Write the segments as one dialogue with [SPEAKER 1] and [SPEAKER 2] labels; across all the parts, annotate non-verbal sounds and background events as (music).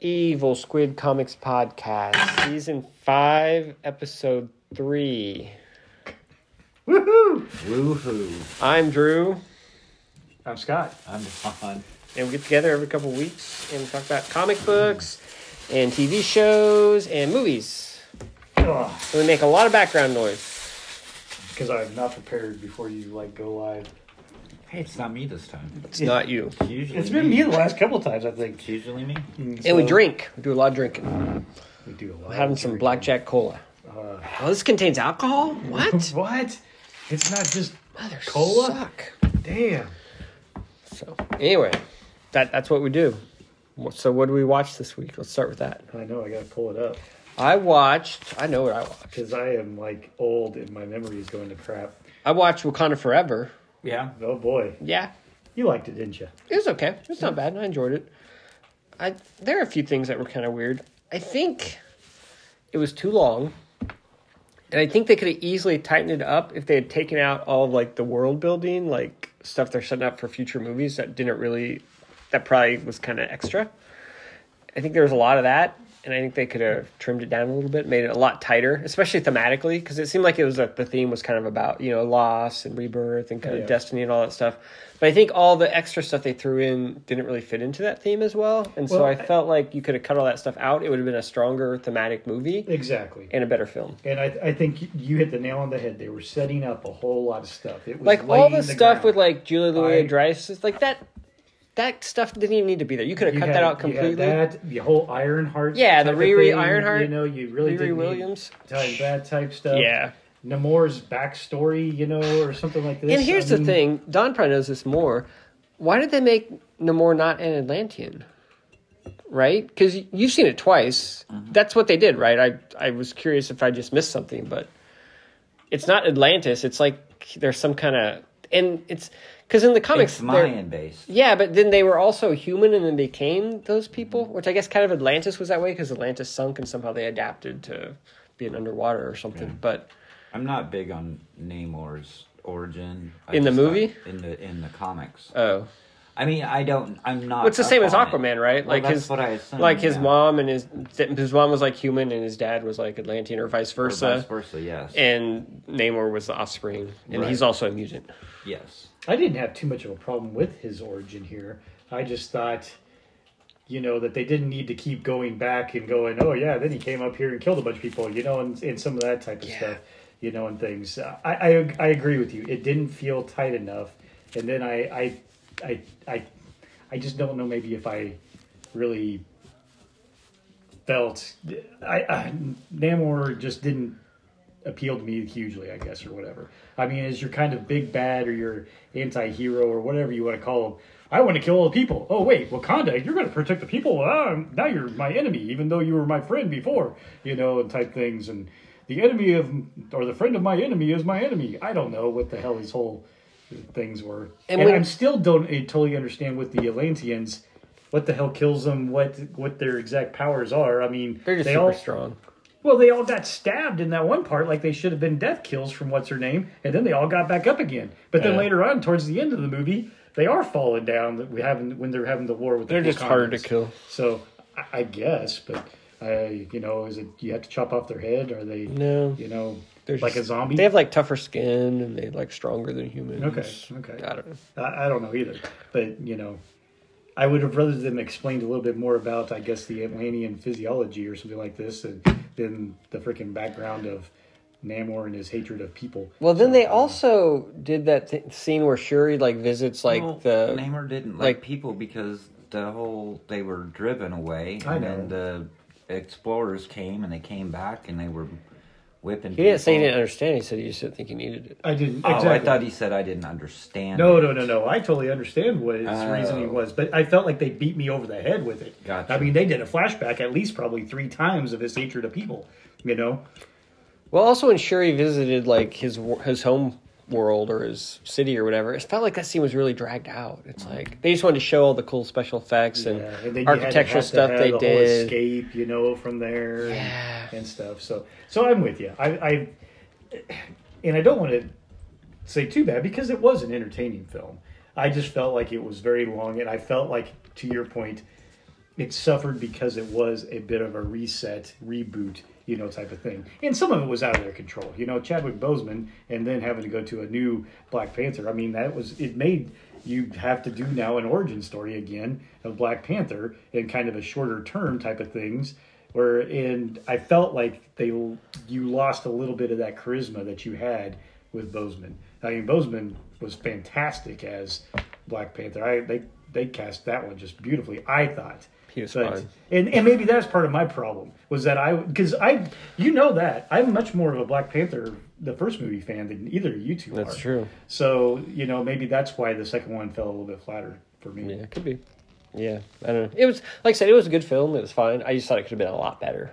[SPEAKER 1] Evil Squid Comics Podcast, Season 5, Episode 3.
[SPEAKER 2] Woohoo!
[SPEAKER 3] Woohoo!
[SPEAKER 1] I'm Drew,
[SPEAKER 2] I'm Scott.
[SPEAKER 3] I'm Don.
[SPEAKER 1] and we get together every couple weeks and talk about comic books and TV shows and movies. And we make a lot of background noise.
[SPEAKER 2] Because I'm not prepared before you like go live.
[SPEAKER 3] Hey, it's not me this time.
[SPEAKER 1] It's not you.
[SPEAKER 3] It's usually
[SPEAKER 2] It's been me the last couple times, I think.
[SPEAKER 3] It's usually me.
[SPEAKER 1] And we drink. We do a lot of drinking.
[SPEAKER 2] We do a lot.
[SPEAKER 1] We're having
[SPEAKER 2] of
[SPEAKER 1] some
[SPEAKER 2] drinking.
[SPEAKER 1] blackjack cola.
[SPEAKER 2] Uh,
[SPEAKER 1] Oh, this contains alcohol? (laughs) What?
[SPEAKER 2] what? It's not just
[SPEAKER 1] Mother
[SPEAKER 2] (laughs) Cola?
[SPEAKER 1] Suck.
[SPEAKER 2] damn.
[SPEAKER 1] So, anyway, that, that's what we do. So, what do we watch this week? Let's start with that.
[SPEAKER 2] I know I gotta pull it up
[SPEAKER 1] I watched. I know what I watched.
[SPEAKER 2] because I am like old and my memory is going to crap.
[SPEAKER 1] I watched Wakanda Forever.
[SPEAKER 3] Yeah.
[SPEAKER 2] Oh boy,
[SPEAKER 1] Yeah,
[SPEAKER 2] you liked it, didn't you?
[SPEAKER 1] it was okay. It's not bad. I enjoyed it. I there are a few things that were kind of weird. I think it was too long, and I think they could have easily tightened it up if they had taken out all of, like the world building, like stuff they're setting up for future movies that didn't really. That probably was kind of extra. I think there was a lot of that, and I think they could have trimmed it down a little bit, made it a lot tighter, especially thematically, because it seemed like it was like the theme was kind of about you know loss and rebirth and kind
[SPEAKER 2] Yeah.
[SPEAKER 1] of destiny and all that stuff. But I think all the extra stuff they threw in didn't really fit into that theme as well, and so
[SPEAKER 2] Well,
[SPEAKER 1] I,
[SPEAKER 2] I-
[SPEAKER 1] felt like you could have cut all that stuff out. It would have been a stronger thematic movie
[SPEAKER 2] Exactly.
[SPEAKER 1] and a better film.
[SPEAKER 2] And I, I think you- you hit the nail on the head. They were setting up a whole lot of stuff. It was
[SPEAKER 1] Like all
[SPEAKER 2] laying
[SPEAKER 1] the stuff
[SPEAKER 2] ground.
[SPEAKER 1] with like Julia Louis
[SPEAKER 2] I-
[SPEAKER 1] Dreyfus, like that. That stuff didn't even need to be there. You could have
[SPEAKER 2] You
[SPEAKER 1] cut
[SPEAKER 2] had-
[SPEAKER 1] that out
[SPEAKER 2] you had
[SPEAKER 1] completely.
[SPEAKER 2] that the whole Ironheart.
[SPEAKER 1] Yeah, the
[SPEAKER 2] type of
[SPEAKER 1] Riri
[SPEAKER 2] thing,
[SPEAKER 1] Ironheart,
[SPEAKER 2] You know, you really
[SPEAKER 1] Riri
[SPEAKER 2] didn't need
[SPEAKER 1] Williams.
[SPEAKER 2] type, that type stuff.
[SPEAKER 1] Yeah.
[SPEAKER 2] Namor's backstory, you know, or something like this.
[SPEAKER 1] And here's the
[SPEAKER 2] I mean,
[SPEAKER 1] thing, Don probably knows this more. Why did they make Namor not an Atlantean? Right? Because you've seen it twice.
[SPEAKER 3] Mm-hmm.
[SPEAKER 1] That's what they did, right? I I was curious if I just missed something, but it's not Atlantis. It's like there's some kind of and it's because in the comics,
[SPEAKER 3] It's
[SPEAKER 1] they're-
[SPEAKER 3] Mayan based.
[SPEAKER 1] yeah, but then they were also human and then became those people, which I guess kind of Atlantis was that way because Atlantis sunk and somehow they adapted to being underwater or something. But
[SPEAKER 3] I'm not big on Namor's origin. I
[SPEAKER 1] In the
[SPEAKER 3] just
[SPEAKER 1] movie?
[SPEAKER 3] thought- in the in the comics.
[SPEAKER 1] oh.
[SPEAKER 3] I mean, I don't. I'm not.
[SPEAKER 1] Well, it's the
[SPEAKER 3] up
[SPEAKER 1] same as
[SPEAKER 3] on it.
[SPEAKER 1] Aquaman, right?
[SPEAKER 3] Well,
[SPEAKER 1] like
[SPEAKER 3] that's
[SPEAKER 1] his,
[SPEAKER 3] what I assumed,
[SPEAKER 1] like his
[SPEAKER 3] yeah.
[SPEAKER 1] mom and his th- his mom was like human, and his dad was like Atlantean, or vice
[SPEAKER 3] Or
[SPEAKER 1] versa.
[SPEAKER 3] vice versa. Yes.
[SPEAKER 1] And Namor was the offspring, and
[SPEAKER 3] Right.
[SPEAKER 1] he's also a mutant.
[SPEAKER 3] yes.
[SPEAKER 2] I didn't have too much of a problem with his origin here. I just thought, you know, that they didn't need to keep going back and going, oh, yeah, then he came up here and killed a bunch of people, you know, and, and some of that type of
[SPEAKER 1] Yeah.
[SPEAKER 2] stuff, you know, and things. Uh, I, I, I agree with you. It didn't feel tight enough. And then I, I, I, I, I just don't know maybe if I really felt I, I Namor just didn't appeal to me hugely, I guess, or whatever. I mean, as your kind of big bad or your anti-hero or whatever you want to call him, I want to kill all the people. Oh wait, Wakanda, you're going to protect the people. Well, I'm- now you're my enemy, even though you were my friend before, you know, and type things. And the enemy of or the friend of my enemy is my enemy. I don't know what the hell these whole things were,
[SPEAKER 1] And
[SPEAKER 2] and,
[SPEAKER 1] when-
[SPEAKER 2] I'm still don't I totally understand with the Atlanteans. What the hell kills them? What what their exact powers are? I mean,
[SPEAKER 1] They're just
[SPEAKER 2] they
[SPEAKER 1] super
[SPEAKER 2] all
[SPEAKER 1] strong.
[SPEAKER 2] well, they all got stabbed in that one part, like they should have been death kills from what's her name, and then they all got back up again. But then
[SPEAKER 1] Yeah.
[SPEAKER 2] later on, towards the end of the movie, they are falling down. That we having when they're having the war with.
[SPEAKER 1] They're
[SPEAKER 2] the
[SPEAKER 1] just harder to
[SPEAKER 2] Wakandans.
[SPEAKER 1] kill.
[SPEAKER 2] So I- I guess, but I, you know, is it you have to chop off their head? Are they,
[SPEAKER 1] No,
[SPEAKER 2] you know,
[SPEAKER 1] they're
[SPEAKER 2] like a
[SPEAKER 1] just-
[SPEAKER 2] zombie?
[SPEAKER 1] They have like tougher skin, and they like stronger than humans.
[SPEAKER 2] Okay, okay.
[SPEAKER 1] I don't know.
[SPEAKER 2] I, I don't know either, but you know, I would have rather them explained a little bit more about, I guess, the Atlantean physiology or something like this, and than the freaking background of Namor and his hatred of people.
[SPEAKER 1] Well, then they also did that th- scene where Shuri like visits like
[SPEAKER 3] Well,
[SPEAKER 1] the
[SPEAKER 3] Namor didn't like,
[SPEAKER 1] like-
[SPEAKER 3] people because the whole they were driven away,
[SPEAKER 2] I
[SPEAKER 3] and
[SPEAKER 2] know.
[SPEAKER 3] then the explorers came and they came back and they were whipping.
[SPEAKER 1] He didn't say he
[SPEAKER 3] people.
[SPEAKER 1] didn't understand. He said he just didn't think he needed it.
[SPEAKER 2] I didn't.
[SPEAKER 3] Oh,
[SPEAKER 2] exactly.
[SPEAKER 3] I thought he said I didn't understand.
[SPEAKER 2] No,
[SPEAKER 3] it.
[SPEAKER 2] no, no, no. I totally understand what his
[SPEAKER 3] Oh.
[SPEAKER 2] reasoning was, but I felt like they beat me over the head with it.
[SPEAKER 3] Gotcha.
[SPEAKER 2] I mean, they did a flashback at least probably three times of his hatred of people. You know,
[SPEAKER 1] Well, also when Shuri visited like his wor- his home world or his city or whatever, it felt like that scene was really dragged out. It's like they just wanted to show all the cool special effects and,
[SPEAKER 2] Yeah, then you had to
[SPEAKER 1] architectural
[SPEAKER 2] have to
[SPEAKER 1] stuff
[SPEAKER 2] have
[SPEAKER 1] they
[SPEAKER 2] the whole
[SPEAKER 1] did.
[SPEAKER 2] escape, you know, from there and-
[SPEAKER 1] Yeah.
[SPEAKER 2] and, stuff. So, so I'm with you. I, I and I don't want to say too bad because it was an entertaining film. I just felt like it was very long, and I felt like, to your point, it suffered because it was a bit of a reset, reboot, you know, type of thing. And some of it was out of their control. You know, Chadwick Boseman, and then having to go to a new Black Panther. I mean, that was it made you have to do now an origin story again of Black Panther and kind of a shorter term type of things. Where and I felt like they you lost a little bit of that charisma that you had with Bozeman. I mean, Bozeman was fantastic as Black Panther. I they they cast that one just beautifully. I thought.
[SPEAKER 1] He was
[SPEAKER 2] But-
[SPEAKER 1] fine.
[SPEAKER 2] And and maybe that's part of my problem was that I because I you know that I'm much more of a Black Panther the first movie fan than either of you two
[SPEAKER 1] That's
[SPEAKER 2] are.
[SPEAKER 1] true.
[SPEAKER 2] So you know maybe that's why the second one fell a little bit flatter for me.
[SPEAKER 1] Yeah, it could be. Yeah, I don't know. It was like I said, it was a good film. It was fine. I just thought it could have been a lot better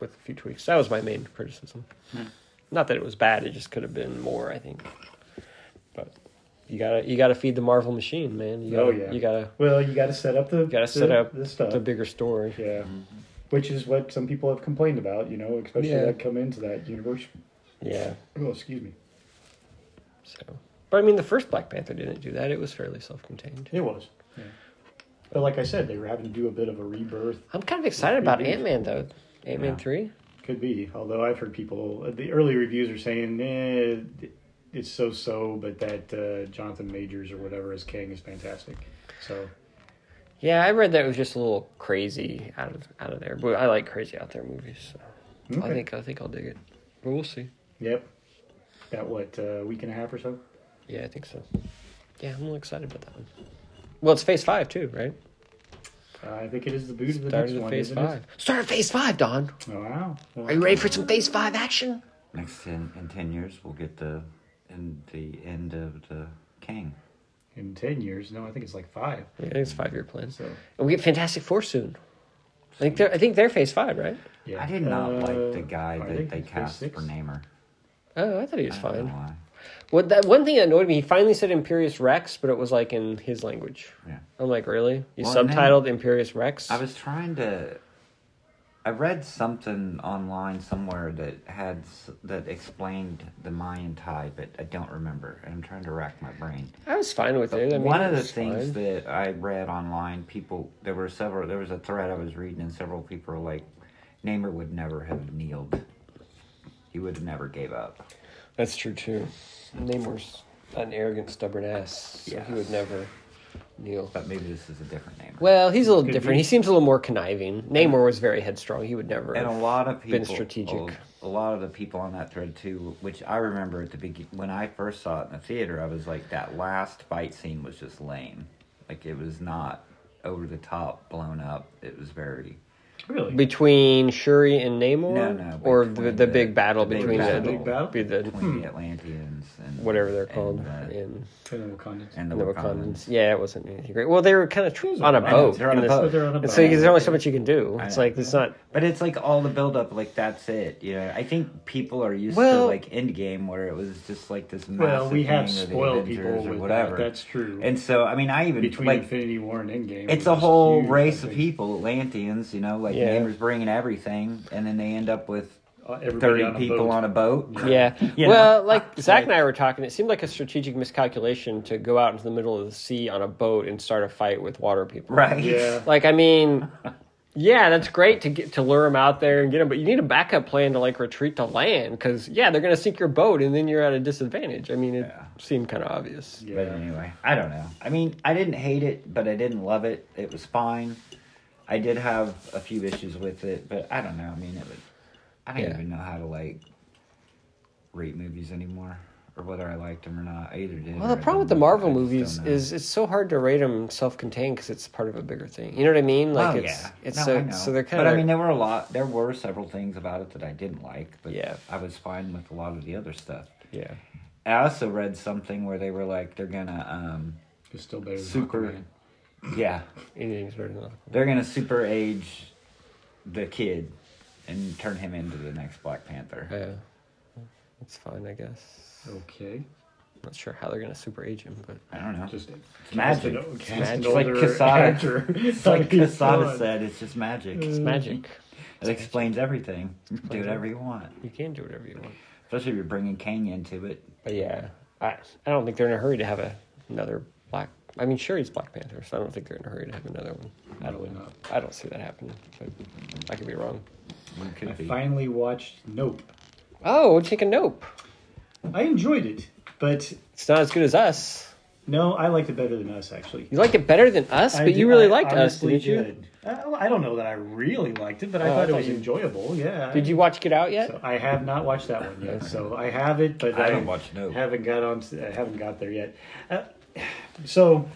[SPEAKER 1] with a few tweaks. That was my main criticism.
[SPEAKER 2] Hmm.
[SPEAKER 1] Not that it was bad. It just could have been more. I think. But you gotta you gotta feed the Marvel machine, man. You gotta,
[SPEAKER 2] oh yeah,
[SPEAKER 1] You gotta
[SPEAKER 2] Well, you gotta set up the
[SPEAKER 1] you gotta
[SPEAKER 2] the-
[SPEAKER 1] set up
[SPEAKER 2] the stuff.
[SPEAKER 1] the bigger story.
[SPEAKER 2] yeah, which is what some people have complained about. You know, especially
[SPEAKER 1] Yeah.
[SPEAKER 2] that come into that universe.
[SPEAKER 1] Yeah.
[SPEAKER 2] Oh, excuse me.
[SPEAKER 1] So, but I mean, the first Black Panther didn't do that. It was fairly self-contained.
[SPEAKER 2] It was. Yeah. But like I said, they were having to do a bit of a rebirth.
[SPEAKER 1] I'm kind of excited about
[SPEAKER 2] Yeah.
[SPEAKER 1] Ant Man though. Ant Man
[SPEAKER 3] Yeah.
[SPEAKER 1] three.
[SPEAKER 2] Could be, although I've heard people, the early reviews are saying eh, it's so so, but that uh, Jonathan Majors or whatever as King is fantastic. So
[SPEAKER 1] Yeah, I read that it was just a little crazy out of out of there. But I like crazy out there movies. So I
[SPEAKER 2] Okay.
[SPEAKER 1] think I think I'll dig it. But we'll see.
[SPEAKER 2] yep, that what uh, week and a half or so.
[SPEAKER 1] Yeah, I think so. Yeah, I'm a little excited about that one. Well, it's Phase Five too, right?
[SPEAKER 2] Uh, I think it is the boot of the
[SPEAKER 1] Started
[SPEAKER 2] next
[SPEAKER 1] at
[SPEAKER 2] one,
[SPEAKER 1] Phase
[SPEAKER 2] isn't
[SPEAKER 1] Five. Start at Phase Five, Don.
[SPEAKER 2] it? Oh, wow. Well,
[SPEAKER 1] Are you ready for some Phase Five action?
[SPEAKER 3] Next ten in ten years, we'll get the in the end of the Kang.
[SPEAKER 2] In ten years? No, I think it's like five.
[SPEAKER 1] Yeah, I think it's five year plans.
[SPEAKER 2] So
[SPEAKER 1] And we get Fantastic Four soon. I think they're I think they're Phase Five, right?
[SPEAKER 2] yeah,
[SPEAKER 3] I did not like the
[SPEAKER 2] Uh,
[SPEAKER 3] guy
[SPEAKER 2] I
[SPEAKER 3] that
[SPEAKER 2] think
[SPEAKER 3] they
[SPEAKER 2] it's Phase
[SPEAKER 3] cast
[SPEAKER 2] six.
[SPEAKER 3] for Namer.
[SPEAKER 1] Oh, I thought he was
[SPEAKER 3] I don't know
[SPEAKER 1] fine.
[SPEAKER 3] why.
[SPEAKER 1] What that one thing that annoyed me, he finally said Imperious Rex, but it was like in his language.
[SPEAKER 3] Yeah.
[SPEAKER 1] I'm like, really? You
[SPEAKER 3] Well, and then-
[SPEAKER 1] subtitled Imperious Rex?
[SPEAKER 3] I was trying to. I read something online somewhere that had s- that explained the Mayan tie, but I don't remember. And I'm trying to rack my brain.
[SPEAKER 1] I was fine with it. I mean,
[SPEAKER 3] One
[SPEAKER 1] it
[SPEAKER 3] of the
[SPEAKER 1] was
[SPEAKER 3] things
[SPEAKER 1] fine.
[SPEAKER 3] that I read online, people there were several. There was a thread I was reading, and several people were like, "Namer would never have kneeled. He would have never gave up."
[SPEAKER 1] that's true too. Namor's an arrogant, stubborn ass. So
[SPEAKER 3] Yeah.
[SPEAKER 1] he would never kneel.
[SPEAKER 3] But maybe this is a different Namer.
[SPEAKER 1] Well, he's a little
[SPEAKER 2] Could
[SPEAKER 1] different.
[SPEAKER 2] be.
[SPEAKER 1] He seems a little more conniving. Namor was very headstrong. He would never.
[SPEAKER 3] and a
[SPEAKER 1] have-
[SPEAKER 3] lot of people
[SPEAKER 1] been strategic.
[SPEAKER 3] A lot of the people on that thread too, which I remember at the begin when I first saw it in the theater, I was like, that last fight scene was just lame. Like it was not over the top, blown up. It was very
[SPEAKER 2] really
[SPEAKER 1] between Shuri and Namor,
[SPEAKER 3] No, no,
[SPEAKER 1] or the,
[SPEAKER 3] between
[SPEAKER 1] the
[SPEAKER 3] the-
[SPEAKER 1] big battle
[SPEAKER 3] the big
[SPEAKER 1] between
[SPEAKER 3] battle.
[SPEAKER 1] the
[SPEAKER 2] Big battle?
[SPEAKER 1] be the
[SPEAKER 3] between the Atlanteans and
[SPEAKER 1] whatever they're called
[SPEAKER 3] and, uh,
[SPEAKER 1] in
[SPEAKER 2] Kind of Wakandans.
[SPEAKER 3] and
[SPEAKER 1] the
[SPEAKER 3] the
[SPEAKER 1] Wakandans.
[SPEAKER 3] Wakandans.
[SPEAKER 1] Yeah, it wasn't anything great. Well, they were kind of tr-
[SPEAKER 2] It was
[SPEAKER 1] on a
[SPEAKER 2] alright.
[SPEAKER 1] boat.
[SPEAKER 3] They're
[SPEAKER 1] in
[SPEAKER 3] on a
[SPEAKER 1] this-
[SPEAKER 3] boat.
[SPEAKER 2] They're on a
[SPEAKER 1] and
[SPEAKER 2] boat.
[SPEAKER 1] so there's only so much you can do.
[SPEAKER 3] I
[SPEAKER 1] It's
[SPEAKER 3] know.
[SPEAKER 1] like it's not.
[SPEAKER 3] But it's like all the build up, like that's it. You know, I think people are used
[SPEAKER 1] Well-
[SPEAKER 3] to like Endgame where it was just like this massive
[SPEAKER 2] Well, we have
[SPEAKER 3] thing of the
[SPEAKER 2] spoiled
[SPEAKER 3] Avengers
[SPEAKER 2] people
[SPEAKER 3] or
[SPEAKER 2] with
[SPEAKER 3] whatever.
[SPEAKER 2] that. That's true.
[SPEAKER 3] And so, I mean, I even
[SPEAKER 2] Between
[SPEAKER 3] like
[SPEAKER 2] Infinity War and Endgame,
[SPEAKER 3] It's
[SPEAKER 2] it
[SPEAKER 3] a
[SPEAKER 2] was
[SPEAKER 3] whole
[SPEAKER 2] huge,
[SPEAKER 3] race of
[SPEAKER 2] like,
[SPEAKER 3] people, Atlanteans, you know, like
[SPEAKER 1] Yeah.
[SPEAKER 3] neighbors bringing everything, and then they end up with
[SPEAKER 2] uh, everybody
[SPEAKER 3] 30
[SPEAKER 2] on a
[SPEAKER 3] people
[SPEAKER 2] boat.
[SPEAKER 3] on a boat.
[SPEAKER 1] (laughs)
[SPEAKER 2] (laughs)
[SPEAKER 1] Yeah.
[SPEAKER 3] You
[SPEAKER 1] well,
[SPEAKER 3] know?
[SPEAKER 1] like Zach and I were talking, it seemed like a strategic miscalculation to go out into the middle of the sea on a boat and start a fight with water people.
[SPEAKER 3] Right. (laughs)
[SPEAKER 2] Yeah.
[SPEAKER 1] Like, I mean, yeah, that's great to get to lure them out there and get them, but you need a backup plan to like retreat to land because yeah, they're gonna sink your boat and then you're at a disadvantage. I mean, it
[SPEAKER 3] Yeah.
[SPEAKER 1] seemed kind of obvious.
[SPEAKER 3] But
[SPEAKER 2] Yeah.
[SPEAKER 3] anyway, I don't know. I mean, I didn't hate it, but I didn't love it. It was fine. I did have a few issues with it, but I don't know. I mean, it was. I don't
[SPEAKER 1] Yeah.
[SPEAKER 3] even know how to like rate movies anymore, or whether I liked them or not. I either did.
[SPEAKER 1] Well,
[SPEAKER 3] or
[SPEAKER 1] the
[SPEAKER 3] I
[SPEAKER 1] problem with the
[SPEAKER 3] didn't.
[SPEAKER 1] Marvel
[SPEAKER 3] I just don't
[SPEAKER 1] movies
[SPEAKER 3] know.
[SPEAKER 1] is it's so hard to rate them self-contained because it's part of a bigger thing. You know what I mean? Like
[SPEAKER 3] oh,
[SPEAKER 1] it's
[SPEAKER 3] yeah.
[SPEAKER 1] it's
[SPEAKER 3] No,
[SPEAKER 1] so,
[SPEAKER 3] I know.
[SPEAKER 1] so they're kind
[SPEAKER 3] But
[SPEAKER 1] of
[SPEAKER 3] I mean, there were a lot. There were several things about it that I didn't like, but
[SPEAKER 1] Yeah.
[SPEAKER 3] I was fine with a lot of the other stuff.
[SPEAKER 1] yeah.
[SPEAKER 3] I also read something where they were like, they're gonna, um,
[SPEAKER 2] It's still better. Than
[SPEAKER 3] Super.
[SPEAKER 2] Aquaman.
[SPEAKER 3] yeah,
[SPEAKER 1] Anything's better than that.
[SPEAKER 3] they're gonna super age the kid and turn him into the next Black Panther.
[SPEAKER 1] Yeah, that's fine, I guess.
[SPEAKER 2] Oh. Okay.
[SPEAKER 1] not sure how they're gonna super age him, but
[SPEAKER 3] I don't know.
[SPEAKER 2] Just
[SPEAKER 3] magic.
[SPEAKER 2] cast an-
[SPEAKER 3] It's
[SPEAKER 2] cast
[SPEAKER 1] magic.
[SPEAKER 2] an
[SPEAKER 3] It's like
[SPEAKER 2] older
[SPEAKER 3] Quesada.
[SPEAKER 2] actor.
[SPEAKER 3] (laughs)
[SPEAKER 2] (laughs)
[SPEAKER 3] it's like
[SPEAKER 2] That'd be
[SPEAKER 3] Casada
[SPEAKER 2] fun. Mm.
[SPEAKER 3] said, it's just magic.
[SPEAKER 1] it's magic.
[SPEAKER 3] It explains everything. Do whatever you want,
[SPEAKER 1] You can do whatever you want.
[SPEAKER 3] especially if you're bringing Kang into it.
[SPEAKER 1] But yeah, I I don't think they're in a hurry to have a, another Black I mean, sure, he's Black Panther, so I don't think they're in a hurry to have another one. I
[SPEAKER 2] Probably
[SPEAKER 1] don't,
[SPEAKER 2] not.
[SPEAKER 1] I don't see that happening, but I could be wrong.
[SPEAKER 3] We could
[SPEAKER 2] I
[SPEAKER 3] be.
[SPEAKER 2] finally watched Nope.
[SPEAKER 1] Oh, we'll take a nope.
[SPEAKER 2] I enjoyed it, but
[SPEAKER 1] It's not as good as us.
[SPEAKER 2] no, I liked it better than us actually.
[SPEAKER 1] You liked it better than us,
[SPEAKER 2] I
[SPEAKER 1] but
[SPEAKER 2] did-
[SPEAKER 1] you really
[SPEAKER 2] I
[SPEAKER 1] liked us,
[SPEAKER 2] honestly
[SPEAKER 1] didn't you?
[SPEAKER 2] did. Uh, I I don't know that I really liked it, but I
[SPEAKER 1] Oh, I
[SPEAKER 2] thought it
[SPEAKER 1] thought
[SPEAKER 2] was
[SPEAKER 1] you-
[SPEAKER 2] enjoyable. Yeah.
[SPEAKER 1] Did you watch Get Out yet?
[SPEAKER 2] So I have not watched that one
[SPEAKER 1] (laughs)
[SPEAKER 2] yet, so I have it, but
[SPEAKER 3] I don't watch Nope.
[SPEAKER 2] Haven't got on. To, I haven't got there yet. Uh, so,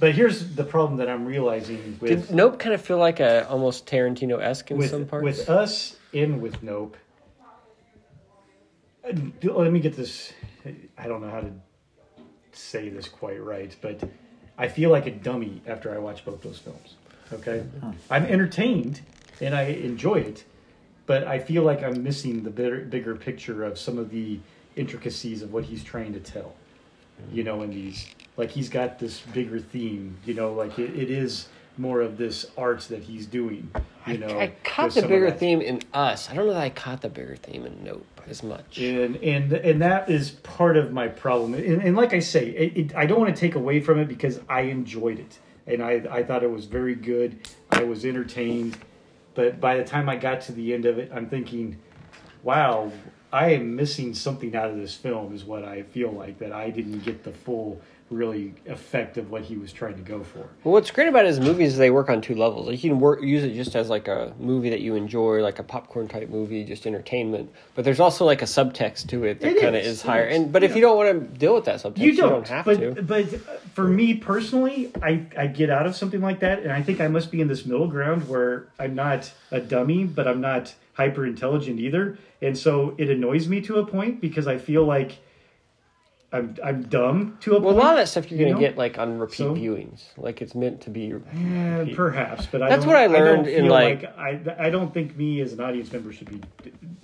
[SPEAKER 2] but here's the problem that I'm realizing with
[SPEAKER 1] Did Nope kind of feel like a almost Tarantino esque in
[SPEAKER 2] with
[SPEAKER 1] some parts?
[SPEAKER 2] with us and with Nope. Uh, d- Let me get this. I don't know how to say this quite right, but I feel like a dummy after I watch both those films. Okay, I'm entertained and I enjoy it, but I feel like I'm missing the bigger, bigger picture of some of the intricacies of what he's trying to tell. You know, in these, like he's got this bigger theme. You know, like it, it is more of this art that he's doing. You know,
[SPEAKER 1] I caught
[SPEAKER 2] with
[SPEAKER 1] the
[SPEAKER 2] some of
[SPEAKER 1] bigger
[SPEAKER 2] that.
[SPEAKER 1] theme in us. I don't know that I caught the bigger theme in Nope as much.
[SPEAKER 2] and and and that is part of my problem and, and like i say it, it, i don't want to take away from it because i enjoyed it and i i thought it was very good i was entertained but by the time i got to the end of it i'm thinking wow i am missing something out of this film is what i feel like that i didn't get the full really effect of what he was trying to go for
[SPEAKER 1] Well, what's great about his movies is they work on two levels. Like you can work, use it just as like a movie that you enjoy, like a popcorn type movie, just entertainment. But there's also like a subtext to it that
[SPEAKER 2] It
[SPEAKER 1] kind of
[SPEAKER 2] is,
[SPEAKER 1] is
[SPEAKER 2] it
[SPEAKER 1] higher.
[SPEAKER 2] is,
[SPEAKER 1] And but if
[SPEAKER 2] yeah.
[SPEAKER 1] you don't want to deal with that subtext,
[SPEAKER 2] you don't,
[SPEAKER 1] have
[SPEAKER 2] but,
[SPEAKER 1] to.
[SPEAKER 2] But for me personally, I, I get out of something like that, and I think I must be in this middle ground where I'm not a dummy, but I'm not hyper intelligent either, and so it annoys me to a point because I feel like I'm I'm dumb to a
[SPEAKER 1] Well, a
[SPEAKER 2] point.
[SPEAKER 1] lot of that stuff you're
[SPEAKER 2] you
[SPEAKER 1] gonna
[SPEAKER 2] know?
[SPEAKER 1] get like on repeat
[SPEAKER 2] So?
[SPEAKER 1] viewings. Like it's meant to be.
[SPEAKER 2] Eh, perhaps, but I
[SPEAKER 1] That's
[SPEAKER 2] don't-
[SPEAKER 1] what I
[SPEAKER 2] don't
[SPEAKER 1] learned in,
[SPEAKER 2] feel
[SPEAKER 1] like-
[SPEAKER 2] I I don't think me as an audience member should be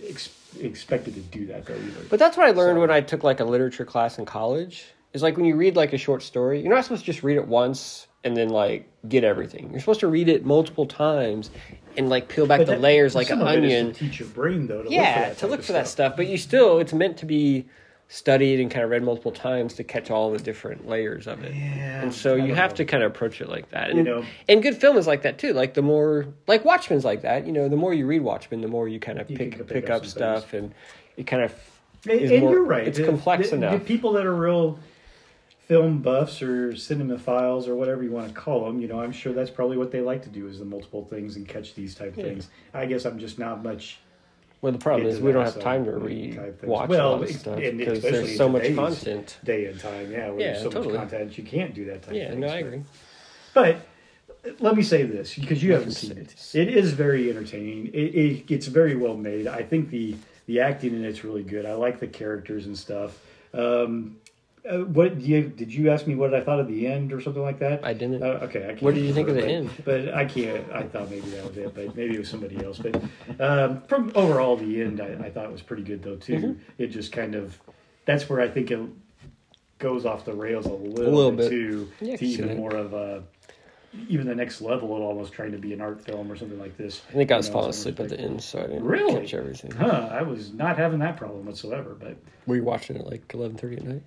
[SPEAKER 2] ex- expected to do that though either.
[SPEAKER 1] But that's what I learned when I took like a literature class in college. Is like when you read like a short story, you're not supposed to just read it once and then like get everything. You're supposed to read it multiple times and like peel back
[SPEAKER 2] But
[SPEAKER 1] the
[SPEAKER 2] that-
[SPEAKER 1] layers like an
[SPEAKER 2] some of it is
[SPEAKER 1] onion.
[SPEAKER 2] To teach your brain though. To
[SPEAKER 1] yeah
[SPEAKER 2] look for that
[SPEAKER 1] to
[SPEAKER 2] type
[SPEAKER 1] look
[SPEAKER 2] of
[SPEAKER 1] for that stuff but you still it's meant to be studied and kind of read multiple times to catch all the different layers of it
[SPEAKER 2] Yeah,
[SPEAKER 1] and so
[SPEAKER 2] I
[SPEAKER 1] you
[SPEAKER 2] don't
[SPEAKER 1] have
[SPEAKER 2] know.
[SPEAKER 1] to kind of approach it like that and,
[SPEAKER 2] know.
[SPEAKER 1] and good film is like that too like the more like watchmen's like that you know the more you read watchmen the more you kind of
[SPEAKER 2] You
[SPEAKER 1] pick,
[SPEAKER 2] can
[SPEAKER 1] pick,
[SPEAKER 2] pick up
[SPEAKER 1] up,
[SPEAKER 2] some
[SPEAKER 1] stuff and you kind of
[SPEAKER 2] And,
[SPEAKER 1] is
[SPEAKER 2] and
[SPEAKER 1] more-
[SPEAKER 2] you're right.
[SPEAKER 1] it's
[SPEAKER 2] The-
[SPEAKER 1] complex
[SPEAKER 2] the-
[SPEAKER 1] enough
[SPEAKER 2] The people that are real film buffs or cinemaphiles or whatever you want to call them, you know, I'm sure that's probably what they like to do is the multiple things and catch these type of things. I guess I'm just not much.
[SPEAKER 1] well the problem
[SPEAKER 2] into
[SPEAKER 1] is we don't
[SPEAKER 2] that,
[SPEAKER 1] have
[SPEAKER 2] so
[SPEAKER 1] time to
[SPEAKER 2] we
[SPEAKER 1] re
[SPEAKER 2] type things.
[SPEAKER 1] watch a
[SPEAKER 2] Well,
[SPEAKER 1] lot of
[SPEAKER 2] it-
[SPEAKER 1] stuff
[SPEAKER 2] and
[SPEAKER 1] because
[SPEAKER 2] especially
[SPEAKER 1] there's so
[SPEAKER 2] in
[SPEAKER 1] much
[SPEAKER 2] today's
[SPEAKER 1] content
[SPEAKER 2] Day and time, yeah. Where
[SPEAKER 1] Yeah,
[SPEAKER 2] there's so
[SPEAKER 1] totally.
[SPEAKER 2] much content, you can't do that type.
[SPEAKER 1] yeah
[SPEAKER 2] of thing.
[SPEAKER 1] no i agree
[SPEAKER 2] But let me say this because you haven't seen it. It is very entertaining. It, it it's very well made. I think the the acting in it's really good. I like the characters and stuff. Um, uh, what do you, did you ask me? What I thought of the end or something like that?
[SPEAKER 1] I didn't.
[SPEAKER 2] Uh, okay. I can't
[SPEAKER 1] What did you think of the
[SPEAKER 2] remember,
[SPEAKER 1] end?
[SPEAKER 2] but, But I can't. I thought maybe that was it, but maybe it was somebody else. But um, from overall, the end I, I thought was pretty good though
[SPEAKER 1] Mm-hmm.
[SPEAKER 2] too. It just kind of that's where I think it goes off the rails a little,
[SPEAKER 1] little bit.
[SPEAKER 2] bit, too
[SPEAKER 1] Yeah, I
[SPEAKER 2] to
[SPEAKER 1] can see
[SPEAKER 2] even
[SPEAKER 1] that.
[SPEAKER 2] more of a even the next level of almost trying to be an art film or something like this.
[SPEAKER 1] i think i was
[SPEAKER 2] You know,
[SPEAKER 1] falling
[SPEAKER 2] some
[SPEAKER 1] asleep at the
[SPEAKER 2] respect.
[SPEAKER 1] end so i didn't
[SPEAKER 2] Really?
[SPEAKER 1] catch everything
[SPEAKER 2] Huh, I was not having that problem whatsoever, but
[SPEAKER 1] were you watching it like 11.30 at night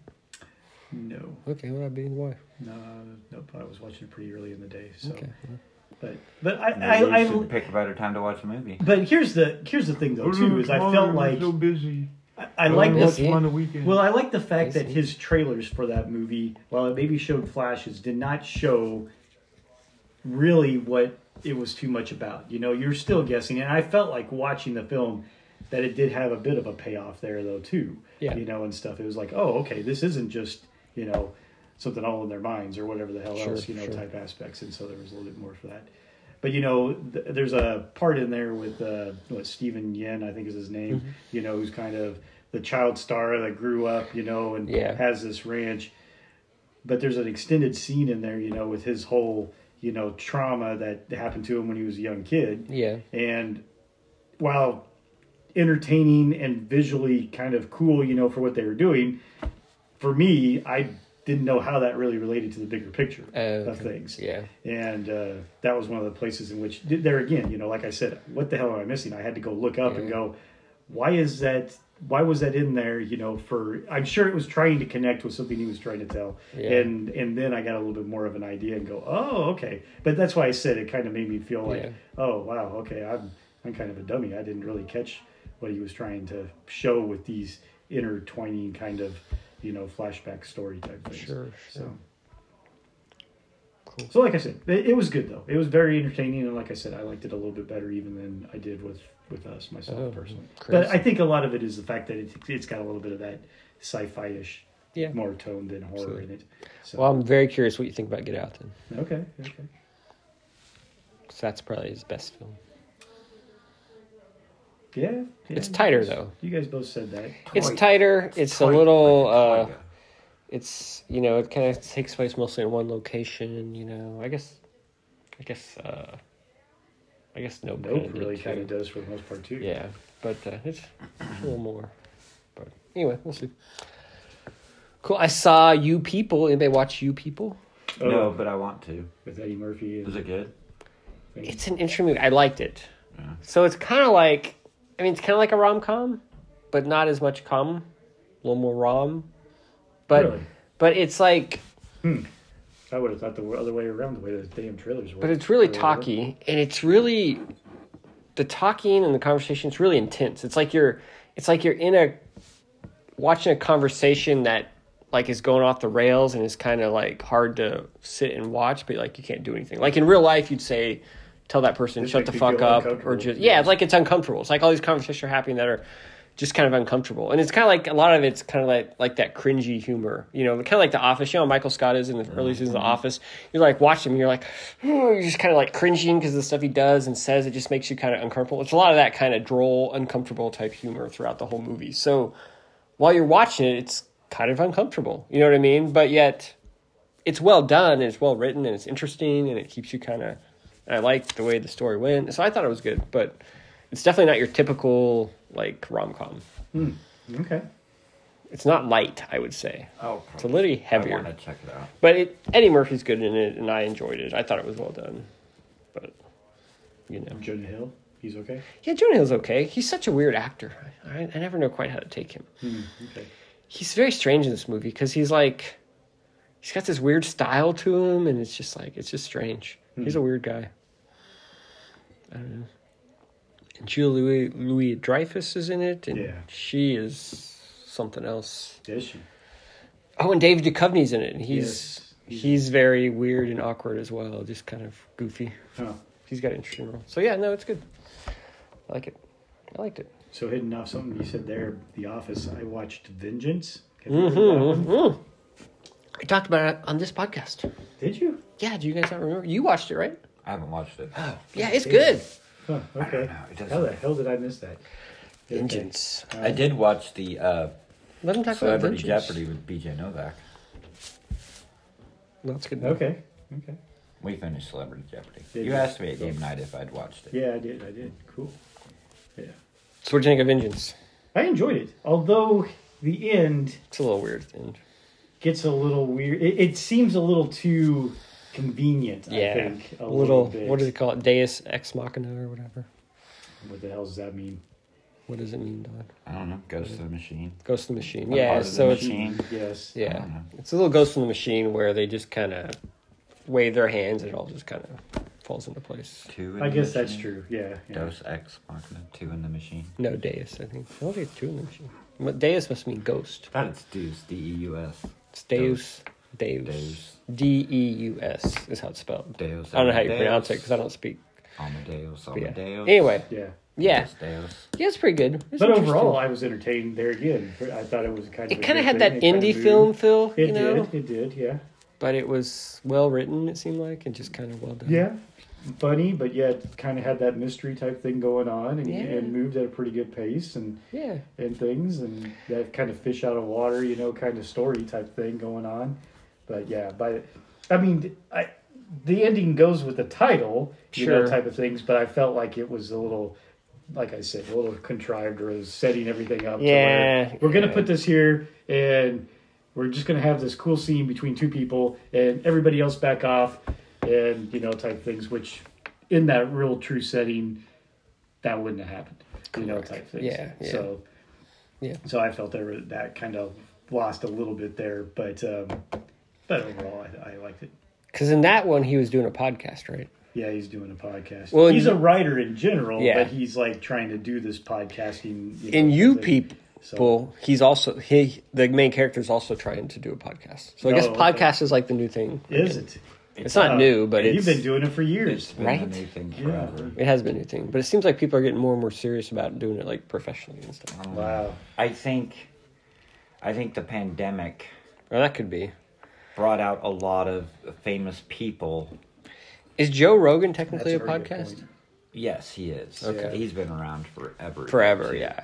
[SPEAKER 2] no,
[SPEAKER 1] Okay, well, I'd be why.
[SPEAKER 2] no, nope. I was watching it pretty early in the day, so
[SPEAKER 1] Okay.
[SPEAKER 2] but but I,
[SPEAKER 3] Maybe we
[SPEAKER 2] I, I
[SPEAKER 3] should pick a better time to watch a movie.
[SPEAKER 2] but here's the here's the thing though too is I felt like
[SPEAKER 4] so busy.
[SPEAKER 2] I, I like
[SPEAKER 1] Is
[SPEAKER 2] this
[SPEAKER 1] he?
[SPEAKER 4] on the weekend.
[SPEAKER 2] Well, I like the fact that
[SPEAKER 1] see.
[SPEAKER 2] his trailers for that movie, while it maybe showed flashes, did not show really what it was too much about. You know, you're still guessing, and I felt like watching the film that it did have a bit of a payoff there, though, too.
[SPEAKER 1] Yeah.
[SPEAKER 2] You know, and stuff. It was like, oh, okay, this isn't just you know something all in their minds or whatever the hell
[SPEAKER 1] Sure,
[SPEAKER 2] else you know
[SPEAKER 1] sure.
[SPEAKER 2] type aspects, and so there was a little bit more for that. But you know, th- there's a part in there with uh, what Stephen Yen, I think is his name. You know, who's kind of the child star that grew up, you know, and
[SPEAKER 1] Yeah.
[SPEAKER 2] has this ranch. But there's an extended scene in there, you know, with his whole, you know, trauma that happened to him when he was a young kid.
[SPEAKER 1] Yeah.
[SPEAKER 2] And while entertaining and visually kind of cool, you know, for what they were doing, for me, I didn't know how that really related to the bigger picture
[SPEAKER 1] Oh,
[SPEAKER 2] of
[SPEAKER 1] okay.
[SPEAKER 2] things
[SPEAKER 1] Yeah.
[SPEAKER 2] and uh, that was one of the places in which there again you know like i said what the hell am i missing i had to go look up and
[SPEAKER 1] Yeah.
[SPEAKER 2] go why is that? Why was that in there? You know, for I'm sure it was trying to connect with something he was trying to tell,
[SPEAKER 1] Yeah.
[SPEAKER 2] and and then I got a little bit more of an idea and go, oh, okay. But that's why I said it kind of made me feel like,
[SPEAKER 1] Yeah.
[SPEAKER 2] oh wow, okay, I'm I'm kind of a dummy. I didn't really catch what he was trying to show with these intertwining kind of, you know, flashback story type things.
[SPEAKER 1] Sure, sure.
[SPEAKER 2] So.
[SPEAKER 1] Cool.
[SPEAKER 2] So, like I said, it, it was good though. It was very entertaining, and like I said, I liked it a little bit better even than I did with with us myself
[SPEAKER 1] Oh,
[SPEAKER 2] personally.
[SPEAKER 1] crazy.
[SPEAKER 2] But I think a lot of it is the fact that it, it's got a little bit of that sci-fi ish,
[SPEAKER 1] Yeah.
[SPEAKER 2] more tone than horror
[SPEAKER 1] Absolutely.
[SPEAKER 2] in it. So
[SPEAKER 1] Well, I'm very curious what you think about Get Out then,
[SPEAKER 2] okay, okay.
[SPEAKER 1] 'cause that's probably his best film.
[SPEAKER 2] Yeah, yeah,
[SPEAKER 1] It's
[SPEAKER 2] you
[SPEAKER 1] tighter,
[SPEAKER 2] guys-
[SPEAKER 1] though.
[SPEAKER 2] You guys both said that.
[SPEAKER 1] It's
[SPEAKER 3] Toy.
[SPEAKER 1] tighter. It's a
[SPEAKER 3] Toy,
[SPEAKER 1] little.
[SPEAKER 3] like a
[SPEAKER 1] Uh,
[SPEAKER 3] toy.
[SPEAKER 1] it's you know it kind of takes place mostly in one location. You know, I guess, I guess, uh, I guess nope.
[SPEAKER 2] Nope,
[SPEAKER 1] kinda
[SPEAKER 2] really
[SPEAKER 1] did
[SPEAKER 2] kind of
[SPEAKER 1] too.
[SPEAKER 2] does for the most part too.
[SPEAKER 1] Yeah, but uh, it's a little more. But anyway, we'll see. Cool. I saw you people. Anybody watch you people?
[SPEAKER 2] Oh,
[SPEAKER 3] no, but I want to.
[SPEAKER 2] with Eddie Murphy. And
[SPEAKER 3] Is it good?
[SPEAKER 2] things.
[SPEAKER 1] It's an interesting movie. I liked it.
[SPEAKER 3] Yeah.
[SPEAKER 1] So it's kind of like, I mean, it's kind of like a rom com, but not as much com, a little more rom. But
[SPEAKER 2] Really?
[SPEAKER 1] but it's like,
[SPEAKER 2] I would have thought the other way around, the way the damn trailers were.
[SPEAKER 1] but it's really
[SPEAKER 2] Or whatever.
[SPEAKER 1] talky, and it's really the talking and the conversation is really intense. It's like you're, it's like you're in a watching a conversation that like is going off the rails and is kind of like hard to sit and watch, but like you can't do anything. Like in real life, you'd say, "Tell that person
[SPEAKER 2] This
[SPEAKER 1] shut the
[SPEAKER 2] makes me
[SPEAKER 1] fuck
[SPEAKER 2] feel
[SPEAKER 1] up," or
[SPEAKER 2] uncomfortable.
[SPEAKER 1] just yeah, it's like it's uncomfortable. It's like all these conversations are happening that are just kind of uncomfortable, and it's kind of like a lot of it's kind of like like that cringy humor, you know, kind of like The Office. You know, Michael Scott is in the early seasons of
[SPEAKER 2] Mm-hmm.
[SPEAKER 1] The Office. You're like watching him, you're like (sighs) you're just kind of like cringing because the stuff he does and says it just makes you kind of uncomfortable. It's a lot of that kind of droll, uncomfortable type humor throughout the whole movie. So while you're watching it, it's kind of uncomfortable. You know what I mean? But yet, it's well done and it's well written and it's interesting and it keeps you kind of. I liked the way the story went, so I thought it was good. But it's definitely not your typical like rom com.
[SPEAKER 2] Okay.
[SPEAKER 1] It's not light, I would say.
[SPEAKER 3] Oh,
[SPEAKER 1] It's a little
[SPEAKER 3] I
[SPEAKER 1] heavier.
[SPEAKER 3] want to check it out.
[SPEAKER 1] But it, Eddie Murphy's good in it, and I enjoyed it. I thought it was well done. But you know,
[SPEAKER 2] Jonah Hill, he's okay.
[SPEAKER 1] yeah, Jonah Hill's okay. He's such a weird actor. I, I never know quite how to take him.
[SPEAKER 2] Okay.
[SPEAKER 1] he's very strange in this movie because he's like he's got this weird style to him and it's just like it's just strange
[SPEAKER 2] Hmm.
[SPEAKER 1] he's a weird guy i don't know and julia louis louis dreyfus is in it and
[SPEAKER 2] Yeah.
[SPEAKER 1] she is something else
[SPEAKER 2] Is she?
[SPEAKER 1] oh and david Duchovny's in it and he's
[SPEAKER 2] Yes. He's-
[SPEAKER 1] he's very weird and awkward as well just kind of goofy
[SPEAKER 2] Huh.
[SPEAKER 1] he's got an interesting role so yeah no it's good i like it i liked it
[SPEAKER 2] So hidden off something you said there, The Office. I watched Vengeance. Have you heard of that
[SPEAKER 1] mm-hmm,
[SPEAKER 2] one?
[SPEAKER 1] i talked about it on this podcast
[SPEAKER 2] Did you?
[SPEAKER 1] yeah do you guys not remember you watched it right
[SPEAKER 3] I haven't watched it.
[SPEAKER 1] Yeah, it's
[SPEAKER 2] Yeah.
[SPEAKER 1] good.
[SPEAKER 2] Huh, okay.
[SPEAKER 3] know, it doesn't-
[SPEAKER 2] How the hell did I miss that? Okay.
[SPEAKER 1] Vengeance.
[SPEAKER 3] I did watch the uh,
[SPEAKER 1] Let him talk about
[SPEAKER 3] Celebrity
[SPEAKER 1] vengeance.
[SPEAKER 3] Jeopardy with BJ Novak.
[SPEAKER 1] That's good.
[SPEAKER 2] Okay. Okay.
[SPEAKER 3] We finished Celebrity Jeopardy.
[SPEAKER 2] Did
[SPEAKER 3] you
[SPEAKER 2] you?
[SPEAKER 3] asked me at game night if I'd watched it.
[SPEAKER 2] Yeah, I did. I did. Cool. Yeah.
[SPEAKER 1] So what do you think of vengeance?
[SPEAKER 2] I enjoyed it. Although the end
[SPEAKER 1] It's a little weird. at the end.
[SPEAKER 2] gets a little weird. It, it seems a little too convenient, I
[SPEAKER 1] Yeah.
[SPEAKER 2] think.
[SPEAKER 1] A
[SPEAKER 2] A
[SPEAKER 1] little.
[SPEAKER 2] bit.
[SPEAKER 1] what do they call it? Deus ex machina or whatever.
[SPEAKER 2] What the hell does that mean?
[SPEAKER 1] What does it mean, Don?
[SPEAKER 3] I don't know. Ghost of the Machine.
[SPEAKER 1] Ghost in the Machine.
[SPEAKER 3] A
[SPEAKER 1] Yeah.
[SPEAKER 3] part of the
[SPEAKER 1] So it's
[SPEAKER 3] machine.
[SPEAKER 2] Yes.
[SPEAKER 1] yeah.
[SPEAKER 3] don't know.
[SPEAKER 1] It's a little Ghost in the Machine where they just kind of wave their hands and it all just kind of falls into place.
[SPEAKER 3] Two. In
[SPEAKER 2] I
[SPEAKER 3] the
[SPEAKER 2] guess that's
[SPEAKER 3] Machine.
[SPEAKER 2] true. Yeah. yeah.
[SPEAKER 3] Dos Ex Machina. Two in the Machine.
[SPEAKER 1] No Deus, I think. I don't think it's two in the machine. But Deus must mean ghost.
[SPEAKER 3] I thought it's Deuce. D E U S.
[SPEAKER 1] It's Deus. Deus.
[SPEAKER 3] Deus.
[SPEAKER 1] D e u s is how it's spelled.
[SPEAKER 3] Deus.
[SPEAKER 1] I don't know how you
[SPEAKER 3] Amadeus.
[SPEAKER 1] pronounce it because I don't speak.
[SPEAKER 3] Amadeus.
[SPEAKER 1] But yeah.
[SPEAKER 3] Amadeus.
[SPEAKER 1] Anyway,
[SPEAKER 2] Yeah.
[SPEAKER 1] yeah,
[SPEAKER 3] Deus, Deus.
[SPEAKER 1] yeah, it's pretty good. It's
[SPEAKER 2] But
[SPEAKER 1] interesting.
[SPEAKER 2] overall, I was entertained there again. I thought it was kind of.
[SPEAKER 1] it
[SPEAKER 2] a
[SPEAKER 1] kind of
[SPEAKER 2] good
[SPEAKER 1] had
[SPEAKER 2] thing.
[SPEAKER 1] that
[SPEAKER 2] It kinda
[SPEAKER 1] indie
[SPEAKER 2] moved.
[SPEAKER 1] film feel,
[SPEAKER 2] It
[SPEAKER 1] you know,
[SPEAKER 2] did. It did. Yeah.
[SPEAKER 1] but it was well written. It seemed like and just kind of well done.
[SPEAKER 2] Yeah. Funny, but yet kind of had that mystery type thing going on, and,
[SPEAKER 1] Yeah.
[SPEAKER 2] and moved at a pretty good pace, and
[SPEAKER 1] yeah,
[SPEAKER 2] and things, and that kind of fish out of water, you know, kind of story type thing going on. But yeah, by I mean, I, the ending goes with the title, you
[SPEAKER 1] Sure.
[SPEAKER 2] know, type of things. But I felt like it was a little, like I said, a little contrived or setting everything up. to where
[SPEAKER 1] Yeah,
[SPEAKER 2] we're gonna
[SPEAKER 1] yeah.
[SPEAKER 2] put this here, and we're just gonna have this cool scene between two people, and everybody else back off, and you know, type things. Which, in that real true setting, that wouldn't have happened. you know, type things.
[SPEAKER 1] Yeah, yeah.
[SPEAKER 2] So,
[SPEAKER 1] Yeah.
[SPEAKER 2] So I felt there were, that kind of lost a little bit there, but um, but overall, I, I liked it.
[SPEAKER 1] Because in that one, he was doing a podcast, right?
[SPEAKER 2] Yeah, he's doing a podcast.
[SPEAKER 1] Well, and
[SPEAKER 2] he's
[SPEAKER 1] you-
[SPEAKER 2] a writer in general,
[SPEAKER 1] Yeah.
[SPEAKER 2] but he's like trying to do this podcasting. know,
[SPEAKER 1] In you
[SPEAKER 2] thing.
[SPEAKER 1] people, he's also he the main character is also trying to do a podcast. So I guess
[SPEAKER 2] Oh, okay.
[SPEAKER 1] podcast is like the new thing.
[SPEAKER 2] is it?
[SPEAKER 1] It's not
[SPEAKER 2] Uh,
[SPEAKER 1] new, but
[SPEAKER 2] and
[SPEAKER 1] it's,
[SPEAKER 2] you've been doing it for years.
[SPEAKER 3] It's been
[SPEAKER 1] Right?
[SPEAKER 3] a new thing
[SPEAKER 2] Yeah.
[SPEAKER 3] forever.
[SPEAKER 1] it has been a new thing. But it seems like people are getting more and more serious about doing it like professionally and stuff.
[SPEAKER 2] Wow.
[SPEAKER 3] I think, I think the pandemic
[SPEAKER 1] Or that could be.
[SPEAKER 3] brought out a lot of famous people.
[SPEAKER 1] Is Joe Rogan technically a
[SPEAKER 2] That's very good
[SPEAKER 1] podcast?
[SPEAKER 2] point.
[SPEAKER 3] Yes, he is.
[SPEAKER 1] Okay.
[SPEAKER 3] He's been around forever.
[SPEAKER 1] Forever, yeah.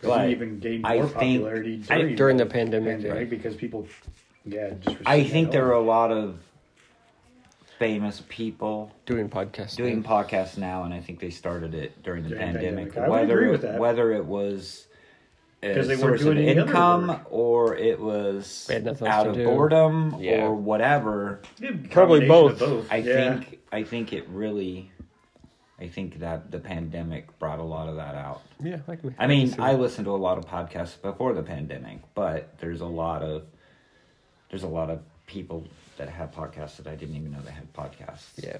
[SPEAKER 3] But
[SPEAKER 2] he even gained
[SPEAKER 3] I
[SPEAKER 2] more
[SPEAKER 3] think-
[SPEAKER 2] popularity
[SPEAKER 3] I-
[SPEAKER 2] during,
[SPEAKER 1] during the pandemic, right.
[SPEAKER 2] because people, yeah, just
[SPEAKER 3] I
[SPEAKER 2] received
[SPEAKER 3] think
[SPEAKER 2] that
[SPEAKER 3] there are
[SPEAKER 2] help.
[SPEAKER 3] a lot of famous people
[SPEAKER 1] Doing podcasts.
[SPEAKER 3] doing podcasts now, and I think they started it during the
[SPEAKER 2] During the
[SPEAKER 3] pandemic.
[SPEAKER 2] pandemic. I would
[SPEAKER 3] whether
[SPEAKER 2] agree with that.
[SPEAKER 3] whether it was a
[SPEAKER 2] 'Cause they weren't
[SPEAKER 3] source of
[SPEAKER 2] doing any other
[SPEAKER 3] income
[SPEAKER 2] work.
[SPEAKER 3] or it was
[SPEAKER 1] They had nothing else
[SPEAKER 3] out
[SPEAKER 1] to
[SPEAKER 3] of
[SPEAKER 1] do.
[SPEAKER 3] boredom
[SPEAKER 1] Yeah.
[SPEAKER 3] or whatever.
[SPEAKER 2] Yeah,
[SPEAKER 1] Probably
[SPEAKER 2] combination
[SPEAKER 1] both.
[SPEAKER 2] of both.
[SPEAKER 3] I
[SPEAKER 2] yeah.
[SPEAKER 3] think I think it really I think that the pandemic brought a lot of that out.
[SPEAKER 1] Yeah, I can-
[SPEAKER 3] I mean,
[SPEAKER 1] can see
[SPEAKER 3] I
[SPEAKER 1] that.
[SPEAKER 3] listened to a lot of podcasts before the pandemic, but there's a lot of there's a lot of people that have podcasts that I didn't even know they had podcasts.
[SPEAKER 1] Yeah.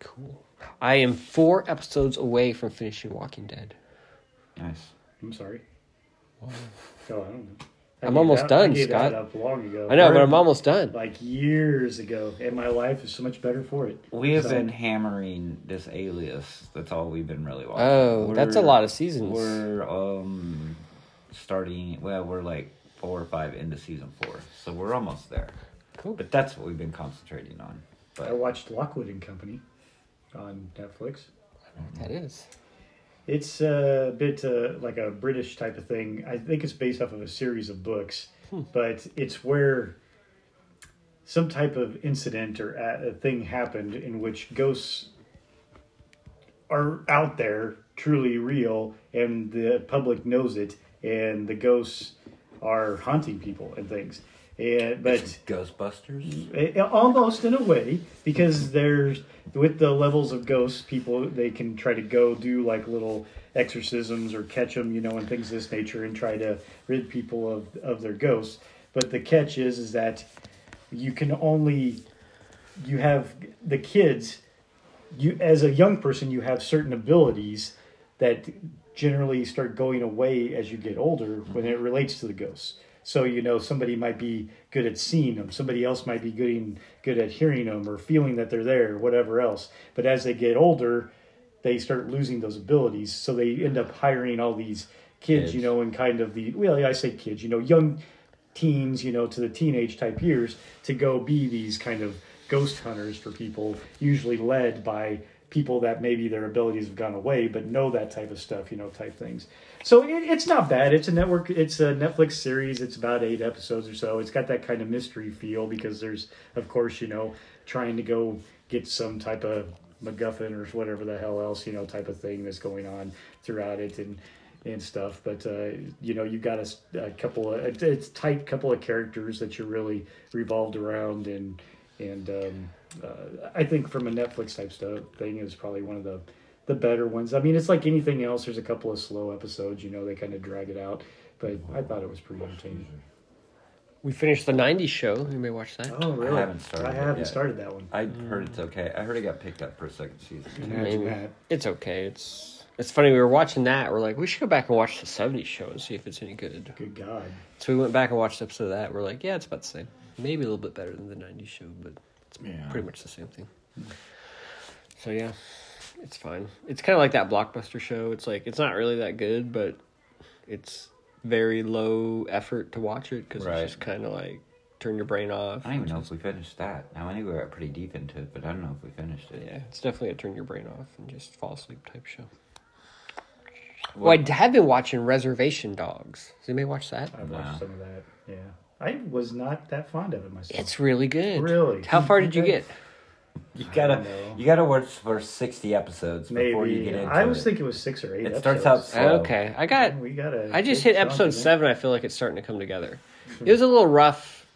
[SPEAKER 1] Cool. I am four episodes away from finishing Walking Dead.
[SPEAKER 3] Nice.
[SPEAKER 2] I'm sorry. Oh, I don't know. I
[SPEAKER 1] I'm
[SPEAKER 2] gave
[SPEAKER 1] almost
[SPEAKER 2] that-
[SPEAKER 1] done,
[SPEAKER 2] I gave
[SPEAKER 1] Scott.
[SPEAKER 2] That up long ago.
[SPEAKER 1] I know, but
[SPEAKER 2] Or,
[SPEAKER 1] I'm almost done.
[SPEAKER 2] like years ago, and my life is so much better for it.
[SPEAKER 3] We have
[SPEAKER 2] So,
[SPEAKER 3] been hammering this alias. That's all we've been really watching.
[SPEAKER 1] Oh, that's a
[SPEAKER 3] We're-
[SPEAKER 1] lot of seasons.
[SPEAKER 3] We're um starting well, we're like four or five into season four. So we're almost there.
[SPEAKER 1] Cool.
[SPEAKER 3] But that's what we've been concentrating on.
[SPEAKER 2] I
[SPEAKER 3] But
[SPEAKER 2] watched Lockwood and Company on Netflix.
[SPEAKER 1] That is.
[SPEAKER 2] It's a bit uh, like a British type of thing. I think it's based off of a series of books, but it's where some type of incident or a, a thing happened in which ghosts are out there, truly real, and the public knows it, and the ghosts are haunting people and things. And but
[SPEAKER 3] Ghostbusters?
[SPEAKER 2] it- almost in a way because there's with the levels of ghosts people they can try to go do like little exorcisms or catch them you know and things of this nature and try to rid people of of their ghosts but the catch is is that you can only you have the kids you as a young person you have certain abilities that generally start going away as you get older when it relates to the ghosts so you know somebody might be good at seeing them somebody else might be good, in, good at hearing them or feeling that they're there or whatever else but as they get older they start losing those abilities so they end up hiring all these kids, you
[SPEAKER 3] Kids.
[SPEAKER 2] know and kind of the well i say kids you know young teens you know to the teenage type years to go be these kind of ghost hunters for people usually led by people that maybe their abilities have gone away but know that type of stuff you know type things so it, it's not bad it's a network it's a netflix series it's about eight episodes or so it's got that kind of mystery feel because there's of course you know trying to go get some type of MacGuffin or whatever the hell else you know type of thing that's going on throughout it and and stuff. But uh, you know, you got a s- a, couple of a, it's tight couple of characters that you're really revolved around, and and um, uh, I think from a Netflix type stuff thing is probably one of the the better ones. I mean, it's like anything else. There's a couple of slow episodes, you know, they kind of drag it out, but I thought it was pretty entertaining.
[SPEAKER 1] We finished the 90s show. Anybody watch that?
[SPEAKER 2] Oh, really?
[SPEAKER 3] I haven't started
[SPEAKER 2] I
[SPEAKER 3] it
[SPEAKER 2] haven't
[SPEAKER 3] yet.
[SPEAKER 2] started that one.
[SPEAKER 3] I heard it's okay. I heard it got picked up for a second season.
[SPEAKER 2] Imagine that.
[SPEAKER 1] It's okay. It's it's funny. We were watching that. We're like, we should go back and watch the 70s show and see if it's any good.
[SPEAKER 2] Good God.
[SPEAKER 1] So we went back and watched episode of that. We're like, yeah, it's about the same. Maybe a little bit better than the 90s show, but it's
[SPEAKER 3] Yeah. Hmm.
[SPEAKER 1] pretty much the same thing. So yeah, it's fine. It's kind of like that blockbuster show. It's like it's not really that good, but it's very low effort to watch it because
[SPEAKER 3] Right.
[SPEAKER 1] it's just kind of like turn your brain off.
[SPEAKER 3] I don't even know if we finished that. Now I knew we were pretty deep into it, but I don't know if we finished it.
[SPEAKER 1] Yeah, it's definitely a turn your brain off and just fall asleep type show.
[SPEAKER 3] Well-
[SPEAKER 1] Well, I have been watching Reservation Dogs. Does anybody watch that?
[SPEAKER 2] I watched
[SPEAKER 3] Wow.
[SPEAKER 2] some of that. Yeah. I was not that fond of it myself.
[SPEAKER 1] It's really good.
[SPEAKER 2] Really?
[SPEAKER 1] How far did you
[SPEAKER 2] Okay.
[SPEAKER 1] get?
[SPEAKER 3] You
[SPEAKER 2] I
[SPEAKER 3] gotta
[SPEAKER 2] don't know.
[SPEAKER 3] you gotta watch for sixty episodes before you
[SPEAKER 2] Maybe. uh,
[SPEAKER 3] get into
[SPEAKER 2] I was
[SPEAKER 3] it.
[SPEAKER 2] thinking it was six or eight.
[SPEAKER 3] It starts out
[SPEAKER 2] episodes.
[SPEAKER 3] slow.
[SPEAKER 1] Okay, I got.
[SPEAKER 2] We gotta.
[SPEAKER 1] I just
[SPEAKER 2] take
[SPEAKER 1] hit episode
[SPEAKER 2] something.
[SPEAKER 1] seven. I feel like it's starting to come
[SPEAKER 2] (laughs)
[SPEAKER 1] together. It was a little rough.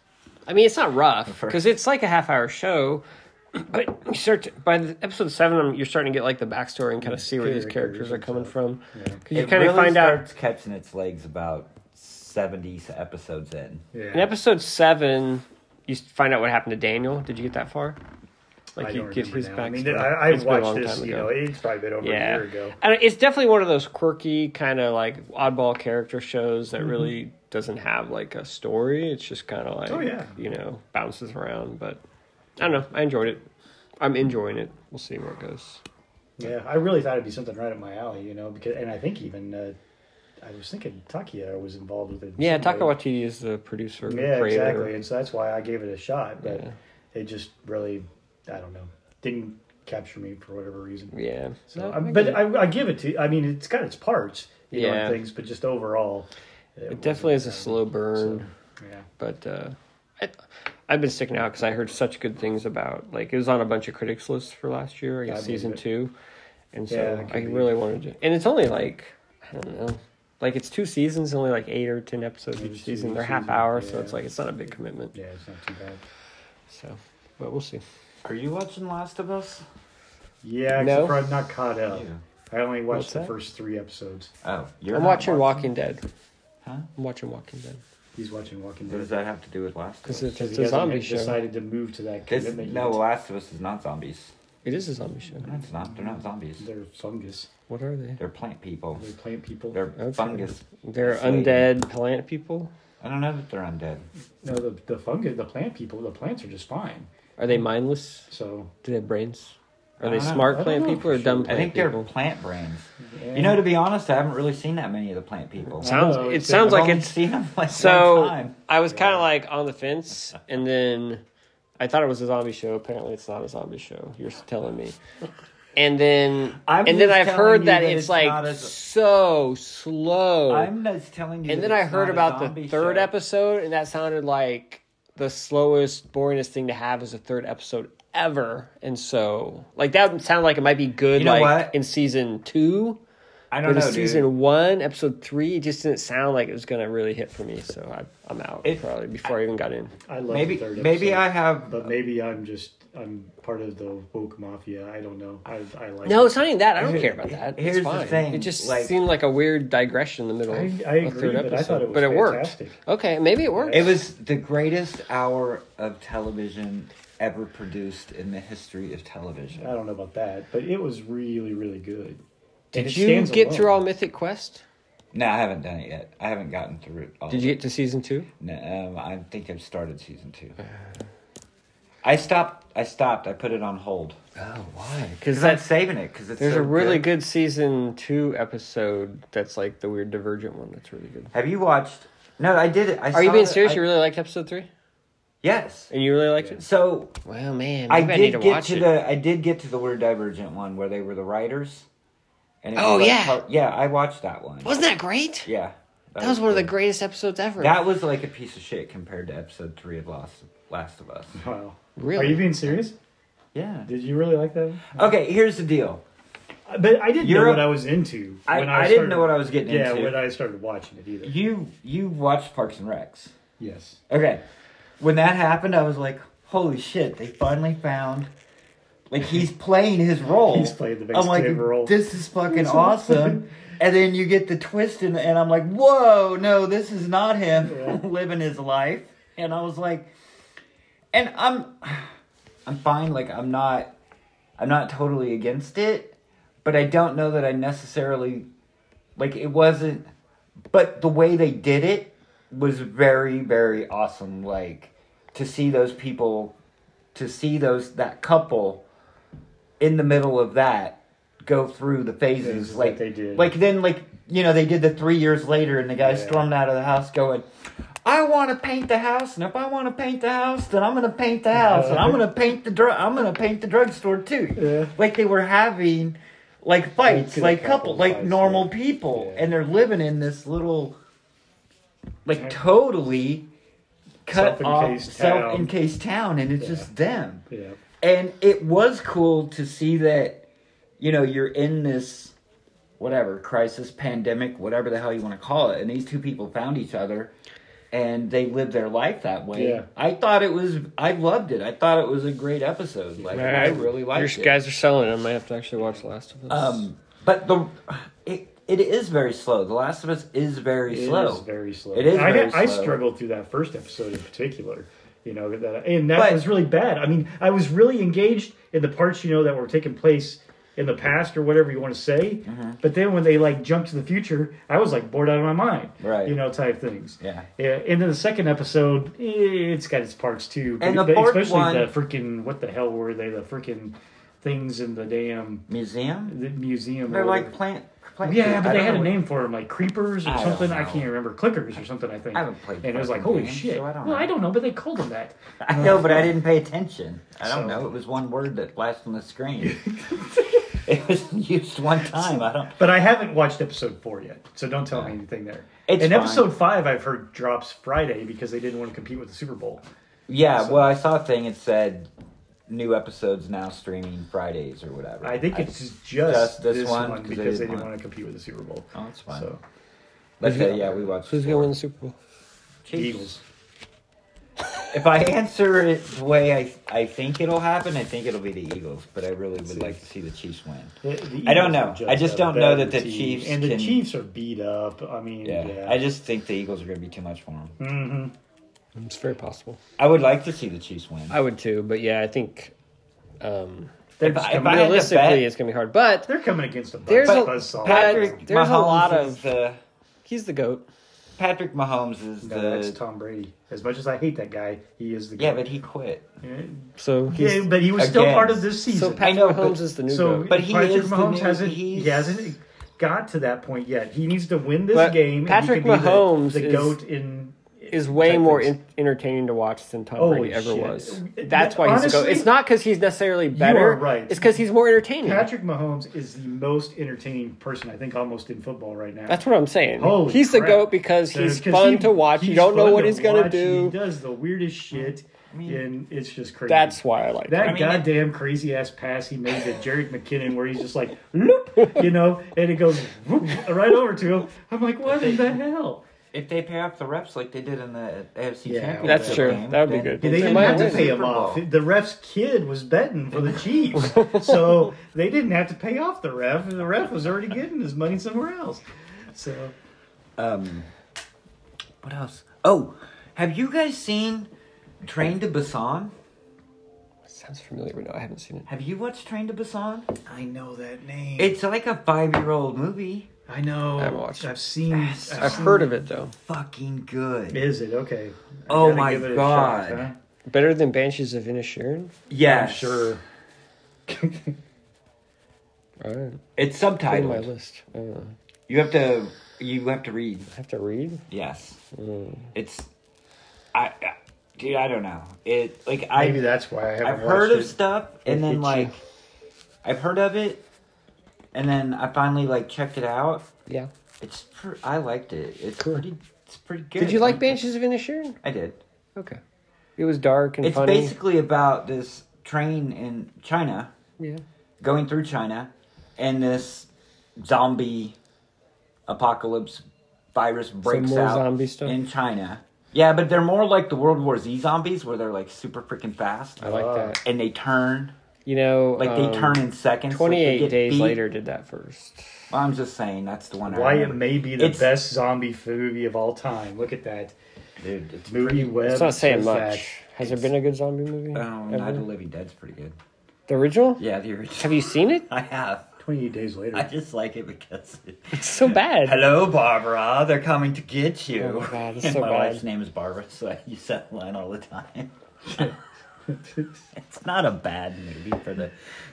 [SPEAKER 1] I mean, it's not rough because it's like a half hour show, But you start to, by the episode seven, um, you're starting to get like the backstory and kind of see where these characters
[SPEAKER 2] Characters
[SPEAKER 1] are
[SPEAKER 2] and
[SPEAKER 1] coming
[SPEAKER 2] stuff.
[SPEAKER 1] from.
[SPEAKER 2] Yeah.
[SPEAKER 1] Because you
[SPEAKER 3] it
[SPEAKER 1] kind of
[SPEAKER 3] really
[SPEAKER 1] find out
[SPEAKER 3] starts catching its legs about 70 episodes in.
[SPEAKER 2] Yeah.
[SPEAKER 1] in episode seven, you s- find out what happened to Daniel. Did you get that far? Like
[SPEAKER 2] I
[SPEAKER 1] you
[SPEAKER 2] don't
[SPEAKER 1] get
[SPEAKER 2] remember
[SPEAKER 1] his
[SPEAKER 2] now.
[SPEAKER 1] backstory.
[SPEAKER 2] I mean, I, I
[SPEAKER 1] It's been a
[SPEAKER 2] watched
[SPEAKER 1] long
[SPEAKER 2] this.
[SPEAKER 1] time
[SPEAKER 2] You
[SPEAKER 1] ago.
[SPEAKER 2] know, it's probably been over a year ago.
[SPEAKER 1] And it's definitely one of those quirky kind of like oddball character shows
[SPEAKER 2] Mm-hmm.
[SPEAKER 1] that really doesn't have like a story. It's just kind of like
[SPEAKER 2] Oh, yeah.
[SPEAKER 1] you know bounces around. But I don't know. I enjoyed it. I'm enjoying it. We'll see where it goes.
[SPEAKER 2] Yeah, I really thought it'd be something right up my alley, you know, because and I think even uh, I was thinking Takia was involved with it. in
[SPEAKER 1] Yeah,
[SPEAKER 2] some way.
[SPEAKER 1] Taka Waititi is the producer.
[SPEAKER 2] Yeah,
[SPEAKER 1] creator.
[SPEAKER 2] exactly, and so that's why I gave it a shot, but
[SPEAKER 1] Yeah.
[SPEAKER 2] it just really, I don't know, didn't capture me for whatever reason.
[SPEAKER 1] Yeah.
[SPEAKER 2] So,
[SPEAKER 1] No,
[SPEAKER 2] I-
[SPEAKER 1] I
[SPEAKER 2] but
[SPEAKER 1] get it.
[SPEAKER 2] I, I give it to. I mean, it's got its parts, you know,
[SPEAKER 1] Yeah.
[SPEAKER 2] and things, but just overall,
[SPEAKER 1] it definitely is a
[SPEAKER 2] wasn't- uh,
[SPEAKER 1] slow burn.
[SPEAKER 2] Yeah.
[SPEAKER 1] but uh, I, I've been sticking out because I heard such good things about. Like it was on a bunch of critics lists for last year, I
[SPEAKER 2] I
[SPEAKER 1] guess
[SPEAKER 2] believe
[SPEAKER 1] season
[SPEAKER 2] it.
[SPEAKER 1] two, and so
[SPEAKER 2] Yeah, that could
[SPEAKER 1] I
[SPEAKER 2] be.
[SPEAKER 1] really wanted to. And it's only like I don't know, like it's two seasons, only like eight or ten episodes
[SPEAKER 2] Maybe
[SPEAKER 1] each season.
[SPEAKER 2] two
[SPEAKER 1] They're half
[SPEAKER 2] seasons,
[SPEAKER 1] hour, so
[SPEAKER 2] yeah.
[SPEAKER 1] it's like it's not a big commitment.
[SPEAKER 2] Yeah, it's not too bad.
[SPEAKER 1] So, but we'll see.
[SPEAKER 3] Are you watching Last of Us?
[SPEAKER 1] No?
[SPEAKER 2] Yeah, except for I'm not caught up. I only watched
[SPEAKER 1] What's
[SPEAKER 2] the
[SPEAKER 1] that?
[SPEAKER 2] first three episodes.
[SPEAKER 3] Oh, you're
[SPEAKER 1] I'm
[SPEAKER 3] not
[SPEAKER 1] watching Walking Dead.
[SPEAKER 3] Huh?
[SPEAKER 1] I'm watching Walking Dead
[SPEAKER 2] He's watching Walking
[SPEAKER 3] What
[SPEAKER 2] Dead.
[SPEAKER 3] does that have to do with Last of Us?
[SPEAKER 1] because it's,
[SPEAKER 2] Because
[SPEAKER 1] it's
[SPEAKER 2] he
[SPEAKER 1] a
[SPEAKER 2] hasn't
[SPEAKER 1] zombie show.
[SPEAKER 2] decided to move to that
[SPEAKER 3] This,
[SPEAKER 2] commitment.
[SPEAKER 3] no,
[SPEAKER 2] yet.
[SPEAKER 3] Last of Us is not zombies.
[SPEAKER 1] It is a zombie show.
[SPEAKER 3] No, it's not. They're not zombies.
[SPEAKER 2] they're fungus.
[SPEAKER 1] What are they?
[SPEAKER 3] They're plant people.
[SPEAKER 2] They're plant people.
[SPEAKER 3] They're
[SPEAKER 1] Okay.
[SPEAKER 3] fungus.
[SPEAKER 1] They're
[SPEAKER 3] That's right.
[SPEAKER 1] undead plant people.
[SPEAKER 3] I don't know that they're undead.
[SPEAKER 2] no, the the fungus, the plant people, the plants are just fine.
[SPEAKER 1] Are they mindless?
[SPEAKER 2] So
[SPEAKER 1] Do they have brains? Are
[SPEAKER 3] I
[SPEAKER 1] they
[SPEAKER 3] don't know. I
[SPEAKER 1] smart
[SPEAKER 2] don't
[SPEAKER 1] plant
[SPEAKER 2] know
[SPEAKER 1] people
[SPEAKER 2] for
[SPEAKER 1] or dumb
[SPEAKER 2] sure.
[SPEAKER 1] plant
[SPEAKER 3] I think they're
[SPEAKER 1] people?
[SPEAKER 3] plant brains.
[SPEAKER 2] yeah.
[SPEAKER 3] You know, to be honest, I haven't really seen that many of the plant people.
[SPEAKER 2] Sounds
[SPEAKER 1] Sounds.
[SPEAKER 2] Oh,
[SPEAKER 1] it
[SPEAKER 2] it's
[SPEAKER 1] sounds
[SPEAKER 3] I've
[SPEAKER 1] like
[SPEAKER 3] only
[SPEAKER 1] it's.
[SPEAKER 3] seen them like one
[SPEAKER 1] So
[SPEAKER 3] time.
[SPEAKER 1] I was kind
[SPEAKER 2] Yeah.
[SPEAKER 1] of like on the fence, and then I thought it was a zombie show. Apparently, it's not a zombie show. You're telling me. And then,
[SPEAKER 3] (laughs) I'm
[SPEAKER 1] and then
[SPEAKER 3] just
[SPEAKER 1] I've
[SPEAKER 3] telling
[SPEAKER 1] heard
[SPEAKER 3] you
[SPEAKER 1] that,
[SPEAKER 3] that
[SPEAKER 1] it's,
[SPEAKER 3] it's
[SPEAKER 1] like
[SPEAKER 3] not a zo-
[SPEAKER 1] so slow.
[SPEAKER 3] I'm just telling you.
[SPEAKER 1] and
[SPEAKER 3] that
[SPEAKER 1] then I
[SPEAKER 3] it's
[SPEAKER 1] heard
[SPEAKER 3] not a
[SPEAKER 1] about the
[SPEAKER 3] zombie
[SPEAKER 1] third
[SPEAKER 3] show.
[SPEAKER 1] episode, and that sounded like the slowest, boringest thing to have is a third episode ever. And so, like that would sound like it might be good,
[SPEAKER 3] You know
[SPEAKER 1] like
[SPEAKER 3] what?
[SPEAKER 1] in season two.
[SPEAKER 3] I
[SPEAKER 1] But
[SPEAKER 3] don't
[SPEAKER 1] in
[SPEAKER 3] know,
[SPEAKER 1] season
[SPEAKER 3] dude.
[SPEAKER 1] one, episode three, it just didn't sound like it was gonna really hit for me, so I, I'm out
[SPEAKER 3] It-
[SPEAKER 1] probably before I, even got in.
[SPEAKER 2] I love
[SPEAKER 3] Maybe
[SPEAKER 2] the third
[SPEAKER 3] maybe
[SPEAKER 2] episode,
[SPEAKER 3] I have.
[SPEAKER 2] but maybe I'm just I'm part of the woke mafia. I don't know. I I like
[SPEAKER 1] No,
[SPEAKER 2] it.
[SPEAKER 1] it's not even that. I don't
[SPEAKER 3] Here-
[SPEAKER 1] care about that. It's
[SPEAKER 3] here's the
[SPEAKER 1] fine.
[SPEAKER 3] thing,
[SPEAKER 1] It just
[SPEAKER 3] like-
[SPEAKER 1] seemed like a weird digression in the middle.
[SPEAKER 2] I,
[SPEAKER 1] of
[SPEAKER 2] I
[SPEAKER 1] a
[SPEAKER 2] agree,
[SPEAKER 1] third
[SPEAKER 2] but
[SPEAKER 1] episode,
[SPEAKER 2] I thought it was
[SPEAKER 1] but it worked.
[SPEAKER 2] fantastic.
[SPEAKER 1] Okay, maybe it worked.
[SPEAKER 3] It was the greatest hour of television ever produced in the history of television.
[SPEAKER 2] I don't know about that, but it was really really good. And
[SPEAKER 1] Did
[SPEAKER 2] it
[SPEAKER 1] you
[SPEAKER 2] stands
[SPEAKER 1] get
[SPEAKER 2] alone.
[SPEAKER 1] through all Mythic Quest?
[SPEAKER 3] No, I haven't done it yet. I haven't gotten through it. All
[SPEAKER 1] Did you get to season two?
[SPEAKER 3] No, um, I think I've started season two.
[SPEAKER 1] Uh.
[SPEAKER 3] I stopped. I stopped. I put it on hold
[SPEAKER 1] Oh, why?
[SPEAKER 3] because
[SPEAKER 1] Because
[SPEAKER 3] I'm
[SPEAKER 1] that's
[SPEAKER 3] saving it because it's.
[SPEAKER 1] there's
[SPEAKER 3] so
[SPEAKER 1] a really
[SPEAKER 3] good.
[SPEAKER 1] good season two episode that's like the weird Divergent one. That's really good.
[SPEAKER 3] Have you watched? No, I did it. I
[SPEAKER 1] Are you
[SPEAKER 3] saw
[SPEAKER 1] being
[SPEAKER 3] that-
[SPEAKER 1] serious?
[SPEAKER 3] I-
[SPEAKER 1] you really liked episode three,
[SPEAKER 3] Yes.
[SPEAKER 1] and you really liked it.
[SPEAKER 3] So
[SPEAKER 1] Well, man,
[SPEAKER 3] I
[SPEAKER 1] maybe I, need
[SPEAKER 3] did
[SPEAKER 1] to
[SPEAKER 3] get
[SPEAKER 1] watch
[SPEAKER 3] to
[SPEAKER 1] it.
[SPEAKER 3] the. I did get to the Weird Divergent one where they were the writers. And it
[SPEAKER 1] Oh,
[SPEAKER 3] was like
[SPEAKER 1] yeah.
[SPEAKER 3] part- yeah, I watched that one.
[SPEAKER 1] Wasn't that great?
[SPEAKER 3] Yeah,
[SPEAKER 1] That was one of the
[SPEAKER 3] good.
[SPEAKER 1] greatest episodes ever.
[SPEAKER 3] That was like a piece of shit compared to episode three of Last Last of Us.
[SPEAKER 2] Wow.
[SPEAKER 1] Really?
[SPEAKER 2] Are you being serious?
[SPEAKER 3] Yeah.
[SPEAKER 2] Did you really like that?
[SPEAKER 3] Okay, here's the deal.
[SPEAKER 2] But I didn't
[SPEAKER 3] You're
[SPEAKER 2] know
[SPEAKER 3] a-
[SPEAKER 2] what I was into.
[SPEAKER 3] I- I didn't know what I was getting
[SPEAKER 2] yeah,
[SPEAKER 3] into.
[SPEAKER 2] when I started watching it either.
[SPEAKER 3] You you watched Parks and Recs.
[SPEAKER 2] Yes.
[SPEAKER 3] Okay. When that happened, I was like, holy shit, they finally found like he's playing his role.
[SPEAKER 2] He's playing the big
[SPEAKER 3] I'm like,
[SPEAKER 2] Steve role.
[SPEAKER 3] This is fucking awesome. and then you get the twist and, and I'm like, whoa, no, this is not him
[SPEAKER 2] Yeah.
[SPEAKER 3] (laughs) living his life. And I was like and I'm I'm fine, like I'm not I'm not totally against it, but I don't know that I necessarily like it wasn't but the way they did it was very very awesome like to see those people to see those that couple in the middle of that go through the phases
[SPEAKER 2] Phases
[SPEAKER 3] like
[SPEAKER 2] that they did.
[SPEAKER 3] like then like you know they did the three years later and the guy
[SPEAKER 2] Yeah.
[SPEAKER 3] stormed out of the house going I want to paint the house, and if I want to paint the house, then I'm gonna paint the house, and I'm gonna paint the drug. I'm gonna paint the drugstore too.
[SPEAKER 2] Yeah.
[SPEAKER 3] Like they were having, like fights,
[SPEAKER 2] Like,
[SPEAKER 3] like
[SPEAKER 2] couple
[SPEAKER 3] couple, like
[SPEAKER 2] fights,
[SPEAKER 3] normal
[SPEAKER 2] yeah.
[SPEAKER 3] people,
[SPEAKER 2] Yeah.
[SPEAKER 3] and they're living in this little, like
[SPEAKER 2] Right.
[SPEAKER 3] totally cut off
[SPEAKER 2] Self-encased town.
[SPEAKER 3] self-encased town, and it's
[SPEAKER 2] Yeah.
[SPEAKER 3] just them.
[SPEAKER 2] Yeah.
[SPEAKER 3] And it was cool to see that, you know, you're in this whatever crisis, pandemic, whatever the hell you want to call it, and these two people found each other. and they live their life that way.
[SPEAKER 2] Yeah.
[SPEAKER 3] I thought it was. I loved it. I thought it was a great episode. Like I really liked
[SPEAKER 1] You
[SPEAKER 3] it.
[SPEAKER 1] guys are selling. I might have to actually watch Last of Us.
[SPEAKER 3] Um, but the it, it is very slow. The Last of Us is very
[SPEAKER 2] It
[SPEAKER 3] slow.
[SPEAKER 2] is very slow.
[SPEAKER 3] It is
[SPEAKER 2] I,
[SPEAKER 3] very
[SPEAKER 2] I
[SPEAKER 3] slow.
[SPEAKER 2] struggled through that first episode in particular. You know that, and that
[SPEAKER 3] But-
[SPEAKER 2] was really bad. I mean, I was really engaged in the parts you know that were taking place in the past or whatever you want to say.
[SPEAKER 3] Mm-hmm.
[SPEAKER 2] But then when they like jumped to the future, I was like bored out of my mind.
[SPEAKER 3] Right.
[SPEAKER 2] You know, type things.
[SPEAKER 3] Yeah.
[SPEAKER 2] Yeah. And then the second episode, eh, it's got its parts too.
[SPEAKER 3] And
[SPEAKER 2] but,
[SPEAKER 3] the
[SPEAKER 2] but
[SPEAKER 3] fourth
[SPEAKER 2] especially
[SPEAKER 3] one-
[SPEAKER 2] the freaking what the hell were they? The freaking things in the damn
[SPEAKER 3] Museum.
[SPEAKER 2] the museum. or
[SPEAKER 3] They're
[SPEAKER 2] whatever.
[SPEAKER 3] like plant. plant
[SPEAKER 2] Yeah, but
[SPEAKER 3] I
[SPEAKER 2] they
[SPEAKER 3] don't
[SPEAKER 2] had
[SPEAKER 3] know
[SPEAKER 2] a
[SPEAKER 3] what-
[SPEAKER 2] name for them, like creepers or
[SPEAKER 3] I don't
[SPEAKER 2] something. I
[SPEAKER 3] know.
[SPEAKER 2] can't remember. Clickers or something. I think.
[SPEAKER 3] I haven't played
[SPEAKER 2] And it was like,
[SPEAKER 3] fucking
[SPEAKER 2] holy
[SPEAKER 3] games,
[SPEAKER 2] shit.
[SPEAKER 3] so I don't
[SPEAKER 2] well,
[SPEAKER 3] know.
[SPEAKER 2] I don't know, but they called them that.
[SPEAKER 3] (laughs) I know,
[SPEAKER 2] (laughs)
[SPEAKER 3] but I didn't pay attention. I don't
[SPEAKER 2] So-
[SPEAKER 3] know. It was one word that flashed on the
[SPEAKER 2] (laughs)
[SPEAKER 3] screen. it was used one time. I don't.
[SPEAKER 2] But I haven't watched episode four yet, so don't tell me anything there.
[SPEAKER 3] It's
[SPEAKER 2] and
[SPEAKER 3] fine.
[SPEAKER 2] episode five, I've heard drops Friday because they didn't want to compete with the Super Bowl.
[SPEAKER 3] Yeah. Well, I saw a thing. It said new episodes now streaming Fridays or whatever.
[SPEAKER 2] I think it's just,
[SPEAKER 3] just
[SPEAKER 2] this,
[SPEAKER 3] this one,
[SPEAKER 2] one
[SPEAKER 3] 'cause they
[SPEAKER 2] because they
[SPEAKER 3] didn't
[SPEAKER 2] didn't
[SPEAKER 3] want-
[SPEAKER 2] want to compete with the Super Bowl.
[SPEAKER 3] Oh, it's fine.
[SPEAKER 2] So
[SPEAKER 3] But uh, yeah, we watched.
[SPEAKER 1] Who's gonna win the Super Bowl?
[SPEAKER 2] the Eagles.
[SPEAKER 3] If I answer it the way I, I think it'll happen, I think it'll be the Eagles. But I really would like to see the Chiefs win.
[SPEAKER 2] The- the
[SPEAKER 3] I don't
[SPEAKER 2] Eagles
[SPEAKER 3] know.
[SPEAKER 2] are
[SPEAKER 3] I just
[SPEAKER 2] a
[SPEAKER 3] don't know
[SPEAKER 2] better
[SPEAKER 3] that the
[SPEAKER 2] team.
[SPEAKER 3] Chiefs
[SPEAKER 2] and the
[SPEAKER 3] can-
[SPEAKER 2] Chiefs are beat up. I mean,
[SPEAKER 3] Yeah.
[SPEAKER 2] yeah,
[SPEAKER 3] I just think the Eagles are going to be too much for them.
[SPEAKER 2] hmm
[SPEAKER 1] It's very possible.
[SPEAKER 3] I would like to see the Chiefs win.
[SPEAKER 1] I would too, but yeah, I think um,
[SPEAKER 2] they're,
[SPEAKER 3] If
[SPEAKER 2] just
[SPEAKER 3] I- if I-
[SPEAKER 2] coming,
[SPEAKER 3] had to bet-
[SPEAKER 1] realistically, it's gonna be hard. But
[SPEAKER 2] they're coming against a buzz,
[SPEAKER 1] There's a-
[SPEAKER 2] buzzsaw.
[SPEAKER 1] Patrick- there's a
[SPEAKER 3] Mahomes
[SPEAKER 1] lot
[SPEAKER 3] is
[SPEAKER 1] of-
[SPEAKER 3] the
[SPEAKER 1] he's the goat.
[SPEAKER 3] Patrick Mahomes is
[SPEAKER 2] No, that's
[SPEAKER 3] the
[SPEAKER 2] Tom Brady. As much as I hate that guy, he is the
[SPEAKER 3] yeah,
[SPEAKER 2] guy.
[SPEAKER 3] but he quit.
[SPEAKER 1] So he's,
[SPEAKER 2] yeah, but he was still
[SPEAKER 3] again.
[SPEAKER 2] part of this
[SPEAKER 1] so
[SPEAKER 2] season.
[SPEAKER 1] Patrick
[SPEAKER 3] know, but-
[SPEAKER 1] Mahomes is the new
[SPEAKER 2] so
[SPEAKER 1] goat.
[SPEAKER 3] But he
[SPEAKER 2] Patrick
[SPEAKER 3] is the
[SPEAKER 2] Mahomes
[SPEAKER 3] new-
[SPEAKER 2] hasn't he
[SPEAKER 3] he's-
[SPEAKER 2] hasn't got to that point yet. He needs to win this
[SPEAKER 1] But
[SPEAKER 2] game.
[SPEAKER 1] Patrick
[SPEAKER 2] and he can
[SPEAKER 1] Mahomes
[SPEAKER 2] be the, the
[SPEAKER 1] is-
[SPEAKER 2] goat in
[SPEAKER 1] Is way
[SPEAKER 2] type
[SPEAKER 1] more
[SPEAKER 2] things.
[SPEAKER 1] in, entertaining to watch than Tom
[SPEAKER 2] Holy
[SPEAKER 1] Brady ever
[SPEAKER 2] shit.
[SPEAKER 1] was.
[SPEAKER 2] Uh,
[SPEAKER 1] That's why he's the goat.
[SPEAKER 2] honestly,
[SPEAKER 1] It's not because he's necessarily better.
[SPEAKER 2] are right.
[SPEAKER 1] It's because he's more entertaining.
[SPEAKER 2] Patrick Mahomes is the most entertaining person I think almost in football right now.
[SPEAKER 1] That's what I'm saying.
[SPEAKER 2] Holy
[SPEAKER 1] he's the
[SPEAKER 2] crap.
[SPEAKER 1] goat because
[SPEAKER 2] So-
[SPEAKER 1] he's
[SPEAKER 2] 'cause
[SPEAKER 1] fun
[SPEAKER 2] he-
[SPEAKER 1] to watch. You
[SPEAKER 2] he's
[SPEAKER 1] don't know
[SPEAKER 2] fun
[SPEAKER 1] what
[SPEAKER 2] to
[SPEAKER 1] he's gonna
[SPEAKER 2] watch. He
[SPEAKER 1] do.
[SPEAKER 2] does the weirdest shit,
[SPEAKER 3] mean-
[SPEAKER 2] and it's just crazy.
[SPEAKER 1] That's why I like
[SPEAKER 2] That
[SPEAKER 1] him.
[SPEAKER 3] mean,
[SPEAKER 2] goddamn crazy ass pass he made to Jared McKinnon, where he's just like, loop, you know, and it goes whoop, right over to him. I'm like, what in the hell?
[SPEAKER 3] If they pay off the reps like they did in the AFC
[SPEAKER 2] Yeah,
[SPEAKER 3] Championship,
[SPEAKER 1] That's true.
[SPEAKER 3] game,
[SPEAKER 1] That would be
[SPEAKER 3] then
[SPEAKER 1] good.
[SPEAKER 2] They
[SPEAKER 1] They
[SPEAKER 2] didn't
[SPEAKER 1] might
[SPEAKER 2] have to
[SPEAKER 1] win.
[SPEAKER 2] pay him
[SPEAKER 3] Super
[SPEAKER 2] off.
[SPEAKER 3] Bowl.
[SPEAKER 2] The ref's kid was betting for the Chiefs, so they didn't have to pay off the ref. The ref was already getting his money somewhere else. So
[SPEAKER 3] Um, what else? Oh, have you guys seen Train to Busan?
[SPEAKER 1] Sounds familiar, but no, I haven't seen it.
[SPEAKER 3] Have you watched Train to Busan?
[SPEAKER 2] I know that name.
[SPEAKER 3] It's like a five-year-old movie.
[SPEAKER 2] I know.
[SPEAKER 1] I haven't watched it.
[SPEAKER 2] I've seen.
[SPEAKER 3] Yes.
[SPEAKER 1] I've heard of it though.
[SPEAKER 3] Fucking good.
[SPEAKER 2] Is it okay? I
[SPEAKER 3] Oh
[SPEAKER 2] gotta
[SPEAKER 3] my
[SPEAKER 2] give it a
[SPEAKER 3] God.
[SPEAKER 2] shot, huh?
[SPEAKER 1] Better than Banshees of Inisherin.
[SPEAKER 3] yes,
[SPEAKER 2] I'm sure. (laughs)
[SPEAKER 1] All right,
[SPEAKER 3] It's
[SPEAKER 1] put it in my
[SPEAKER 3] subtitled.
[SPEAKER 1] list. Uh, I
[SPEAKER 3] You have to. You have to read.
[SPEAKER 1] have to read.
[SPEAKER 3] Yes.
[SPEAKER 1] Mm.
[SPEAKER 3] It's. I, I. Dude, I don't know. It like I.
[SPEAKER 2] Maybe that's why I haven't
[SPEAKER 3] I've heard
[SPEAKER 2] watched
[SPEAKER 3] of
[SPEAKER 2] it.
[SPEAKER 3] stuff,
[SPEAKER 2] It
[SPEAKER 3] and
[SPEAKER 2] hits
[SPEAKER 3] then
[SPEAKER 2] you.
[SPEAKER 3] like, I've heard of it, and then I finally like checked it out.
[SPEAKER 1] Yeah.
[SPEAKER 3] It's. Pr- I liked it. It's
[SPEAKER 1] Cool.
[SPEAKER 3] pretty. It's pretty good.
[SPEAKER 1] Did you like Banshees of Inisherin?
[SPEAKER 3] I did.
[SPEAKER 1] Okay. It was dark and
[SPEAKER 3] It's
[SPEAKER 1] funny.
[SPEAKER 3] basically about this train in China
[SPEAKER 1] yeah.
[SPEAKER 3] going through China, and this zombie apocalypse virus breaks
[SPEAKER 1] more
[SPEAKER 3] out
[SPEAKER 1] zombie stuff?
[SPEAKER 3] in China. Yeah, but they're more like the World War Z zombies, where they're like super freaking fast,
[SPEAKER 1] I like
[SPEAKER 2] Oh.
[SPEAKER 1] that.
[SPEAKER 3] and they turn
[SPEAKER 1] You know,
[SPEAKER 3] Ah. like
[SPEAKER 1] um,
[SPEAKER 3] they turn in seconds. like, they
[SPEAKER 1] 28
[SPEAKER 3] get
[SPEAKER 1] days
[SPEAKER 3] beat.
[SPEAKER 1] later did that first.
[SPEAKER 3] Well, I'm just saying that's the one. I
[SPEAKER 2] Why it
[SPEAKER 1] Um,
[SPEAKER 3] remember.
[SPEAKER 2] may be the
[SPEAKER 3] It's-
[SPEAKER 2] best zombie movie of all time. Look at that.
[SPEAKER 3] Dude, it's
[SPEAKER 2] Movie web.
[SPEAKER 1] It's not saying
[SPEAKER 2] says
[SPEAKER 1] much.
[SPEAKER 2] that.
[SPEAKER 1] Has there been a good zombie movie?
[SPEAKER 3] um,
[SPEAKER 1] ever?
[SPEAKER 3] Night of the Living Dead's pretty good.
[SPEAKER 1] The original?
[SPEAKER 3] Yeah, the original. (laughs)
[SPEAKER 1] Have you seen it?
[SPEAKER 3] I have.
[SPEAKER 2] 28 days later.
[SPEAKER 3] I just like it because.
[SPEAKER 1] (laughs) It's so
[SPEAKER 3] (laughs)
[SPEAKER 1] bad.
[SPEAKER 3] Hello, Barbara. They're coming to get you.
[SPEAKER 1] Oh my God, it's
[SPEAKER 3] (laughs) and
[SPEAKER 1] so
[SPEAKER 3] my
[SPEAKER 1] bad.
[SPEAKER 3] wife's name is Barbara, so I use that line all the time. it's not a bad movie for the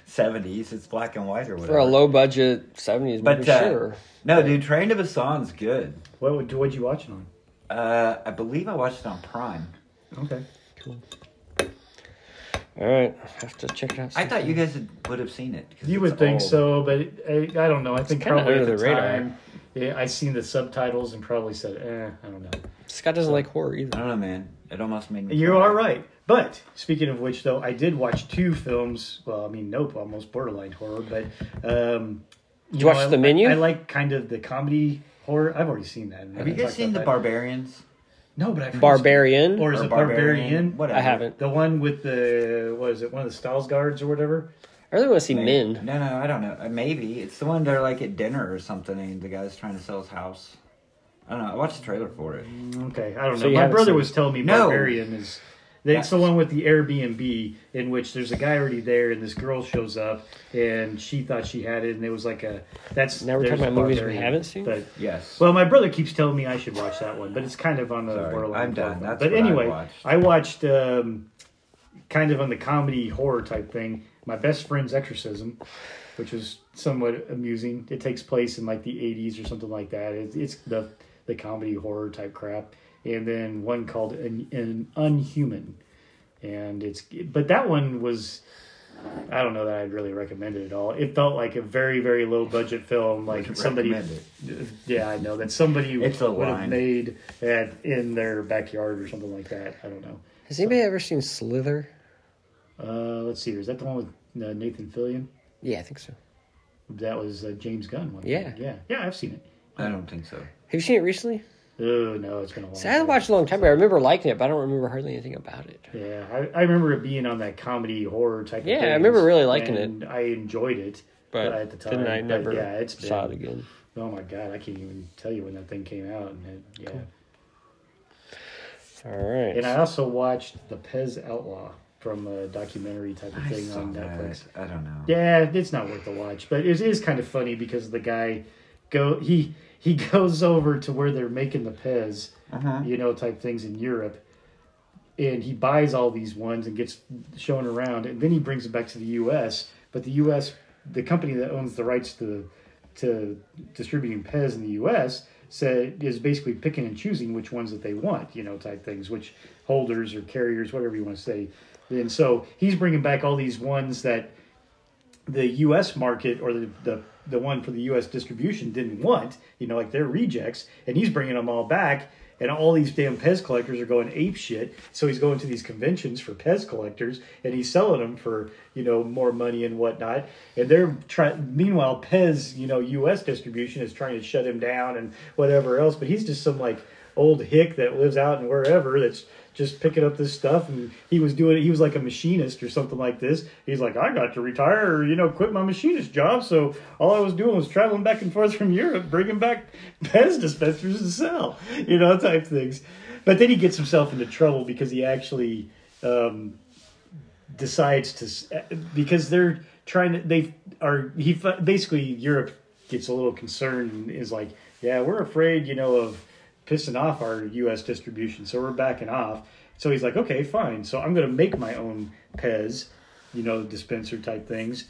[SPEAKER 3] '70s. It's black and white or whatever.
[SPEAKER 1] For a low budget 70s
[SPEAKER 3] but
[SPEAKER 1] movie,
[SPEAKER 3] uh,
[SPEAKER 1] sure.
[SPEAKER 3] no, dude, Train to Busan's good.
[SPEAKER 2] (laughs) what would, what'd you watch it on?
[SPEAKER 3] Uh, I believe I watched it on Prime.
[SPEAKER 2] Okay.
[SPEAKER 1] All right. I have to check it out.
[SPEAKER 3] I thought you guys had- would have seen it. 'cause
[SPEAKER 2] You
[SPEAKER 3] it's
[SPEAKER 2] would think
[SPEAKER 3] old.
[SPEAKER 2] so, but it, I, I don't know. I think
[SPEAKER 1] kinda
[SPEAKER 2] probably
[SPEAKER 1] under
[SPEAKER 2] at
[SPEAKER 1] the
[SPEAKER 2] the,
[SPEAKER 1] radar.
[SPEAKER 2] time. Yeah, I seen the subtitles and probably said, eh, I don't know.
[SPEAKER 1] Scott doesn't like horror
[SPEAKER 3] I
[SPEAKER 1] either.
[SPEAKER 3] don't know, man. It almost made me.
[SPEAKER 2] You
[SPEAKER 3] cry.
[SPEAKER 2] are right. But speaking of which, though, I did watch two films. Well, I mean, nope, almost borderline horror. But um, you,
[SPEAKER 1] watch
[SPEAKER 2] I-
[SPEAKER 1] The Menu?
[SPEAKER 2] I, like kind of the comedy horror. I've already seen that.
[SPEAKER 3] Have you guys seen The
[SPEAKER 2] bar?
[SPEAKER 3] Barbarians?
[SPEAKER 2] No, but I forget-
[SPEAKER 1] Barbarian.
[SPEAKER 2] or is
[SPEAKER 3] Or
[SPEAKER 2] it
[SPEAKER 3] Barbarian,
[SPEAKER 2] Barbarian?
[SPEAKER 3] whatever.
[SPEAKER 1] I haven't.
[SPEAKER 2] The one with the what is it? One of the Styles guards or whatever.
[SPEAKER 1] I really want to see
[SPEAKER 3] Maybe.
[SPEAKER 1] Min.
[SPEAKER 3] No, no, I don't know. Uh, Maybe it's the one they're like at dinner or something, and the guy's trying to sell his house. I don't know. I watched the trailer for it.
[SPEAKER 2] Okay, I don't
[SPEAKER 1] So
[SPEAKER 2] know.
[SPEAKER 1] you
[SPEAKER 2] My
[SPEAKER 1] haven't
[SPEAKER 2] brother
[SPEAKER 1] seen-
[SPEAKER 2] was telling me
[SPEAKER 3] No.
[SPEAKER 2] Barbarian is. That's the one with the Airbnb in which there's a guy already there and this girl shows up and she thought she had it and it was like a that's
[SPEAKER 1] Now we're
[SPEAKER 2] there's
[SPEAKER 1] talking about movies we
[SPEAKER 2] Barbarian,
[SPEAKER 1] haven't seen?
[SPEAKER 2] But,
[SPEAKER 3] Yes.
[SPEAKER 2] well, my brother keeps telling me I should watch that one, but it's kind of on the
[SPEAKER 3] Sorry,
[SPEAKER 2] borderline.
[SPEAKER 3] I'm done.
[SPEAKER 2] of it.
[SPEAKER 3] That's
[SPEAKER 2] but
[SPEAKER 3] what I
[SPEAKER 2] anyway,
[SPEAKER 3] watched.
[SPEAKER 2] I watched um, kind of on the comedy horror type thing. My best friend's exorcism, which was somewhat amusing. It takes place in like the '80s or something like that. It's, it's the the comedy horror type crap, and then one called an, an unhuman, and it's but that one was. I don't know that I'd really recommend it at all. It felt like a very, very low budget film. Like somebody
[SPEAKER 3] Recommend
[SPEAKER 2] yeah, I know that somebody
[SPEAKER 3] It's a
[SPEAKER 2] would have
[SPEAKER 3] line.
[SPEAKER 2] made that in their backyard or something like that. I don't know.
[SPEAKER 1] Has anybody ever seen Slither?
[SPEAKER 2] Uh, let's see here. Is that the one with uh, Nathan Fillion?
[SPEAKER 1] Yeah, I think so.
[SPEAKER 2] That was uh, James Gunn one.
[SPEAKER 1] Yeah.
[SPEAKER 2] yeah, yeah. I've seen it.
[SPEAKER 3] I don't think so.
[SPEAKER 1] Have you seen it recently?
[SPEAKER 2] Oh no, it's been a long.
[SPEAKER 1] See, I
[SPEAKER 2] time.
[SPEAKER 1] watched it a long time ago. I remember liking it, but I don't remember hardly anything about it.
[SPEAKER 2] Yeah, I, I remember it being on that comedy horror type.
[SPEAKER 1] Yeah, I
[SPEAKER 2] of things,
[SPEAKER 1] remember really liking it.
[SPEAKER 2] and I enjoyed it, but,
[SPEAKER 1] But
[SPEAKER 2] at the time,
[SPEAKER 1] then I
[SPEAKER 2] but
[SPEAKER 1] never
[SPEAKER 2] yeah, it's been,
[SPEAKER 1] saw it again.
[SPEAKER 2] Oh my god, I can't even tell you when that thing came out. And it, yeah,
[SPEAKER 1] All right.
[SPEAKER 2] and I also watched the Pez Outlaw from a documentary type of
[SPEAKER 3] I
[SPEAKER 2] thing
[SPEAKER 3] saw
[SPEAKER 2] on Netflix.
[SPEAKER 3] that. I don't know.
[SPEAKER 2] Yeah, it's not worth the watch, but it is kind of funny because the guy go he he (laughs) goes over to where they're making the Pez,
[SPEAKER 3] Uh-huh.
[SPEAKER 2] you know, type things in Europe, and he buys all these ones and gets shown around, and then he brings them back to the U.S. But the U.S. the company that owns the rights to to distributing Pez in the U.S. said is basically picking and choosing which ones that they want, you know, type things, which holders or carriers, whatever you want to say. And so he's bringing back all these ones that the U.S. market or the, the the one for the U.S. distribution didn't want, you know, like their rejects, and he's bringing them all back, and all these damn Pez collectors are going ape shit. So he's going to these conventions for Pez collectors, and he's selling them for you know more money and whatnot. And they're trying. Meanwhile, Pez, you know, U.S. distribution is trying to shut him down and whatever else, but he's just some like old hick that lives out in wherever that's just picking up this stuff and he was doing he was like a machinist or something like this he's like i got to retire or you know quit my machinist job so all i was doing was traveling back and forth (laughs) from europe bringing back pez dispensers to sell you know type things but then he gets himself into trouble because he actually um, decides to s- uh, because they're trying to they are he fi- basically Europe gets a little concerned and is like yeah we're afraid you know of pissing off our U.S. distribution so we're backing off so he's like okay fine so I'm gonna make my own Pez you know dispenser type things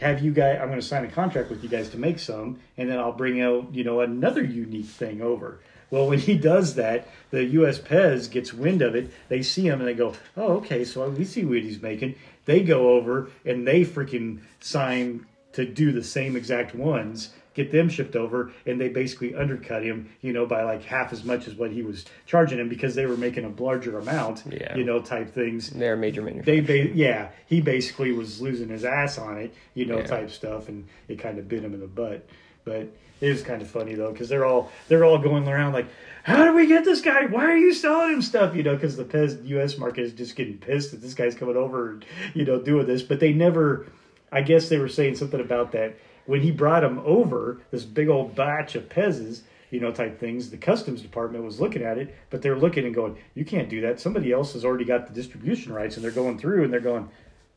[SPEAKER 2] have you guys i'm going to sign a contract with you guys to make some and then i'll bring out you know another unique thing over well when he does that the us pez gets wind of it they see him and they go oh okay so we see what he's making they go over and they freaking sign to do the same exact ones get them shipped over and they basically undercut him you know by like half as much as what he was charging him because they were making a larger amount
[SPEAKER 1] Yeah.
[SPEAKER 2] you know type things
[SPEAKER 1] They're a major manufacturer.
[SPEAKER 2] they ba- yeah he basically was losing his ass on it you know
[SPEAKER 1] Yeah.
[SPEAKER 2] type stuff and it kind of bit him in the butt but it was kind of funny though because they're all they're all going around like how do we get this guy why are you selling him stuff you know because the pez us market is just getting pissed that this guy's coming over and you know doing this but they never i guess they were saying something about that when he brought him over this big old batch of pezes you know, type things. The customs department was looking at it, but they're looking and going, "You can't do that. Somebody else has already got the distribution rights." And they're going through and they're going,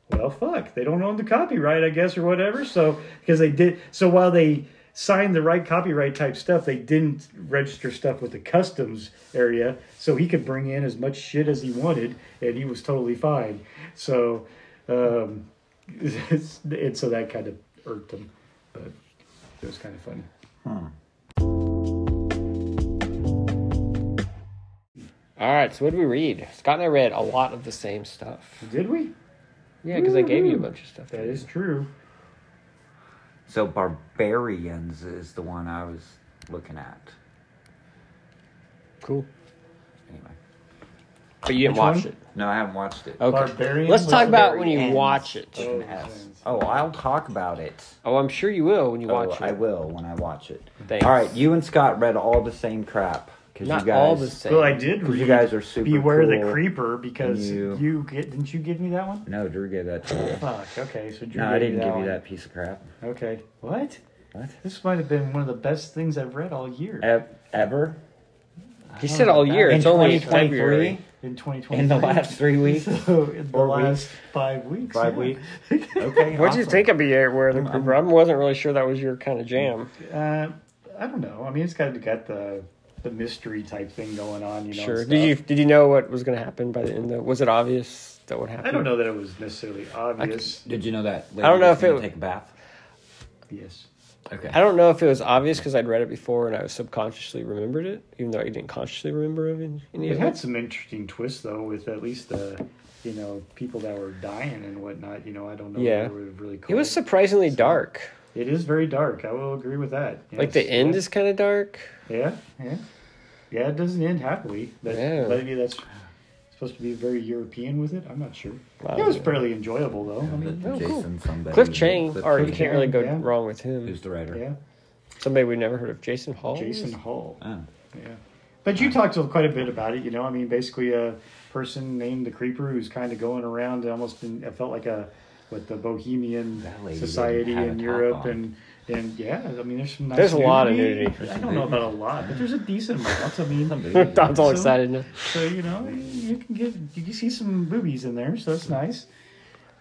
[SPEAKER 2] "Well, fuck. They don't own the copyright, I guess, or whatever." So because they did, so while they signed the right copyright type stuff, they didn't register stuff with the customs area, so he could bring in as much shit as he wanted, and he was totally fine. So, um, and so that kind of irked him, but it was kind of funny.
[SPEAKER 1] All right, so what did we read? Scott and I read a lot of the same stuff.
[SPEAKER 2] Did we?
[SPEAKER 1] Yeah, because I gave you a bunch of stuff.
[SPEAKER 2] That is true.
[SPEAKER 3] So Barbarians is the one I was looking at.
[SPEAKER 1] cool.
[SPEAKER 3] Anyway.
[SPEAKER 1] But you didn't
[SPEAKER 2] Which
[SPEAKER 1] watch
[SPEAKER 2] one?
[SPEAKER 1] it.
[SPEAKER 3] No, I haven't watched it.
[SPEAKER 1] Okay.
[SPEAKER 2] Barbarian
[SPEAKER 1] Let's talk about when you
[SPEAKER 3] Barbarians.
[SPEAKER 1] watch it.
[SPEAKER 2] Oh,
[SPEAKER 1] Oh.
[SPEAKER 3] Yes.
[SPEAKER 2] yes.
[SPEAKER 3] Oh, I'll talk about it.
[SPEAKER 1] I'm sure you will when you watch
[SPEAKER 3] oh,
[SPEAKER 1] it.
[SPEAKER 3] I will when I watch it.
[SPEAKER 1] Thanks.
[SPEAKER 3] All right, you and Scott read all the same crap because because
[SPEAKER 1] Not
[SPEAKER 3] you guys.
[SPEAKER 1] all the same.
[SPEAKER 2] Well, I did
[SPEAKER 3] 'Cause
[SPEAKER 2] read.
[SPEAKER 3] you guys are super
[SPEAKER 2] Beware
[SPEAKER 3] cool,
[SPEAKER 2] the creeper because
[SPEAKER 3] and
[SPEAKER 2] you,
[SPEAKER 3] you-
[SPEAKER 2] get, didn't you give me that one?
[SPEAKER 3] No, Drew gave that to you.
[SPEAKER 2] Fuck. Okay, so Drew
[SPEAKER 3] No, I
[SPEAKER 2] gave
[SPEAKER 3] didn't
[SPEAKER 2] me that
[SPEAKER 3] give
[SPEAKER 2] one.
[SPEAKER 3] you that piece of crap.
[SPEAKER 2] Okay. What?
[SPEAKER 3] What?
[SPEAKER 2] This might have been one of the best things I've read all year.
[SPEAKER 3] Ev- Ever?
[SPEAKER 2] I
[SPEAKER 1] He
[SPEAKER 2] don't
[SPEAKER 1] said
[SPEAKER 2] know
[SPEAKER 1] all
[SPEAKER 2] about
[SPEAKER 1] year.
[SPEAKER 2] that.
[SPEAKER 1] It's only
[SPEAKER 3] 2023?
[SPEAKER 1] February.
[SPEAKER 2] in 2020.
[SPEAKER 3] In the last three weeks?
[SPEAKER 2] (laughs)
[SPEAKER 1] (laughs)
[SPEAKER 2] So in the
[SPEAKER 3] Four
[SPEAKER 2] last five weeks.
[SPEAKER 3] Five
[SPEAKER 2] yeah.
[SPEAKER 3] weeks? Okay.
[SPEAKER 1] What would you
[SPEAKER 3] awesome.
[SPEAKER 1] think of Beware the
[SPEAKER 3] I'm-
[SPEAKER 1] Creeper? I wasn't really sure that was your kind of jam.
[SPEAKER 2] Uh, I don't know. I mean, it's kind of got the the mystery type thing going on. You know.
[SPEAKER 1] sure.
[SPEAKER 2] and
[SPEAKER 1] Did you
[SPEAKER 2] stuff.
[SPEAKER 1] did you know what was going to happen by the end? Of, was it obvious that would happen?
[SPEAKER 2] I don't know that it was necessarily obvious.
[SPEAKER 3] Did you know that?
[SPEAKER 1] I don't know if
[SPEAKER 3] lady
[SPEAKER 1] it-
[SPEAKER 3] was gonna take a bath.
[SPEAKER 2] Yes.
[SPEAKER 3] Okay.
[SPEAKER 1] I don't know if it was obvious because I'd read it before and I was subconsciously remembered it, even though I didn't consciously remember any any
[SPEAKER 2] It
[SPEAKER 1] of
[SPEAKER 2] had
[SPEAKER 1] it.
[SPEAKER 2] some interesting twists though, with at least the you know people that were dying and whatnot. You know, I don't know.
[SPEAKER 1] Yeah.
[SPEAKER 2] If they were really cool.
[SPEAKER 1] It was surprisingly dark.
[SPEAKER 2] It is very dark. I will agree with that.
[SPEAKER 1] Like the
[SPEAKER 2] Yes.
[SPEAKER 1] end is kind of dark.
[SPEAKER 2] Yeah, yeah, yeah. It doesn't end happily. That,
[SPEAKER 1] Yeah.
[SPEAKER 2] Maybe that's supposed to be very European with it. I'm not sure.
[SPEAKER 1] Wow.
[SPEAKER 2] it was fairly enjoyable though. I mean,
[SPEAKER 1] Oh, cool.
[SPEAKER 3] Jason somebody.
[SPEAKER 1] Cliff Chang,
[SPEAKER 3] Cliff
[SPEAKER 1] or you
[SPEAKER 3] Chang
[SPEAKER 1] can't really go
[SPEAKER 2] yeah.
[SPEAKER 1] wrong with him.
[SPEAKER 3] Who's the writer?
[SPEAKER 2] yeah.
[SPEAKER 1] Somebody we've never heard of, Jason Hall. (laughs)
[SPEAKER 2] Jason Hall.
[SPEAKER 3] Oh.
[SPEAKER 2] Yeah. But you talked to quite a bit about it, you know. I mean, basically, a person named the Creeper who's kind of going around, almost in, it felt like a with the Bohemian
[SPEAKER 3] That lady
[SPEAKER 2] Society
[SPEAKER 3] didn't have
[SPEAKER 2] in
[SPEAKER 3] a top
[SPEAKER 2] Europe,
[SPEAKER 3] on.
[SPEAKER 2] and and yeah, I mean, there's some. Nice
[SPEAKER 1] There's a lot of nudity.
[SPEAKER 2] I don't know about a lot, but there's a decent amount.
[SPEAKER 3] (laughs)
[SPEAKER 2] I mean,
[SPEAKER 1] Don's all
[SPEAKER 2] So-
[SPEAKER 1] excited now.
[SPEAKER 2] So you know, you can get you can see some boobies in there, so that's nice.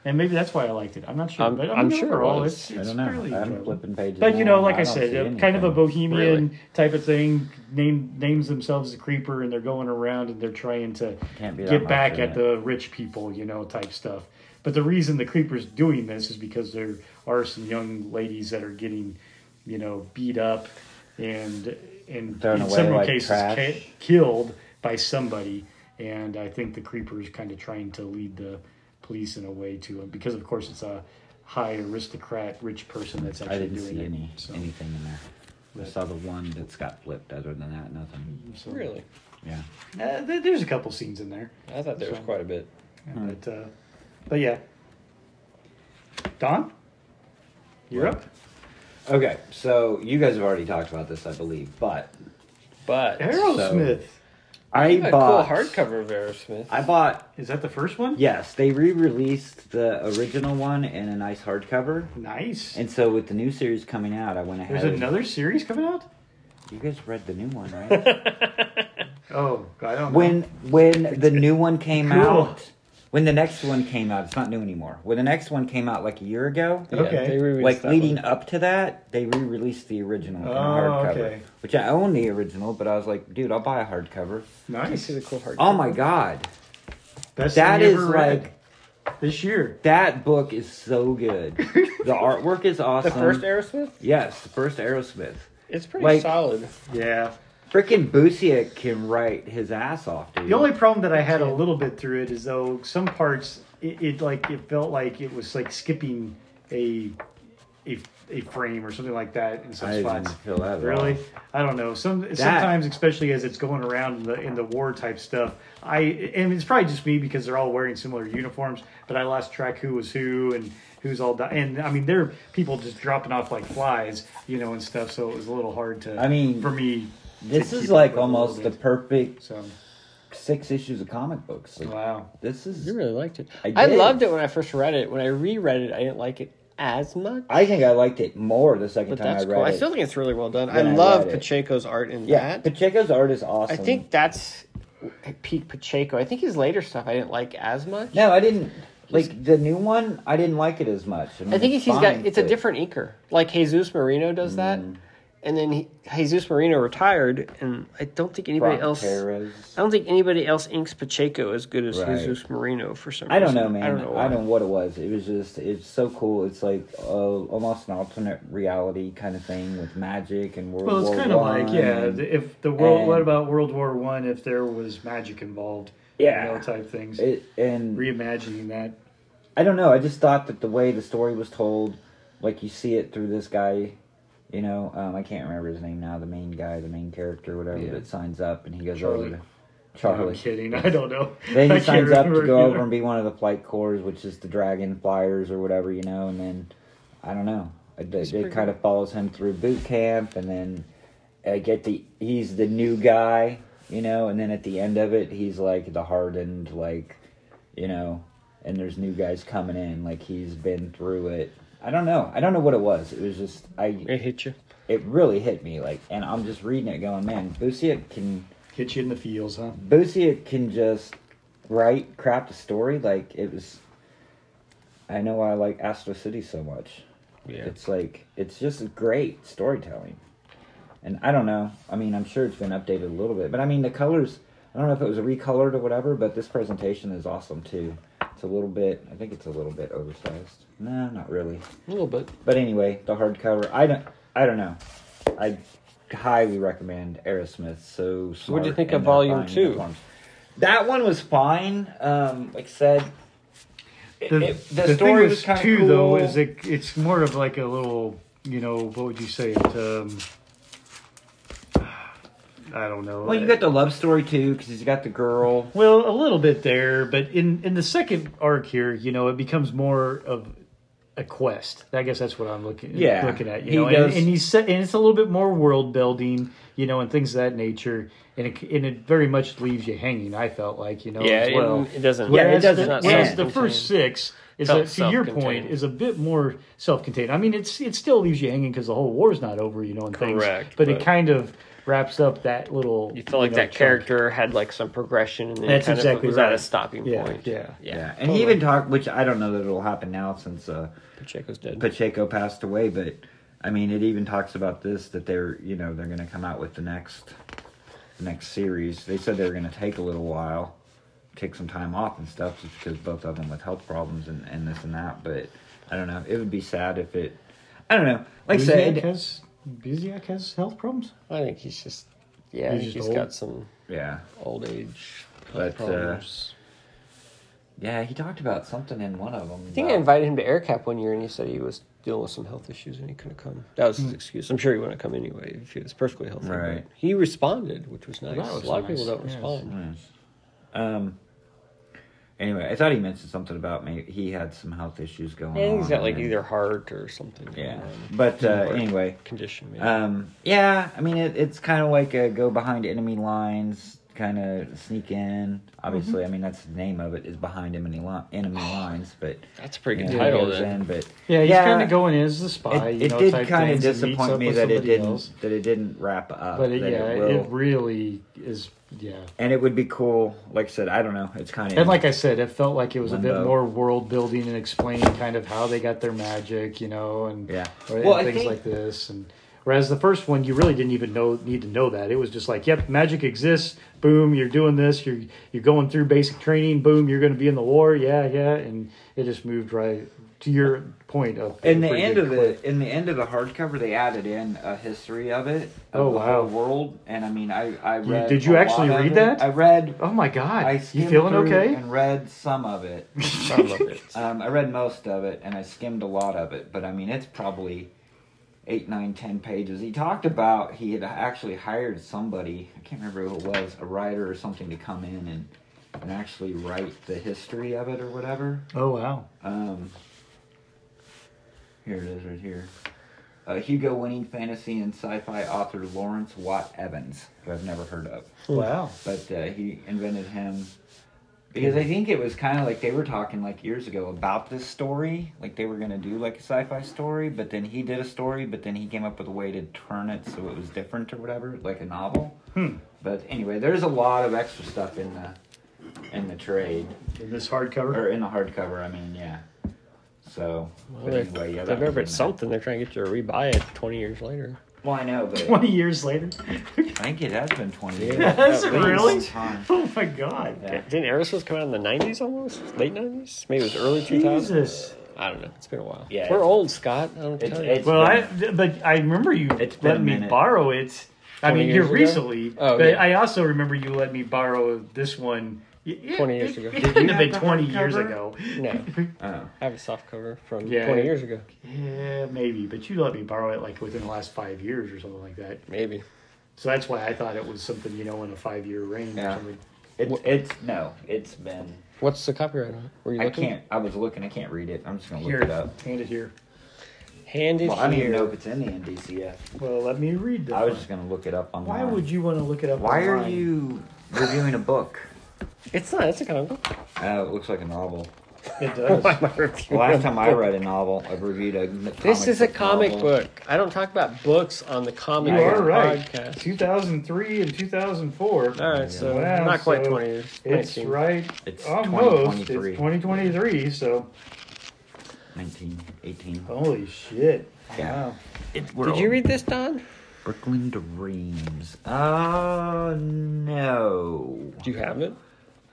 [SPEAKER 2] And maybe that's why I liked it. I'm not sure,
[SPEAKER 1] I'm-
[SPEAKER 2] but
[SPEAKER 1] I'm
[SPEAKER 2] I'm
[SPEAKER 1] sure it
[SPEAKER 2] sure all
[SPEAKER 1] was.
[SPEAKER 2] it's,
[SPEAKER 3] I
[SPEAKER 2] it's
[SPEAKER 3] don't know.
[SPEAKER 2] fairly
[SPEAKER 3] I'm
[SPEAKER 2] enjoyable.
[SPEAKER 3] flipping pages.
[SPEAKER 2] But you
[SPEAKER 3] now,
[SPEAKER 2] know, like I,
[SPEAKER 3] don't
[SPEAKER 2] said,
[SPEAKER 3] see
[SPEAKER 2] a- kind of
[SPEAKER 3] anything.
[SPEAKER 2] a bohemian
[SPEAKER 1] Really.
[SPEAKER 2] type of thing. Name names themselves the creeper, and they're going around and they're trying to
[SPEAKER 3] Can't be that
[SPEAKER 2] get
[SPEAKER 3] much
[SPEAKER 2] back
[SPEAKER 3] in
[SPEAKER 2] at
[SPEAKER 3] it.
[SPEAKER 2] the rich people, you know, type stuff. But the reason the creeper's doing this is because there are some young ladies that are getting, you know, beat up, and and
[SPEAKER 3] Thrown
[SPEAKER 2] in
[SPEAKER 3] away
[SPEAKER 2] several
[SPEAKER 3] like
[SPEAKER 2] cases
[SPEAKER 3] trash.
[SPEAKER 2] ca- killed by somebody. And I think the creeper is kind of trying to lead the police in a way to him because, of course, it's a high aristocrat rich person that's actually
[SPEAKER 3] I didn't
[SPEAKER 2] doing
[SPEAKER 3] see
[SPEAKER 2] it.
[SPEAKER 3] any
[SPEAKER 2] so.
[SPEAKER 3] anything in there. I saw the one that's got flipped. Other than that, nothing.
[SPEAKER 2] So,
[SPEAKER 1] Really?
[SPEAKER 3] Yeah.
[SPEAKER 2] uh, there- there's a couple scenes in there,
[SPEAKER 1] I thought there was
[SPEAKER 2] So-
[SPEAKER 1] quite a bit.
[SPEAKER 2] but uh, but yeah. Don, you're up.
[SPEAKER 3] Okay, so you guys have already talked about this, I believe, but
[SPEAKER 1] But
[SPEAKER 2] Aerosmith
[SPEAKER 3] I
[SPEAKER 1] a
[SPEAKER 3] bought
[SPEAKER 1] cool hardcover of Aerosmith.
[SPEAKER 3] I bought
[SPEAKER 2] is that the first one?
[SPEAKER 3] Yes, they re-released the original one in a nice hardcover,
[SPEAKER 2] Nice.
[SPEAKER 3] and so with the new series coming out, I went ahead.
[SPEAKER 2] there's another series coming out.
[SPEAKER 3] You guys read the new one,
[SPEAKER 2] (laughs)
[SPEAKER 3] right?
[SPEAKER 2] Oh, I don't.
[SPEAKER 3] when when the new one came
[SPEAKER 2] Cool.
[SPEAKER 3] out, when the next one came out, it's not new anymore. When the next one came out, like a year ago,
[SPEAKER 1] Yeah,
[SPEAKER 2] Okay.
[SPEAKER 1] they re-released
[SPEAKER 3] like
[SPEAKER 1] that
[SPEAKER 3] leading
[SPEAKER 1] one.
[SPEAKER 3] up to that, they re-released the original in
[SPEAKER 2] Oh,
[SPEAKER 3] a hardcover,
[SPEAKER 2] okay.
[SPEAKER 3] which I own the original, but I was like, dude, I'll buy a hardcover.
[SPEAKER 2] know.
[SPEAKER 1] I
[SPEAKER 2] nice.
[SPEAKER 1] see the cool hardcover.
[SPEAKER 3] Oh my god,
[SPEAKER 2] Best
[SPEAKER 3] that
[SPEAKER 2] thing you
[SPEAKER 3] is
[SPEAKER 2] ever read
[SPEAKER 3] like
[SPEAKER 2] this year.
[SPEAKER 3] that book is so
[SPEAKER 2] (laughs)
[SPEAKER 3] good. the artwork is
[SPEAKER 1] The
[SPEAKER 3] awesome.
[SPEAKER 1] first Aerosmith?
[SPEAKER 3] yes, the first Aerosmith.
[SPEAKER 1] It's pretty
[SPEAKER 3] Like-
[SPEAKER 1] solid.
[SPEAKER 2] Yeah.
[SPEAKER 3] Freaking Busiek can write his ass off, dude.
[SPEAKER 2] The only problem that I had a little bit through it is though some parts it, it like it felt like it was like skipping a a, a frame or something like that in some
[SPEAKER 3] I didn't
[SPEAKER 2] spots.
[SPEAKER 3] feel that at
[SPEAKER 2] Really,
[SPEAKER 3] all.
[SPEAKER 2] I don't know. Some sometimes, especially as it's going around in the in the war type stuff, I and it's probably just me because they're all wearing similar uniforms. But I lost track who was who and who's all di- and I mean there are people just dropping off like flies, you know, and stuff. So it was a little hard to.
[SPEAKER 3] I mean,
[SPEAKER 2] for me, to
[SPEAKER 3] This
[SPEAKER 2] keep
[SPEAKER 3] is
[SPEAKER 2] up
[SPEAKER 3] like
[SPEAKER 2] with a little
[SPEAKER 3] almost the
[SPEAKER 2] bit.
[SPEAKER 3] perfect
[SPEAKER 2] so
[SPEAKER 3] six issues of comic books. Like,
[SPEAKER 2] wow.
[SPEAKER 3] This is.
[SPEAKER 1] You really liked it.
[SPEAKER 3] I
[SPEAKER 1] I,
[SPEAKER 3] did.
[SPEAKER 1] loved it when I first read it. When I reread it, I didn't like it as much.
[SPEAKER 3] I think I liked it more the second
[SPEAKER 1] But
[SPEAKER 3] time
[SPEAKER 1] that's
[SPEAKER 3] I read
[SPEAKER 1] cool.
[SPEAKER 3] it.
[SPEAKER 1] I still think it's really well done. I
[SPEAKER 3] Then I
[SPEAKER 1] love
[SPEAKER 3] read it.
[SPEAKER 1] Pacheco's art in
[SPEAKER 3] yeah,
[SPEAKER 1] that.
[SPEAKER 3] Pacheco's art is awesome.
[SPEAKER 1] I think that's peak Pacheco. I think his later stuff I didn't like as much.
[SPEAKER 3] No, I didn't. Like the new one, I didn't like it as much. I, mean,
[SPEAKER 1] I think
[SPEAKER 3] it's
[SPEAKER 1] he's he's got
[SPEAKER 3] fine,
[SPEAKER 1] it's a
[SPEAKER 3] but- Mm.
[SPEAKER 1] different inker. Like Jesus Marino does that, and then he, Jesus Marino retired, and I don't think anybody
[SPEAKER 3] Brock
[SPEAKER 1] else.
[SPEAKER 3] Perez.
[SPEAKER 1] I don't think anybody else inks Pacheco as good as
[SPEAKER 3] Right.
[SPEAKER 1] Jesus Marino for some
[SPEAKER 3] I don't
[SPEAKER 1] reason.
[SPEAKER 3] know, man.
[SPEAKER 1] I don't know.
[SPEAKER 3] I
[SPEAKER 1] why.
[SPEAKER 3] don't know what it was. It was just it's so cool. It's like uh, almost an alternate reality kind of thing with magic and World
[SPEAKER 2] Well, it's
[SPEAKER 3] War
[SPEAKER 2] kind of
[SPEAKER 3] One
[SPEAKER 2] like yeah,
[SPEAKER 3] and-
[SPEAKER 2] the- if the world. what
[SPEAKER 3] and-
[SPEAKER 2] about World War One? If there was magic involved, you
[SPEAKER 3] Yeah.
[SPEAKER 2] know, type things.
[SPEAKER 3] It, and
[SPEAKER 2] Reimagining that.
[SPEAKER 3] I don't know. I just thought that the way the story was told, like you see it through this guy, you know, um, I can't remember his name now, the main guy, the main character, whatever,
[SPEAKER 2] Yeah.
[SPEAKER 3] that signs up and he goes
[SPEAKER 2] Charlie.
[SPEAKER 3] over to
[SPEAKER 2] I'm
[SPEAKER 3] Charlie.
[SPEAKER 2] kidding. I don't know.
[SPEAKER 3] Then
[SPEAKER 2] I
[SPEAKER 3] he
[SPEAKER 2] can't
[SPEAKER 3] signs up to
[SPEAKER 2] remember
[SPEAKER 3] go
[SPEAKER 2] either.
[SPEAKER 3] over and be one of the flight corps, which is the Dragon Flyers or whatever, you know, and then I don't know. It, it,
[SPEAKER 1] pretty
[SPEAKER 3] kind of follows him through boot camp and then I get the he's the new guy you know. And then at the end of it, he's like the hardened, like, you know, and there's new guys coming in. Like he's been through it. I don't know. I don't know what it was. It was just I.
[SPEAKER 1] It hit you.
[SPEAKER 3] It really hit me. Like, and I'm just reading it, going, man, Busiek can
[SPEAKER 2] Hit you in the feels, huh?
[SPEAKER 3] Busiek can just write craft a story. Like it was. I know why I like Astro City so much.
[SPEAKER 1] Yeah.
[SPEAKER 3] It's like it's just great storytelling. And I don't know. I mean, I'm sure it's been updated a little bit, but I mean the colors. I don't know if it was recolored or whatever, but this presentation is awesome too. It's a little bit. I think it's a little bit oversized. No, not really.
[SPEAKER 1] a little bit.
[SPEAKER 3] But anyway, the hardcover. I don't. I don't know. I highly recommend Aerosmith. So smart
[SPEAKER 1] what'd you think
[SPEAKER 3] in
[SPEAKER 1] of
[SPEAKER 3] their
[SPEAKER 1] volume
[SPEAKER 3] buying
[SPEAKER 1] two?
[SPEAKER 3] platforms. That one was fine. Um, like I said, it-
[SPEAKER 2] the,
[SPEAKER 3] it- the,
[SPEAKER 2] the
[SPEAKER 3] story
[SPEAKER 2] thing
[SPEAKER 3] was
[SPEAKER 2] was
[SPEAKER 3] kind of
[SPEAKER 2] too
[SPEAKER 3] cool.
[SPEAKER 2] though is it, it's more of like a little you know what would you say it um (sighs) i don't know
[SPEAKER 3] well, you got the love story too because he's got the girl.
[SPEAKER 2] well a little bit there but in in the second arc here you know it becomes more of a quest i guess that's what i'm looking
[SPEAKER 3] Yeah.
[SPEAKER 2] looking at you
[SPEAKER 3] He
[SPEAKER 2] know and,
[SPEAKER 3] does-
[SPEAKER 2] and he's set, and it's a little bit more world building you know and things of that nature and it, and it very much leaves you hanging i felt like you know
[SPEAKER 1] Yeah,
[SPEAKER 2] as well
[SPEAKER 1] it, it doesn't.
[SPEAKER 3] Yeah, it
[SPEAKER 2] Whereas
[SPEAKER 3] doesn't
[SPEAKER 2] The,
[SPEAKER 3] end.
[SPEAKER 2] whereas the
[SPEAKER 1] self-contained.
[SPEAKER 2] first six is,
[SPEAKER 1] Felt
[SPEAKER 2] a, to your
[SPEAKER 1] self-contained.
[SPEAKER 2] point, is a bit more self-contained. I mean, it's it still leaves you hanging because the whole war's not over, you know, and things.
[SPEAKER 1] Correct,
[SPEAKER 2] But,
[SPEAKER 1] but-
[SPEAKER 2] it kind of wraps up that little.
[SPEAKER 1] You felt like
[SPEAKER 2] know,
[SPEAKER 1] that
[SPEAKER 2] chunk.
[SPEAKER 1] character had like some progression, and then
[SPEAKER 2] That's
[SPEAKER 1] kind
[SPEAKER 2] exactly
[SPEAKER 1] of was at a
[SPEAKER 2] right.
[SPEAKER 1] stopping
[SPEAKER 2] Yeah,
[SPEAKER 1] point.
[SPEAKER 2] yeah.
[SPEAKER 1] yeah. Oh,
[SPEAKER 3] Yeah, and he even talked, which I don't know that it'll happen now since uh,
[SPEAKER 1] Pacheco's dead.
[SPEAKER 3] Pacheco passed away, but I mean, it even talks about this that they're, you know, they're going to come out with the next, the next series. They said they were going to take a little while, take some time off and stuff, just because both of them with health problems and, and this and that. But I don't know. It would be sad if it. I don't know. Like I
[SPEAKER 2] Busiak
[SPEAKER 3] said,
[SPEAKER 2] has Busiak has health problems.
[SPEAKER 1] I think he's just. Yeah, he's
[SPEAKER 2] He's just
[SPEAKER 1] got
[SPEAKER 2] old.
[SPEAKER 1] some
[SPEAKER 3] yeah,
[SPEAKER 1] old age
[SPEAKER 3] But, uh,
[SPEAKER 1] problems.
[SPEAKER 3] yeah. He talked about something in one of them.
[SPEAKER 1] I think I invited him to AirCap one year, and he said he was dealing with some health issues and he couldn't come. That was his excuse. I'm sure he wouldn't come anyway if he was perfectly healthy. but
[SPEAKER 3] Hmm. Right.
[SPEAKER 1] He responded, which was nice.
[SPEAKER 2] that was
[SPEAKER 1] a lot of
[SPEAKER 2] nice,
[SPEAKER 1] people don't
[SPEAKER 2] yes.
[SPEAKER 1] respond.
[SPEAKER 3] Mm. Um. Anyway, I thought he mentioned something about maybe he had some health issues going
[SPEAKER 1] And
[SPEAKER 3] on.
[SPEAKER 1] he's got like
[SPEAKER 3] and-
[SPEAKER 1] either heart or something. going
[SPEAKER 3] Yeah,
[SPEAKER 1] on.
[SPEAKER 3] but uh,
[SPEAKER 1] Or
[SPEAKER 3] anyway,
[SPEAKER 1] condition. Maybe.
[SPEAKER 3] um, yeah. I mean, it, it's kind of like a go behind enemy lines, kind of sneak in. Obviously,
[SPEAKER 2] Mm-hmm.
[SPEAKER 3] I mean that's the name of it is behind enemy li-
[SPEAKER 2] (sighs)
[SPEAKER 3] enemy lines, but
[SPEAKER 1] That's a pretty
[SPEAKER 3] you
[SPEAKER 1] good
[SPEAKER 3] know,
[SPEAKER 1] title.
[SPEAKER 3] it goes
[SPEAKER 1] Then.
[SPEAKER 3] in, but
[SPEAKER 2] Yeah, he's
[SPEAKER 3] Yeah.
[SPEAKER 2] kind of going in as the spy.
[SPEAKER 3] it,
[SPEAKER 2] you
[SPEAKER 3] it
[SPEAKER 2] know,
[SPEAKER 3] did
[SPEAKER 2] type
[SPEAKER 3] kind of
[SPEAKER 2] things, and meets
[SPEAKER 3] disappoint
[SPEAKER 2] up
[SPEAKER 3] me
[SPEAKER 2] with
[SPEAKER 3] that it
[SPEAKER 2] somebody
[SPEAKER 3] didn't
[SPEAKER 2] else.
[SPEAKER 3] that it didn't wrap up.
[SPEAKER 2] But it,
[SPEAKER 3] that
[SPEAKER 2] yeah,
[SPEAKER 3] it
[SPEAKER 2] it,
[SPEAKER 3] will.
[SPEAKER 2] really is. Yeah,
[SPEAKER 3] and it would be cool. Like I said, I don't know. It's kind of
[SPEAKER 2] And like I said, it felt like it was a
[SPEAKER 3] Limbo.
[SPEAKER 2] bit more world building and explaining kind of how they got their magic, you know, and
[SPEAKER 3] Yeah.
[SPEAKER 2] or-
[SPEAKER 3] Well, I
[SPEAKER 2] and things
[SPEAKER 3] think-
[SPEAKER 2] like this. And whereas the first one, you really didn't even know need to know that. It was just like, yep, magic exists. Boom, you're doing this. You're you're going through basic training. Boom, you're going to be in the war. Yeah, yeah, and it just moved right to your point of
[SPEAKER 3] in the
[SPEAKER 2] pretty
[SPEAKER 3] end
[SPEAKER 2] good
[SPEAKER 3] of
[SPEAKER 2] clip.
[SPEAKER 3] the in the end of the hardcover they added in a history of it of
[SPEAKER 2] Oh,
[SPEAKER 3] the
[SPEAKER 2] wow.
[SPEAKER 3] whole world and i mean i i read
[SPEAKER 2] did you
[SPEAKER 3] a
[SPEAKER 2] actually
[SPEAKER 3] lot of
[SPEAKER 2] read
[SPEAKER 3] it.
[SPEAKER 2] that?
[SPEAKER 3] i read
[SPEAKER 2] Oh my god,
[SPEAKER 3] i
[SPEAKER 2] you
[SPEAKER 3] skimmed
[SPEAKER 2] feeling
[SPEAKER 3] through
[SPEAKER 2] okay?
[SPEAKER 3] and read some of
[SPEAKER 2] (laughs)
[SPEAKER 3] it
[SPEAKER 1] (laughs) Some of it.
[SPEAKER 3] (laughs) um, i read most of it and i skimmed a lot of it but i mean it's probably eight nine ten pages he talked about he had actually hired somebody i can't remember who it was a writer or something to come in and and actually write the history of it or whatever
[SPEAKER 2] Oh wow,
[SPEAKER 3] um, here it is right here. Uh, Hugo winning fantasy and sci fi author Lawrence Watt Evans, who I've never heard of.
[SPEAKER 2] wow.
[SPEAKER 3] But uh, he invented him because I think it was kind of like they were talking like years ago about this story. Like they were going to do like a sci fi story, but then he did a story, but then he came up with a way to turn it so it was different or whatever, like a novel.
[SPEAKER 2] Hmm.
[SPEAKER 3] But anyway, there's a lot of extra stuff in the in the trade
[SPEAKER 2] In this hardcover.
[SPEAKER 3] or in the hardcover. I mean, yeah. So,
[SPEAKER 1] Well,
[SPEAKER 3] but
[SPEAKER 1] they-
[SPEAKER 3] anyway, yeah,
[SPEAKER 1] They
[SPEAKER 3] that was
[SPEAKER 1] remember
[SPEAKER 3] in
[SPEAKER 1] it's
[SPEAKER 3] there.
[SPEAKER 1] something. They're trying to get you to rebuy it 20 years later.
[SPEAKER 3] Well, I know, but
[SPEAKER 2] (laughs) (laughs) Twenty years later.
[SPEAKER 3] I think it has been twenty years.
[SPEAKER 1] Yeah.
[SPEAKER 2] That's
[SPEAKER 1] At
[SPEAKER 3] It's been a
[SPEAKER 2] (laughs) really.
[SPEAKER 3] long time.
[SPEAKER 2] Oh my god.
[SPEAKER 3] Yeah.
[SPEAKER 1] Didn't Aerosmith come out in the 90s almost? Late 90s? Maybe it was early 2000s?
[SPEAKER 2] Jesus.
[SPEAKER 1] I don't know. It's been a while.
[SPEAKER 3] Yeah,
[SPEAKER 1] We're
[SPEAKER 3] it's-
[SPEAKER 1] old, Scott. I don't
[SPEAKER 3] It's-
[SPEAKER 1] tell you.
[SPEAKER 3] it's-
[SPEAKER 2] Well, I but I remember you
[SPEAKER 3] It's been a
[SPEAKER 2] let me
[SPEAKER 3] minute.
[SPEAKER 2] borrow it. I
[SPEAKER 1] 20
[SPEAKER 2] mean,
[SPEAKER 1] years
[SPEAKER 2] here
[SPEAKER 1] ago?
[SPEAKER 2] recently,
[SPEAKER 1] Oh,
[SPEAKER 2] but
[SPEAKER 1] yeah.
[SPEAKER 2] I also remember you let me borrow this one. Y- yeah,
[SPEAKER 1] 20 years
[SPEAKER 2] it-
[SPEAKER 1] ago.
[SPEAKER 2] It
[SPEAKER 1] Did
[SPEAKER 2] couldn't
[SPEAKER 3] you
[SPEAKER 2] have been
[SPEAKER 3] have the
[SPEAKER 2] 20 years
[SPEAKER 3] hardcover?
[SPEAKER 2] ago.
[SPEAKER 1] No.
[SPEAKER 3] Oh,
[SPEAKER 1] I have a soft cover from
[SPEAKER 2] Yeah.
[SPEAKER 1] 20 years ago.
[SPEAKER 2] Yeah, maybe, but you let me borrow it like within the last five years or something like that.
[SPEAKER 1] Maybe.
[SPEAKER 2] So that's why I thought it was something you know in a five year range.
[SPEAKER 3] Yeah.
[SPEAKER 2] Or something.
[SPEAKER 3] it's it's no, it's been.
[SPEAKER 1] What's the copyright on it? Were you
[SPEAKER 3] I
[SPEAKER 1] looking?
[SPEAKER 3] can't. I was looking. I can't read it. I'm just gonna look
[SPEAKER 2] Here,
[SPEAKER 3] it up.
[SPEAKER 2] hand it here.
[SPEAKER 1] Hand is
[SPEAKER 3] Well, I don't even
[SPEAKER 1] here.
[SPEAKER 3] know if it's in the NDCF.
[SPEAKER 2] Well, let me read that.
[SPEAKER 3] I was just gonna look it up online.
[SPEAKER 2] Why would you want to look it up?
[SPEAKER 3] Why are
[SPEAKER 2] online?
[SPEAKER 3] you reviewing a book?
[SPEAKER 1] It's not. It's a comic
[SPEAKER 3] (laughs)
[SPEAKER 1] book.
[SPEAKER 3] Uh, it looks like a novel. (laughs)
[SPEAKER 2] It does.
[SPEAKER 1] Why am I reviewing
[SPEAKER 3] The last
[SPEAKER 1] a
[SPEAKER 3] time I
[SPEAKER 1] book?
[SPEAKER 3] read a novel, I've reviewed a. n-
[SPEAKER 1] This
[SPEAKER 3] comic
[SPEAKER 1] is a
[SPEAKER 3] book
[SPEAKER 1] comic
[SPEAKER 3] novel.
[SPEAKER 1] book. I don't talk about books on the comic
[SPEAKER 2] You
[SPEAKER 1] book
[SPEAKER 2] are right.
[SPEAKER 1] podcast.
[SPEAKER 2] 2003 and 2004.
[SPEAKER 1] All right, so
[SPEAKER 2] Wow,
[SPEAKER 1] not quite
[SPEAKER 2] so
[SPEAKER 1] 20 years.
[SPEAKER 2] It's
[SPEAKER 1] 19.
[SPEAKER 2] right.
[SPEAKER 3] It's
[SPEAKER 2] almost.
[SPEAKER 3] 2023.
[SPEAKER 2] It's 2023. So
[SPEAKER 3] 19, 18.
[SPEAKER 2] holy shit.
[SPEAKER 3] Yeah.
[SPEAKER 2] Wow.
[SPEAKER 3] It's
[SPEAKER 1] Did you read this, Don?
[SPEAKER 3] Brooklyn Dreams? Uh, no.
[SPEAKER 1] Do you have it?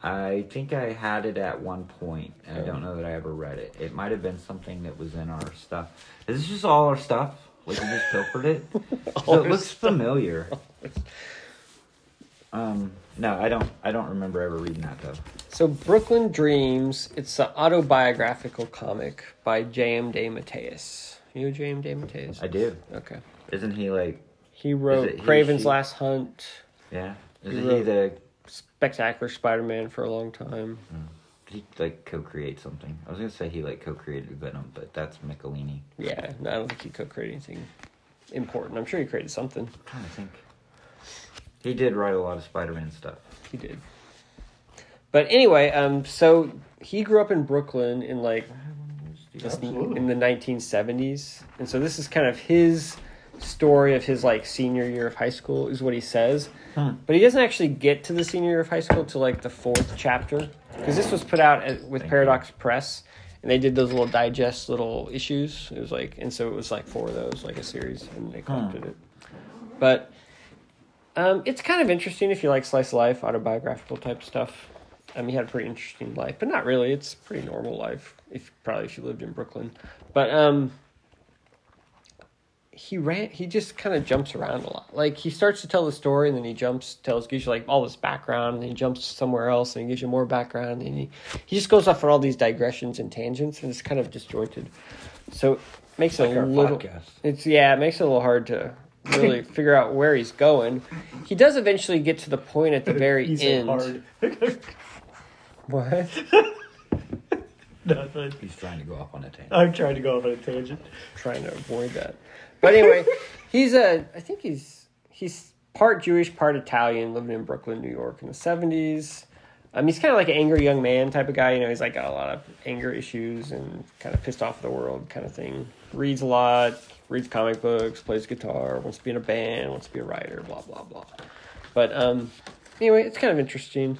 [SPEAKER 3] I think I had it at one point, and I don't know that I ever read it. It might have been something that was in our stuff. Is this just all our stuff? Like we just
[SPEAKER 1] (laughs)
[SPEAKER 3] pilfered it? so
[SPEAKER 1] All
[SPEAKER 3] it
[SPEAKER 1] our
[SPEAKER 3] looks
[SPEAKER 1] (laughs)
[SPEAKER 3] familiar. Um, no, I don't. I don't remember ever reading that though.
[SPEAKER 1] So Brooklyn Dreams, it's an autobiographical comic by J.M. De Mateus. You know J.M. De Mateus?
[SPEAKER 3] I do.
[SPEAKER 1] Okay.
[SPEAKER 3] Isn't he like?
[SPEAKER 1] He wrote
[SPEAKER 3] it he or
[SPEAKER 1] Craven's
[SPEAKER 3] she?
[SPEAKER 1] Last Hunt,
[SPEAKER 3] Yeah.
[SPEAKER 1] He
[SPEAKER 3] Isn't he
[SPEAKER 1] wrote-
[SPEAKER 3] the?
[SPEAKER 1] Spectacular Spider-Man for a long time.
[SPEAKER 3] Mm. He like co-create something. I was gonna say he like co-created Venom, but that's Michelini.
[SPEAKER 1] Yeah, no, I don't think he could create anything important. I'm sure he created something.
[SPEAKER 3] I'm trying to think. He did write a lot of Spider-Man stuff.
[SPEAKER 1] He did. But anyway, um, so he grew up in Brooklyn in like this-
[SPEAKER 2] Absolutely.
[SPEAKER 1] in the 1970s, and so this is kind of his story of his like senior year of high school is what he says.
[SPEAKER 3] Huh.
[SPEAKER 1] But he doesn't actually get to the senior year of high school till like the fourth chapter because this was put out at, with
[SPEAKER 3] Thank you.
[SPEAKER 1] Paradox Press, and they did those little digest little issues. It was like, and so it was like four of those, like a series, and
[SPEAKER 3] Hmm.
[SPEAKER 1] they collected it. But um, it's kind of interesting if you like slice of life, autobiographical type stuff. Um, he had a pretty interesting life, but not really. It's a pretty normal life if probably if you lived in Brooklyn. But um, he ran. He just kind of jumps around a lot. Like he starts to tell the story, and then he jumps, tells gives you like all this background, and he jumps somewhere else, and he gives you more background, and he he just goes off on all these digressions and tangents, and it's kind of disjointed. So it makes it
[SPEAKER 3] Like
[SPEAKER 1] a
[SPEAKER 3] our
[SPEAKER 1] little.
[SPEAKER 3] podcast.
[SPEAKER 1] It's yeah, it makes it a little hard to
[SPEAKER 2] (laughs)
[SPEAKER 1] really figure out where he's going. He does eventually get to the point at the very
[SPEAKER 2] He's
[SPEAKER 1] end.
[SPEAKER 2] hard. (laughs)
[SPEAKER 1] What?
[SPEAKER 2] Nothing.
[SPEAKER 3] He's trying to go off on a tangent.
[SPEAKER 2] I'm trying to go off on a tangent.
[SPEAKER 1] trying to avoid that. But anyway, he's a I think he's he's part Jewish, part Italian, living in Brooklyn, New York in the seventies. Um, he's kind of like an angry young man type of guy. You know, he's like got a lot of anger issues and kind of pissed off at the world kind of thing. Reads a lot, reads comic books, plays guitar, wants to be in a band, wants to be a writer, blah blah blah. But um, anyway, it's kind of interesting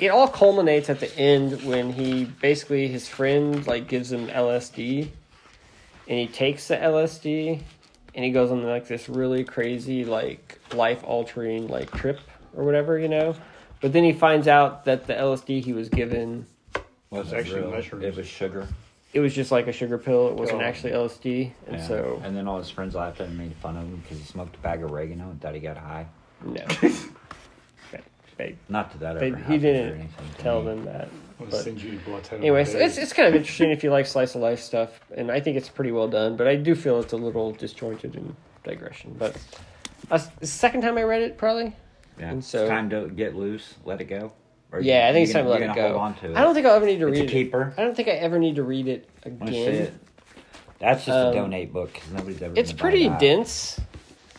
[SPEAKER 1] it all culminates at the end when he basically his friend like gives him LSD, and he takes the LSD, and he goes on like this really crazy like life altering like trip or whatever you know, but then he finds out that the LSD he was given
[SPEAKER 3] Was
[SPEAKER 2] It's actually mushrooms.
[SPEAKER 3] It was sugar.
[SPEAKER 1] it was just like a sugar pill. It wasn't
[SPEAKER 2] Oh.
[SPEAKER 1] actually LSD, and
[SPEAKER 3] Yeah.
[SPEAKER 1] so
[SPEAKER 3] and then all his friends laughed at him and made fun of him because he smoked a bag of oregano and thought he got high. (laughs)
[SPEAKER 1] no, They- they,
[SPEAKER 3] Not to that
[SPEAKER 1] they,
[SPEAKER 3] ever
[SPEAKER 1] he
[SPEAKER 3] happened or
[SPEAKER 1] didn't
[SPEAKER 3] anything to
[SPEAKER 1] tell
[SPEAKER 3] me.
[SPEAKER 1] them that.
[SPEAKER 3] Oh,
[SPEAKER 2] I'll
[SPEAKER 1] but-
[SPEAKER 2] send you Bloodhound
[SPEAKER 1] Anyway, so
[SPEAKER 2] Bay.
[SPEAKER 1] it's, it's kind of interesting if you like slice of life stuff, and I think it's pretty well done, but I do feel it's a little disjointed and digression. But uh, it's the second time I read it, probably.
[SPEAKER 3] Yeah.
[SPEAKER 1] and
[SPEAKER 3] It's
[SPEAKER 1] so-
[SPEAKER 3] time to get loose, let it go. Or
[SPEAKER 1] yeah, I think it's
[SPEAKER 3] you're
[SPEAKER 1] time to let
[SPEAKER 3] gonna-
[SPEAKER 1] it
[SPEAKER 3] you're
[SPEAKER 1] go.
[SPEAKER 3] gonna Hold on to it.
[SPEAKER 1] I don't think I'll ever need to
[SPEAKER 3] It's a
[SPEAKER 1] read
[SPEAKER 3] keeper.
[SPEAKER 1] it. I don't think I ever need to read it
[SPEAKER 3] Wanna see it?
[SPEAKER 1] again.
[SPEAKER 3] That's just
[SPEAKER 1] Um,
[SPEAKER 3] a donate book because nobody's ever.
[SPEAKER 1] It's
[SPEAKER 3] gonna buy
[SPEAKER 1] pretty
[SPEAKER 3] that.
[SPEAKER 1] dense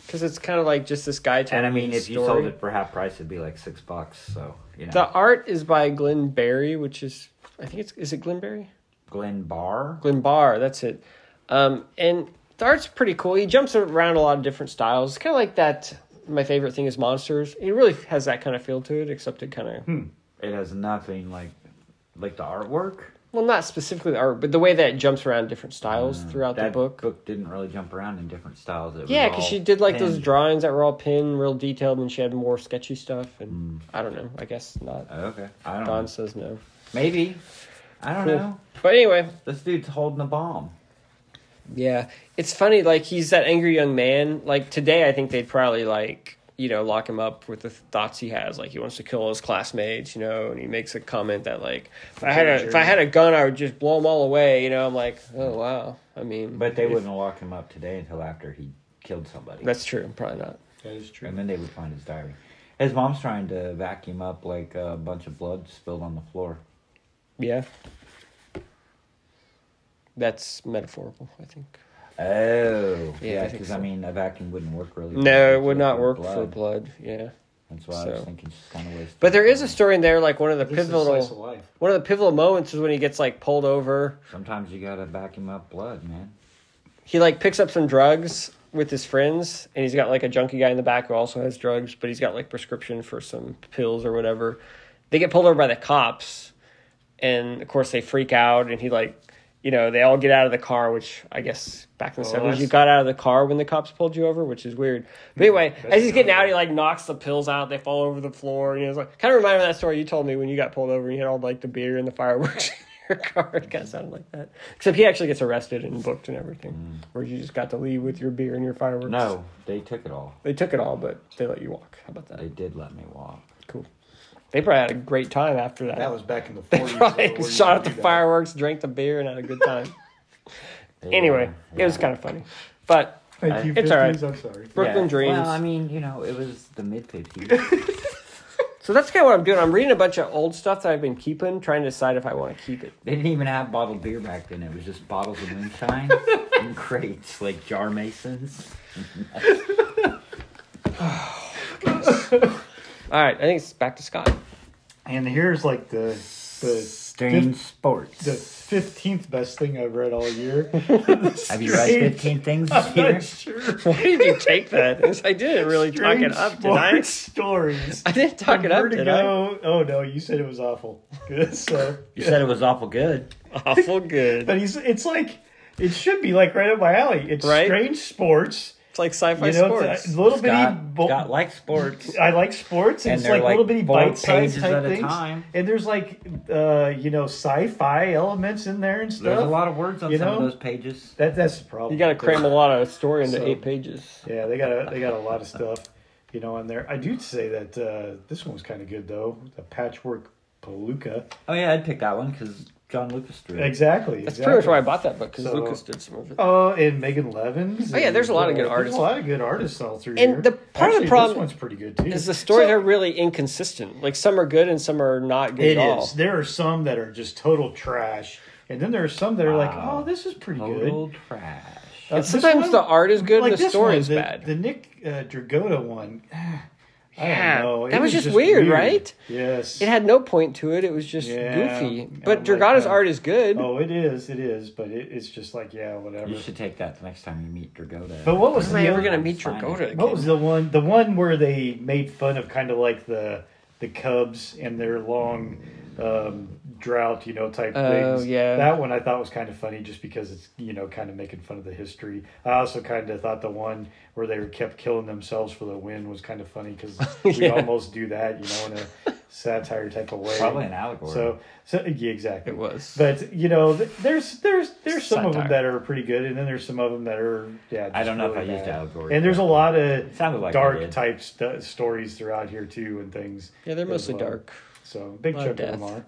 [SPEAKER 1] because it's kind of like just this guy telling
[SPEAKER 3] And I mean,
[SPEAKER 1] his
[SPEAKER 3] if
[SPEAKER 1] story.
[SPEAKER 3] you sold it for half price, it'd be like six bucks. So you know,
[SPEAKER 1] The art is by Glenn Barry, which is I think it's is it Glenn Barry?
[SPEAKER 3] Glenn Barr.
[SPEAKER 1] Glenn Barr, that's it. Um, and the art's pretty cool. He jumps around a lot of different styles. It's kind of like that. My favorite thing is monsters. It really has that kind of feel to it, except it kind of
[SPEAKER 3] Hmm. It has nothing like, like the artwork.
[SPEAKER 1] well, not specifically the art, but the way that it jumps around different styles throughout the
[SPEAKER 3] Mm, That
[SPEAKER 1] book.
[SPEAKER 3] book didn't really jump around in different styles. It was
[SPEAKER 1] Yeah, because
[SPEAKER 3] all
[SPEAKER 1] she did like those
[SPEAKER 3] pinned.
[SPEAKER 1] drawings that were all pinned, real detailed, and she had more sketchy stuff. And I don't know. I guess not.
[SPEAKER 3] Oh, okay, Mm. I don't.
[SPEAKER 1] Don
[SPEAKER 3] know.
[SPEAKER 1] says no.
[SPEAKER 3] Maybe. I don't
[SPEAKER 1] Cool.
[SPEAKER 3] know.
[SPEAKER 1] But anyway,
[SPEAKER 3] This dude's holding a bomb.
[SPEAKER 1] Yeah, it's funny. Like he's that angry young man. Like today, I think they'd probably like you know lock him up with the thoughts he has. Like he wants to kill all his classmates, you know. And he makes a comment that like if I had a if I had a gun, I would just blow them all away. You know, I'm like, oh wow. I mean,
[SPEAKER 3] But they wouldn't lock him up today until after he killed somebody.
[SPEAKER 1] that's true. Probably not.
[SPEAKER 2] That is true.
[SPEAKER 3] and then they would find his diary. His mom's trying to vacuum up like a bunch of blood spilled on the floor.
[SPEAKER 1] Yeah, that's metaphorical. I think.
[SPEAKER 3] Oh,
[SPEAKER 1] Yeah, I
[SPEAKER 3] yeah.
[SPEAKER 1] think
[SPEAKER 3] Because
[SPEAKER 1] so.
[SPEAKER 3] I mean, a vacuum wouldn't work really.
[SPEAKER 1] No,
[SPEAKER 3] well
[SPEAKER 1] it would not work for
[SPEAKER 3] blood.
[SPEAKER 1] blood. Yeah,
[SPEAKER 3] That's why I was
[SPEAKER 1] so.
[SPEAKER 3] thinking she's kind of wasted.
[SPEAKER 1] but there is a story in there, like one of the
[SPEAKER 2] This is a slice of
[SPEAKER 1] pivotal,
[SPEAKER 2] life.
[SPEAKER 1] one of the pivotal moments is when he gets like pulled over.
[SPEAKER 3] Sometimes you gotta vacuum up blood, man.
[SPEAKER 1] He like picks up some drugs with his friends, and he's got like a junkie guy in the back who also has drugs, but he's got like prescription for some pills or whatever. They get pulled over by the cops, and of course they freak out, and he like. You know, they all get out of the car, which I guess back in the
[SPEAKER 2] Oh,
[SPEAKER 1] seventies, you
[SPEAKER 2] that's-
[SPEAKER 1] got out of the car when the cops pulled you over, which is weird. But anyway,
[SPEAKER 2] That's
[SPEAKER 1] as he's getting
[SPEAKER 2] another
[SPEAKER 1] out,
[SPEAKER 2] one.
[SPEAKER 1] he like knocks the pills out. They fall over the floor, and he was like, kind of reminded me of that story you told me when you got pulled over. and You had all like the beer and the fireworks (laughs) in your car. It kind of sounded like that. Except he actually gets arrested and booked and everything,
[SPEAKER 2] Mm.
[SPEAKER 1] where you just got to leave with your beer and your fireworks.
[SPEAKER 3] No, they took it all.
[SPEAKER 1] they took it all, but they let you walk. How about
[SPEAKER 3] They
[SPEAKER 1] that?
[SPEAKER 3] did let me walk.
[SPEAKER 1] Cool. They probably had a great time after that.
[SPEAKER 2] That was back in the
[SPEAKER 1] they
[SPEAKER 2] 40s. though,
[SPEAKER 1] (laughs)
[SPEAKER 2] where
[SPEAKER 1] probably
[SPEAKER 2] you
[SPEAKER 1] shot
[SPEAKER 2] could
[SPEAKER 1] at the
[SPEAKER 2] do that.
[SPEAKER 1] fireworks, drank the beer, and had a good
[SPEAKER 2] (laughs)
[SPEAKER 1] time.
[SPEAKER 3] They,
[SPEAKER 1] anyway,
[SPEAKER 3] uh,
[SPEAKER 1] it was
[SPEAKER 3] yeah.
[SPEAKER 1] kind of funny, but
[SPEAKER 2] Thank you,
[SPEAKER 1] It's all right.
[SPEAKER 2] 50s, I'm sorry.
[SPEAKER 1] Brooklyn
[SPEAKER 3] Yeah.
[SPEAKER 1] Dreams.
[SPEAKER 3] Well, I mean, you know, it was the mid
[SPEAKER 2] (laughs)
[SPEAKER 3] '50s.
[SPEAKER 1] So that's kind of what I'm doing. I'm reading a bunch of old stuff that I've been keeping, trying to decide if I want to keep it.
[SPEAKER 3] they didn't even have bottled beer back then. It was just bottles of
[SPEAKER 2] (laughs)
[SPEAKER 3] moonshine and crates like jar masons.
[SPEAKER 1] All right, I think it's back to Scott. (laughs)
[SPEAKER 2] And here's like the the
[SPEAKER 3] Strange
[SPEAKER 2] fif-
[SPEAKER 3] sports.
[SPEAKER 2] the fifteenth best thing I've read all (laughs) year.
[SPEAKER 3] Have you read 15
[SPEAKER 2] (laughs)
[SPEAKER 3] things this year?
[SPEAKER 2] sure.
[SPEAKER 1] Why did you take that? I didn't really talk it up, did I?
[SPEAKER 2] Strange Stories.
[SPEAKER 1] I didn't talk it up, did I?
[SPEAKER 2] Vertigo- Oh no, you said it was awful. (laughs) Good. So,
[SPEAKER 3] You said it was awful good.
[SPEAKER 1] (laughs) Awful good.
[SPEAKER 2] but he's it's like it should be like right up my alley. It's
[SPEAKER 1] Right?
[SPEAKER 2] strange sports.
[SPEAKER 1] It's like sci-fi
[SPEAKER 2] You know, it's
[SPEAKER 1] sports.
[SPEAKER 2] a little bitty.
[SPEAKER 3] Scott,
[SPEAKER 2] bo-
[SPEAKER 3] Scott likes sports.
[SPEAKER 2] I like sports, and,
[SPEAKER 3] And
[SPEAKER 2] it's
[SPEAKER 3] they're
[SPEAKER 2] like, little
[SPEAKER 3] like
[SPEAKER 2] bitty
[SPEAKER 3] four
[SPEAKER 2] bite-sized
[SPEAKER 3] pages
[SPEAKER 2] type
[SPEAKER 3] at a
[SPEAKER 2] things.
[SPEAKER 3] time.
[SPEAKER 2] And there's like, uh, you know, sci-fi elements in there and stuff.
[SPEAKER 3] There's a lot of words on
[SPEAKER 2] You
[SPEAKER 3] some of
[SPEAKER 2] know?
[SPEAKER 3] those pages.
[SPEAKER 2] That that's the problem.
[SPEAKER 1] You got to cram a lot of story into
[SPEAKER 2] So-
[SPEAKER 1] eight pages.
[SPEAKER 2] Yeah, they got a they got a lot of stuff, you know, in there. I do say that uh, this one was kind of good though. The patchwork palooka.
[SPEAKER 3] Oh yeah, I'd pick that one because John Lucas drew it.
[SPEAKER 2] Exactly.
[SPEAKER 1] That's
[SPEAKER 2] exactly.
[SPEAKER 1] pretty much why I bought that book because
[SPEAKER 2] So-
[SPEAKER 1] Lucas did some of it.
[SPEAKER 2] Oh, and Megan Levins.
[SPEAKER 1] Oh, yeah, there's a lot of good
[SPEAKER 2] and- uh,
[SPEAKER 1] artists.
[SPEAKER 2] There's a lot of good artists all through
[SPEAKER 1] And
[SPEAKER 2] here.
[SPEAKER 1] the part of the
[SPEAKER 2] Actually,
[SPEAKER 1] problem
[SPEAKER 2] this one's pretty good too.
[SPEAKER 1] Because the stories
[SPEAKER 2] So-
[SPEAKER 1] are really inconsistent. Like some are good and some are not good
[SPEAKER 2] It
[SPEAKER 1] at all.
[SPEAKER 2] is. There are some that are just total trash, and then there are some that are like,
[SPEAKER 3] Wow.
[SPEAKER 2] oh, this is pretty
[SPEAKER 3] Total
[SPEAKER 2] good.
[SPEAKER 3] trash.
[SPEAKER 2] Uh,
[SPEAKER 1] And
[SPEAKER 2] this
[SPEAKER 1] sometimes
[SPEAKER 2] one-
[SPEAKER 1] the art is good and the
[SPEAKER 2] this
[SPEAKER 1] story
[SPEAKER 2] one,
[SPEAKER 1] is
[SPEAKER 2] the-
[SPEAKER 1] bad.
[SPEAKER 2] The Nick uh, Dragota one. (sighs) I
[SPEAKER 1] Yeah,
[SPEAKER 2] don't know. It
[SPEAKER 1] that was just weird, right?
[SPEAKER 2] Yes.
[SPEAKER 1] It had no point to it. It was just
[SPEAKER 2] Yeah,
[SPEAKER 1] goofy.
[SPEAKER 2] I
[SPEAKER 1] But
[SPEAKER 2] don't like
[SPEAKER 1] Dragata's
[SPEAKER 2] that.
[SPEAKER 1] art is good.
[SPEAKER 2] Oh, it is, it is, but it, it's just like yeah, whatever.
[SPEAKER 3] You should take that the next time you meet Dragota.
[SPEAKER 2] But what was
[SPEAKER 1] Am I
[SPEAKER 2] the
[SPEAKER 1] ever
[SPEAKER 2] other-
[SPEAKER 1] gonna meet
[SPEAKER 3] Fine.
[SPEAKER 1] Dragota again?
[SPEAKER 2] What was the one? The one where they made fun of kind of like the the Cubs and their long um, drought, you know, type
[SPEAKER 1] Oh,
[SPEAKER 2] things.
[SPEAKER 1] yeah.
[SPEAKER 2] that one I thought was kind of funny, just because it's you know kind of making fun of the history. I also kind of thought the one where they kept killing themselves for the win was kind of funny
[SPEAKER 1] (laughs)
[SPEAKER 2] because we
[SPEAKER 1] Yeah.
[SPEAKER 2] almost do that, you know, in a satire type of way.
[SPEAKER 3] Probably an allegory.
[SPEAKER 2] So, so yeah, exactly.
[SPEAKER 1] It was.
[SPEAKER 2] But you know, th- there's there's there's some of them
[SPEAKER 1] Satire.
[SPEAKER 2] that are pretty good, and then there's some of them that are yeah.
[SPEAKER 3] I don't
[SPEAKER 2] just
[SPEAKER 3] know if
[SPEAKER 2] really
[SPEAKER 3] I used
[SPEAKER 2] bad.
[SPEAKER 3] allegory
[SPEAKER 2] And there's a lot of
[SPEAKER 3] sounded like I
[SPEAKER 2] dark
[SPEAKER 3] did.
[SPEAKER 2] type st- stories throughout here too, and things.
[SPEAKER 1] yeah, they're
[SPEAKER 2] as
[SPEAKER 1] mostly
[SPEAKER 2] well.
[SPEAKER 1] dark.
[SPEAKER 2] So big
[SPEAKER 1] lot
[SPEAKER 2] chunk
[SPEAKER 1] of
[SPEAKER 2] of them
[SPEAKER 1] death.
[SPEAKER 2] are.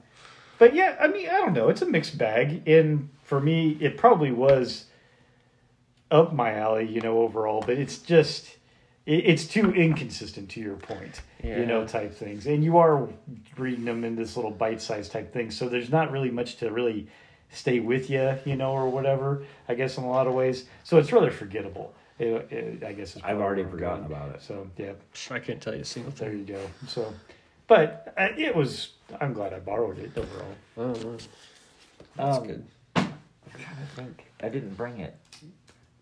[SPEAKER 2] But yeah, I mean, I don't know. It's a mixed bag, and for me, it probably was up my alley, you know, overall. But it's just it, it's too inconsistent to your point,
[SPEAKER 1] Yeah.
[SPEAKER 2] you know, type things. And you are reading them in this little bite-sized type thing, so there's not really much to really stay with you, you know, or whatever. I guess in a lot of ways, so it's rather forgettable. It, it- I guess it's
[SPEAKER 3] I've already
[SPEAKER 2] probably where I'm
[SPEAKER 3] forgotten
[SPEAKER 2] going.
[SPEAKER 3] about it.
[SPEAKER 2] So yeah,
[SPEAKER 1] Psh, I can't tell you a single
[SPEAKER 2] there
[SPEAKER 1] thing.
[SPEAKER 2] you go. So, but uh, it was. I'm glad I borrowed it overall.
[SPEAKER 1] I don't know. That's
[SPEAKER 3] Um,
[SPEAKER 1] good.
[SPEAKER 3] I'm trying to think. I didn't bring it.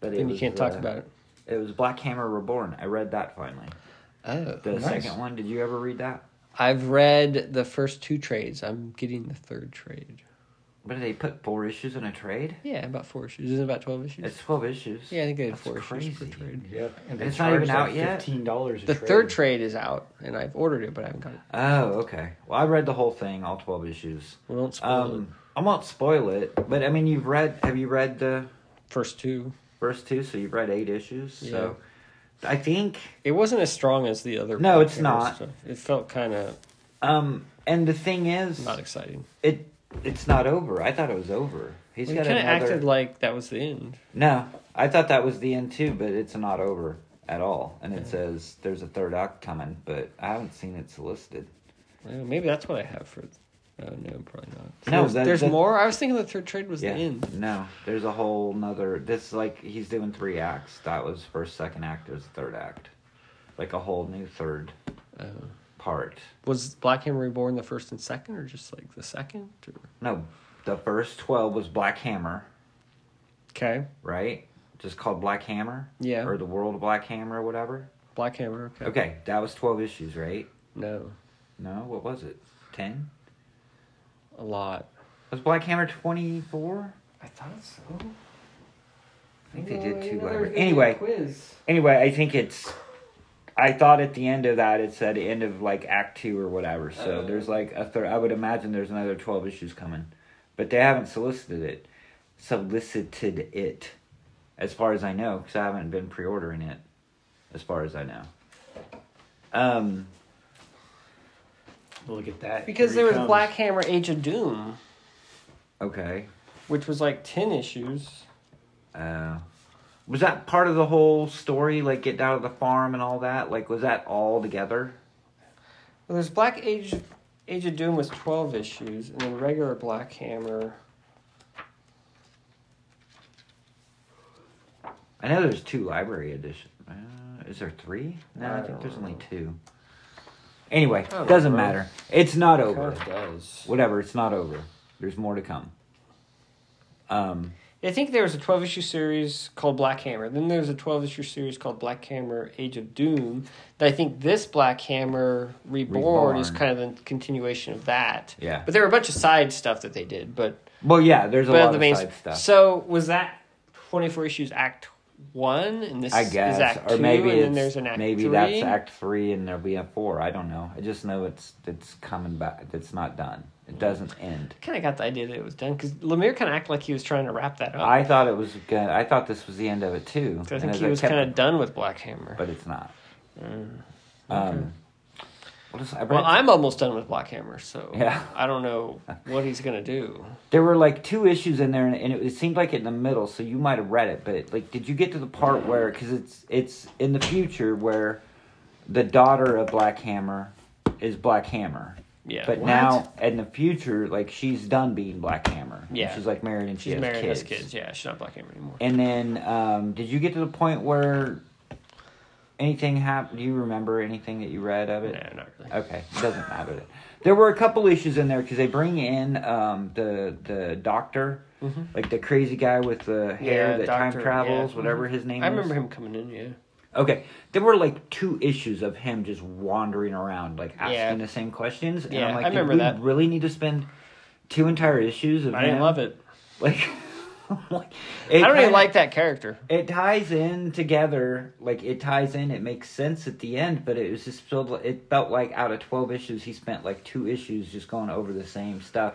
[SPEAKER 3] But it
[SPEAKER 1] And you
[SPEAKER 3] was,
[SPEAKER 1] can't talk
[SPEAKER 3] uh,
[SPEAKER 1] about it.
[SPEAKER 3] It was Black Hammer Reborn. I read that finally.
[SPEAKER 1] Oh.
[SPEAKER 3] The
[SPEAKER 2] Nice.
[SPEAKER 3] second one. Did you ever read that?
[SPEAKER 1] I've read the first two trades. I'm getting the third trade.
[SPEAKER 3] What did they put four issues in a trade?
[SPEAKER 1] Yeah, about four issues. Isn't it about 12 issues?
[SPEAKER 3] It's twelve issues.
[SPEAKER 1] yeah, I think I had
[SPEAKER 3] That's
[SPEAKER 1] four issues per
[SPEAKER 3] crazy.
[SPEAKER 1] trade.
[SPEAKER 2] Yep. And they
[SPEAKER 3] It's not
[SPEAKER 2] charge
[SPEAKER 3] even out yet?
[SPEAKER 2] Fifteen dollars.
[SPEAKER 1] The third trade is out, and I've ordered it, but I haven't got it.
[SPEAKER 3] Oh, okay. Well, I read the whole thing, all twelve issues.
[SPEAKER 1] We won't spoil
[SPEAKER 3] Um, I won't spoil it, but I mean, you've read. Have you read the
[SPEAKER 1] it. First two.
[SPEAKER 3] first two? So you've read eight issues. So, I think.
[SPEAKER 1] It wasn't as strong as the other.
[SPEAKER 3] No,
[SPEAKER 1] Black
[SPEAKER 3] it's
[SPEAKER 1] Hammer
[SPEAKER 3] not.
[SPEAKER 1] stuff. It felt kind of
[SPEAKER 3] Um, and the thing is,
[SPEAKER 1] not exciting.
[SPEAKER 3] it it's not over. I thought it was over. He's
[SPEAKER 1] He
[SPEAKER 3] got
[SPEAKER 1] kind of
[SPEAKER 3] another.
[SPEAKER 1] acted like that was the end.
[SPEAKER 3] no, I thought that was the end too, but it's not over at all. And it says there's a third act coming, but I haven't seen it solicited.
[SPEAKER 1] Well, maybe that's what I have for
[SPEAKER 4] Uh, no, probably not.
[SPEAKER 3] No,
[SPEAKER 1] there's,
[SPEAKER 3] that-
[SPEAKER 1] there's
[SPEAKER 3] that-
[SPEAKER 1] more. I was thinking the third trade was the end.
[SPEAKER 3] No, there's a whole nother. This like he's doing three acts. That was first, second act. There's a third act, like a whole new third
[SPEAKER 1] Oh.
[SPEAKER 3] part.
[SPEAKER 1] Was Black Hammer Reborn the first and second, or just like the second? Or...
[SPEAKER 3] No, the first twelve was Black Hammer,
[SPEAKER 1] Okay,
[SPEAKER 3] right? Just called Black Hammer.
[SPEAKER 1] Yeah.
[SPEAKER 3] Or the World of Black Hammer, or whatever.
[SPEAKER 1] Black Hammer. Okay.
[SPEAKER 3] Okay, that was twelve issues, right?
[SPEAKER 1] No,
[SPEAKER 3] No, what was it? Ten?
[SPEAKER 1] a lot.
[SPEAKER 3] Was Black Hammer twenty four?
[SPEAKER 1] I thought so.
[SPEAKER 3] I think they did two. Black- Anyway,
[SPEAKER 1] quiz.
[SPEAKER 3] anyway, I think it's. I thought at the end of that it said end of like Act Two or whatever. So
[SPEAKER 4] Oh.
[SPEAKER 3] there's like a third. I would imagine there's another twelve issues coming, but they haven't solicited it. Solicited it, as far as I know, because I haven't been pre-ordering it, as far as I know. Um.
[SPEAKER 2] Look at that.
[SPEAKER 1] Because there
[SPEAKER 2] Here he
[SPEAKER 1] was
[SPEAKER 2] comes.
[SPEAKER 1] Black Hammer Age of Doom,
[SPEAKER 3] Okay.
[SPEAKER 1] which was like ten issues.
[SPEAKER 3] Uh, was that part of the whole story? Like get down to the farm and all that. Like was that all together?
[SPEAKER 1] Well, there's Black Age Age of Doom was twelve issues, and then regular Black Hammer.
[SPEAKER 3] I know there's two library edition. Uh, is there three? No, I,
[SPEAKER 1] I
[SPEAKER 3] think
[SPEAKER 1] don't
[SPEAKER 3] there's only
[SPEAKER 1] know. Oh,
[SPEAKER 3] two. Anyway,
[SPEAKER 1] I don't
[SPEAKER 3] doesn't
[SPEAKER 1] know.
[SPEAKER 3] matter. It's not
[SPEAKER 1] Kind
[SPEAKER 3] over.
[SPEAKER 1] of does.
[SPEAKER 3] Whatever, it's not over. There's more to come. Um,
[SPEAKER 1] I think there was a twelve issue series called Black Hammer. Then there's a twelve issue series called Black Hammer Age of Doom. That I think this Black Hammer Reborn, is
[SPEAKER 3] Reborn.
[SPEAKER 1] kind of a continuation of that.
[SPEAKER 3] Yeah.
[SPEAKER 1] But there were a bunch of side stuff that they did, but
[SPEAKER 3] well, yeah, there's a
[SPEAKER 1] but
[SPEAKER 3] lot
[SPEAKER 1] the
[SPEAKER 3] of
[SPEAKER 1] main
[SPEAKER 3] side stuff.
[SPEAKER 1] So was that twenty four issues Act One, and this
[SPEAKER 3] I guess,
[SPEAKER 1] is Act
[SPEAKER 3] or
[SPEAKER 1] Two,
[SPEAKER 3] maybe
[SPEAKER 1] and
[SPEAKER 3] it's
[SPEAKER 1] then there's an Act
[SPEAKER 3] maybe
[SPEAKER 1] Three.
[SPEAKER 3] that's Act Three, and there'll be a four. I don't know. I just know it's it's coming back. It's not done. It doesn't end.
[SPEAKER 1] kind of got the idea that it was done because Lemire kind of acted like he was trying to wrap that up.
[SPEAKER 3] I thought it was good. I thought this was the end of it too.
[SPEAKER 1] Oh. So I
[SPEAKER 3] and
[SPEAKER 1] think
[SPEAKER 3] as
[SPEAKER 1] he was
[SPEAKER 3] kept-
[SPEAKER 1] kind of done with Black Hammer.
[SPEAKER 3] but it's not. Um, what is, I read
[SPEAKER 1] Mm. well, I'm almost done with Black Hammer, so
[SPEAKER 3] Yeah.
[SPEAKER 1] I don't know what he's gonna do.
[SPEAKER 3] there were like two issues in there, and, and it, it seemed like in the middle. So you might have read it, but it, like, did you get to the part where? Because it's it's in the future where the daughter of Black Hammer is Black Hammer,
[SPEAKER 1] Yeah,
[SPEAKER 3] but
[SPEAKER 1] What?
[SPEAKER 3] now in the future, like she's done being Black Hammer. And
[SPEAKER 1] Yeah.
[SPEAKER 3] she's like married and she
[SPEAKER 1] she's
[SPEAKER 3] has
[SPEAKER 1] married,
[SPEAKER 3] kids.
[SPEAKER 1] has kids. Yeah, she's not Black Hammer anymore.
[SPEAKER 3] And then, um, did you get to the point where anything happened? Do you remember anything that you read of it?
[SPEAKER 1] no, not really.
[SPEAKER 3] Okay, it doesn't matter. There were a couple issues in there because they bring in um, the the doctor, like the crazy guy with the hair
[SPEAKER 1] Mm-hmm. Yeah,
[SPEAKER 3] that
[SPEAKER 1] doctor,
[SPEAKER 3] time travels,
[SPEAKER 1] yeah.
[SPEAKER 3] whatever his name
[SPEAKER 1] I
[SPEAKER 3] is.
[SPEAKER 1] remember him coming in. Yeah,
[SPEAKER 3] Okay, there were like two issues of him just wandering around, like asking
[SPEAKER 1] Yeah.
[SPEAKER 3] the same questions, and
[SPEAKER 1] Yeah,
[SPEAKER 3] I'm like,
[SPEAKER 1] I
[SPEAKER 3] "Did
[SPEAKER 1] remember
[SPEAKER 3] we
[SPEAKER 1] that.
[SPEAKER 3] really need to spend two entire issues of
[SPEAKER 1] I didn't
[SPEAKER 3] him?"
[SPEAKER 1] love it.
[SPEAKER 3] Like, (laughs) like
[SPEAKER 1] I don't even
[SPEAKER 3] kinda-
[SPEAKER 1] like that character.
[SPEAKER 3] it ties in together like it ties in it makes sense at the end but it was just filled it felt like out of 12 issues he spent like two issues just going over the same stuff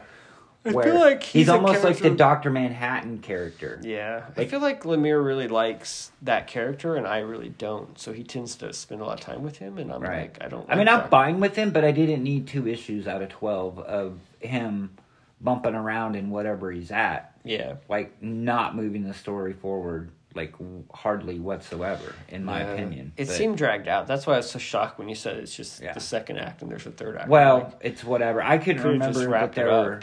[SPEAKER 1] I feel like he's a
[SPEAKER 3] almost like the
[SPEAKER 1] character-
[SPEAKER 3] dr manhattan character
[SPEAKER 1] Yeah, I
[SPEAKER 3] Like-
[SPEAKER 1] feel like Lemire really likes that character, and I really don't. So he tends to spend a lot of time with him, and I'm
[SPEAKER 3] Right.
[SPEAKER 1] like, I don't.
[SPEAKER 3] i mean
[SPEAKER 1] like
[SPEAKER 3] i'm
[SPEAKER 1] that.
[SPEAKER 3] fine with him but i didn't need two issues out of 12 of him bumping around in whatever he's at
[SPEAKER 1] Yeah,
[SPEAKER 3] like not moving the story forward like w- hardly whatsoever in my
[SPEAKER 1] Yeah.
[SPEAKER 3] opinion
[SPEAKER 1] It
[SPEAKER 3] But-
[SPEAKER 1] seemed dragged out. That's why I was so shocked when you said it's just
[SPEAKER 3] Yeah.
[SPEAKER 1] the second act and there's a third act.
[SPEAKER 3] Well, it's whatever. I couldn't
[SPEAKER 1] Could've just
[SPEAKER 3] remember that
[SPEAKER 1] wrapped
[SPEAKER 3] there
[SPEAKER 1] it up.
[SPEAKER 3] were.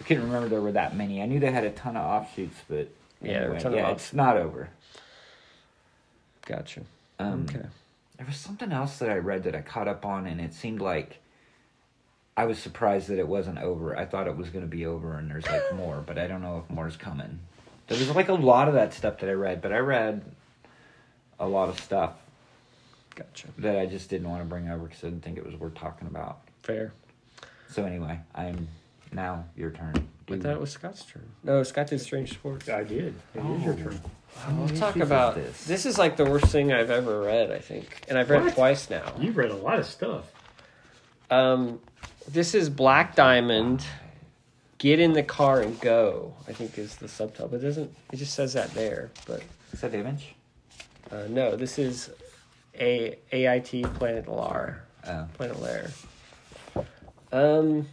[SPEAKER 3] I couldn't remember there were that many. I knew they had a ton of offshoots, but
[SPEAKER 1] Yeah, there were a
[SPEAKER 3] anyway,
[SPEAKER 1] ton of
[SPEAKER 3] yeah,
[SPEAKER 1] offs-
[SPEAKER 3] it's not over.
[SPEAKER 1] gotcha.
[SPEAKER 3] Um,
[SPEAKER 1] Okay.
[SPEAKER 3] There was something else that I read that I caught up on, and it seemed like I was surprised that it wasn't over. I thought it was going to be over, and there's like more, but I don't know if more's coming. There was like a lot of that stuff that I read, but I read a lot of stuff
[SPEAKER 1] Gotcha.
[SPEAKER 3] that I just didn't want to bring over because I didn't think it was worth talking about.
[SPEAKER 1] Fair.
[SPEAKER 3] So anyway, I'm now your turn.
[SPEAKER 1] But
[SPEAKER 3] You-
[SPEAKER 1] that was Scott's turn. No, Scott did Strange Sports.
[SPEAKER 2] I did. It is your turn.
[SPEAKER 1] We'll
[SPEAKER 3] many
[SPEAKER 1] talk
[SPEAKER 3] issues is
[SPEAKER 1] about
[SPEAKER 3] this?
[SPEAKER 1] this. is like the worst thing I've ever read, I think. And I've read it
[SPEAKER 2] What?
[SPEAKER 1] twice now.
[SPEAKER 2] You've read a lot of stuff.
[SPEAKER 1] Um, this is Black Diamond. Get in the car and go. I think is the subtitle. It doesn't. It just says that there. But
[SPEAKER 3] Is that image?
[SPEAKER 1] uh, no, this is a AIT Planet Lar.
[SPEAKER 3] Oh.
[SPEAKER 1] Planet Lair. Um.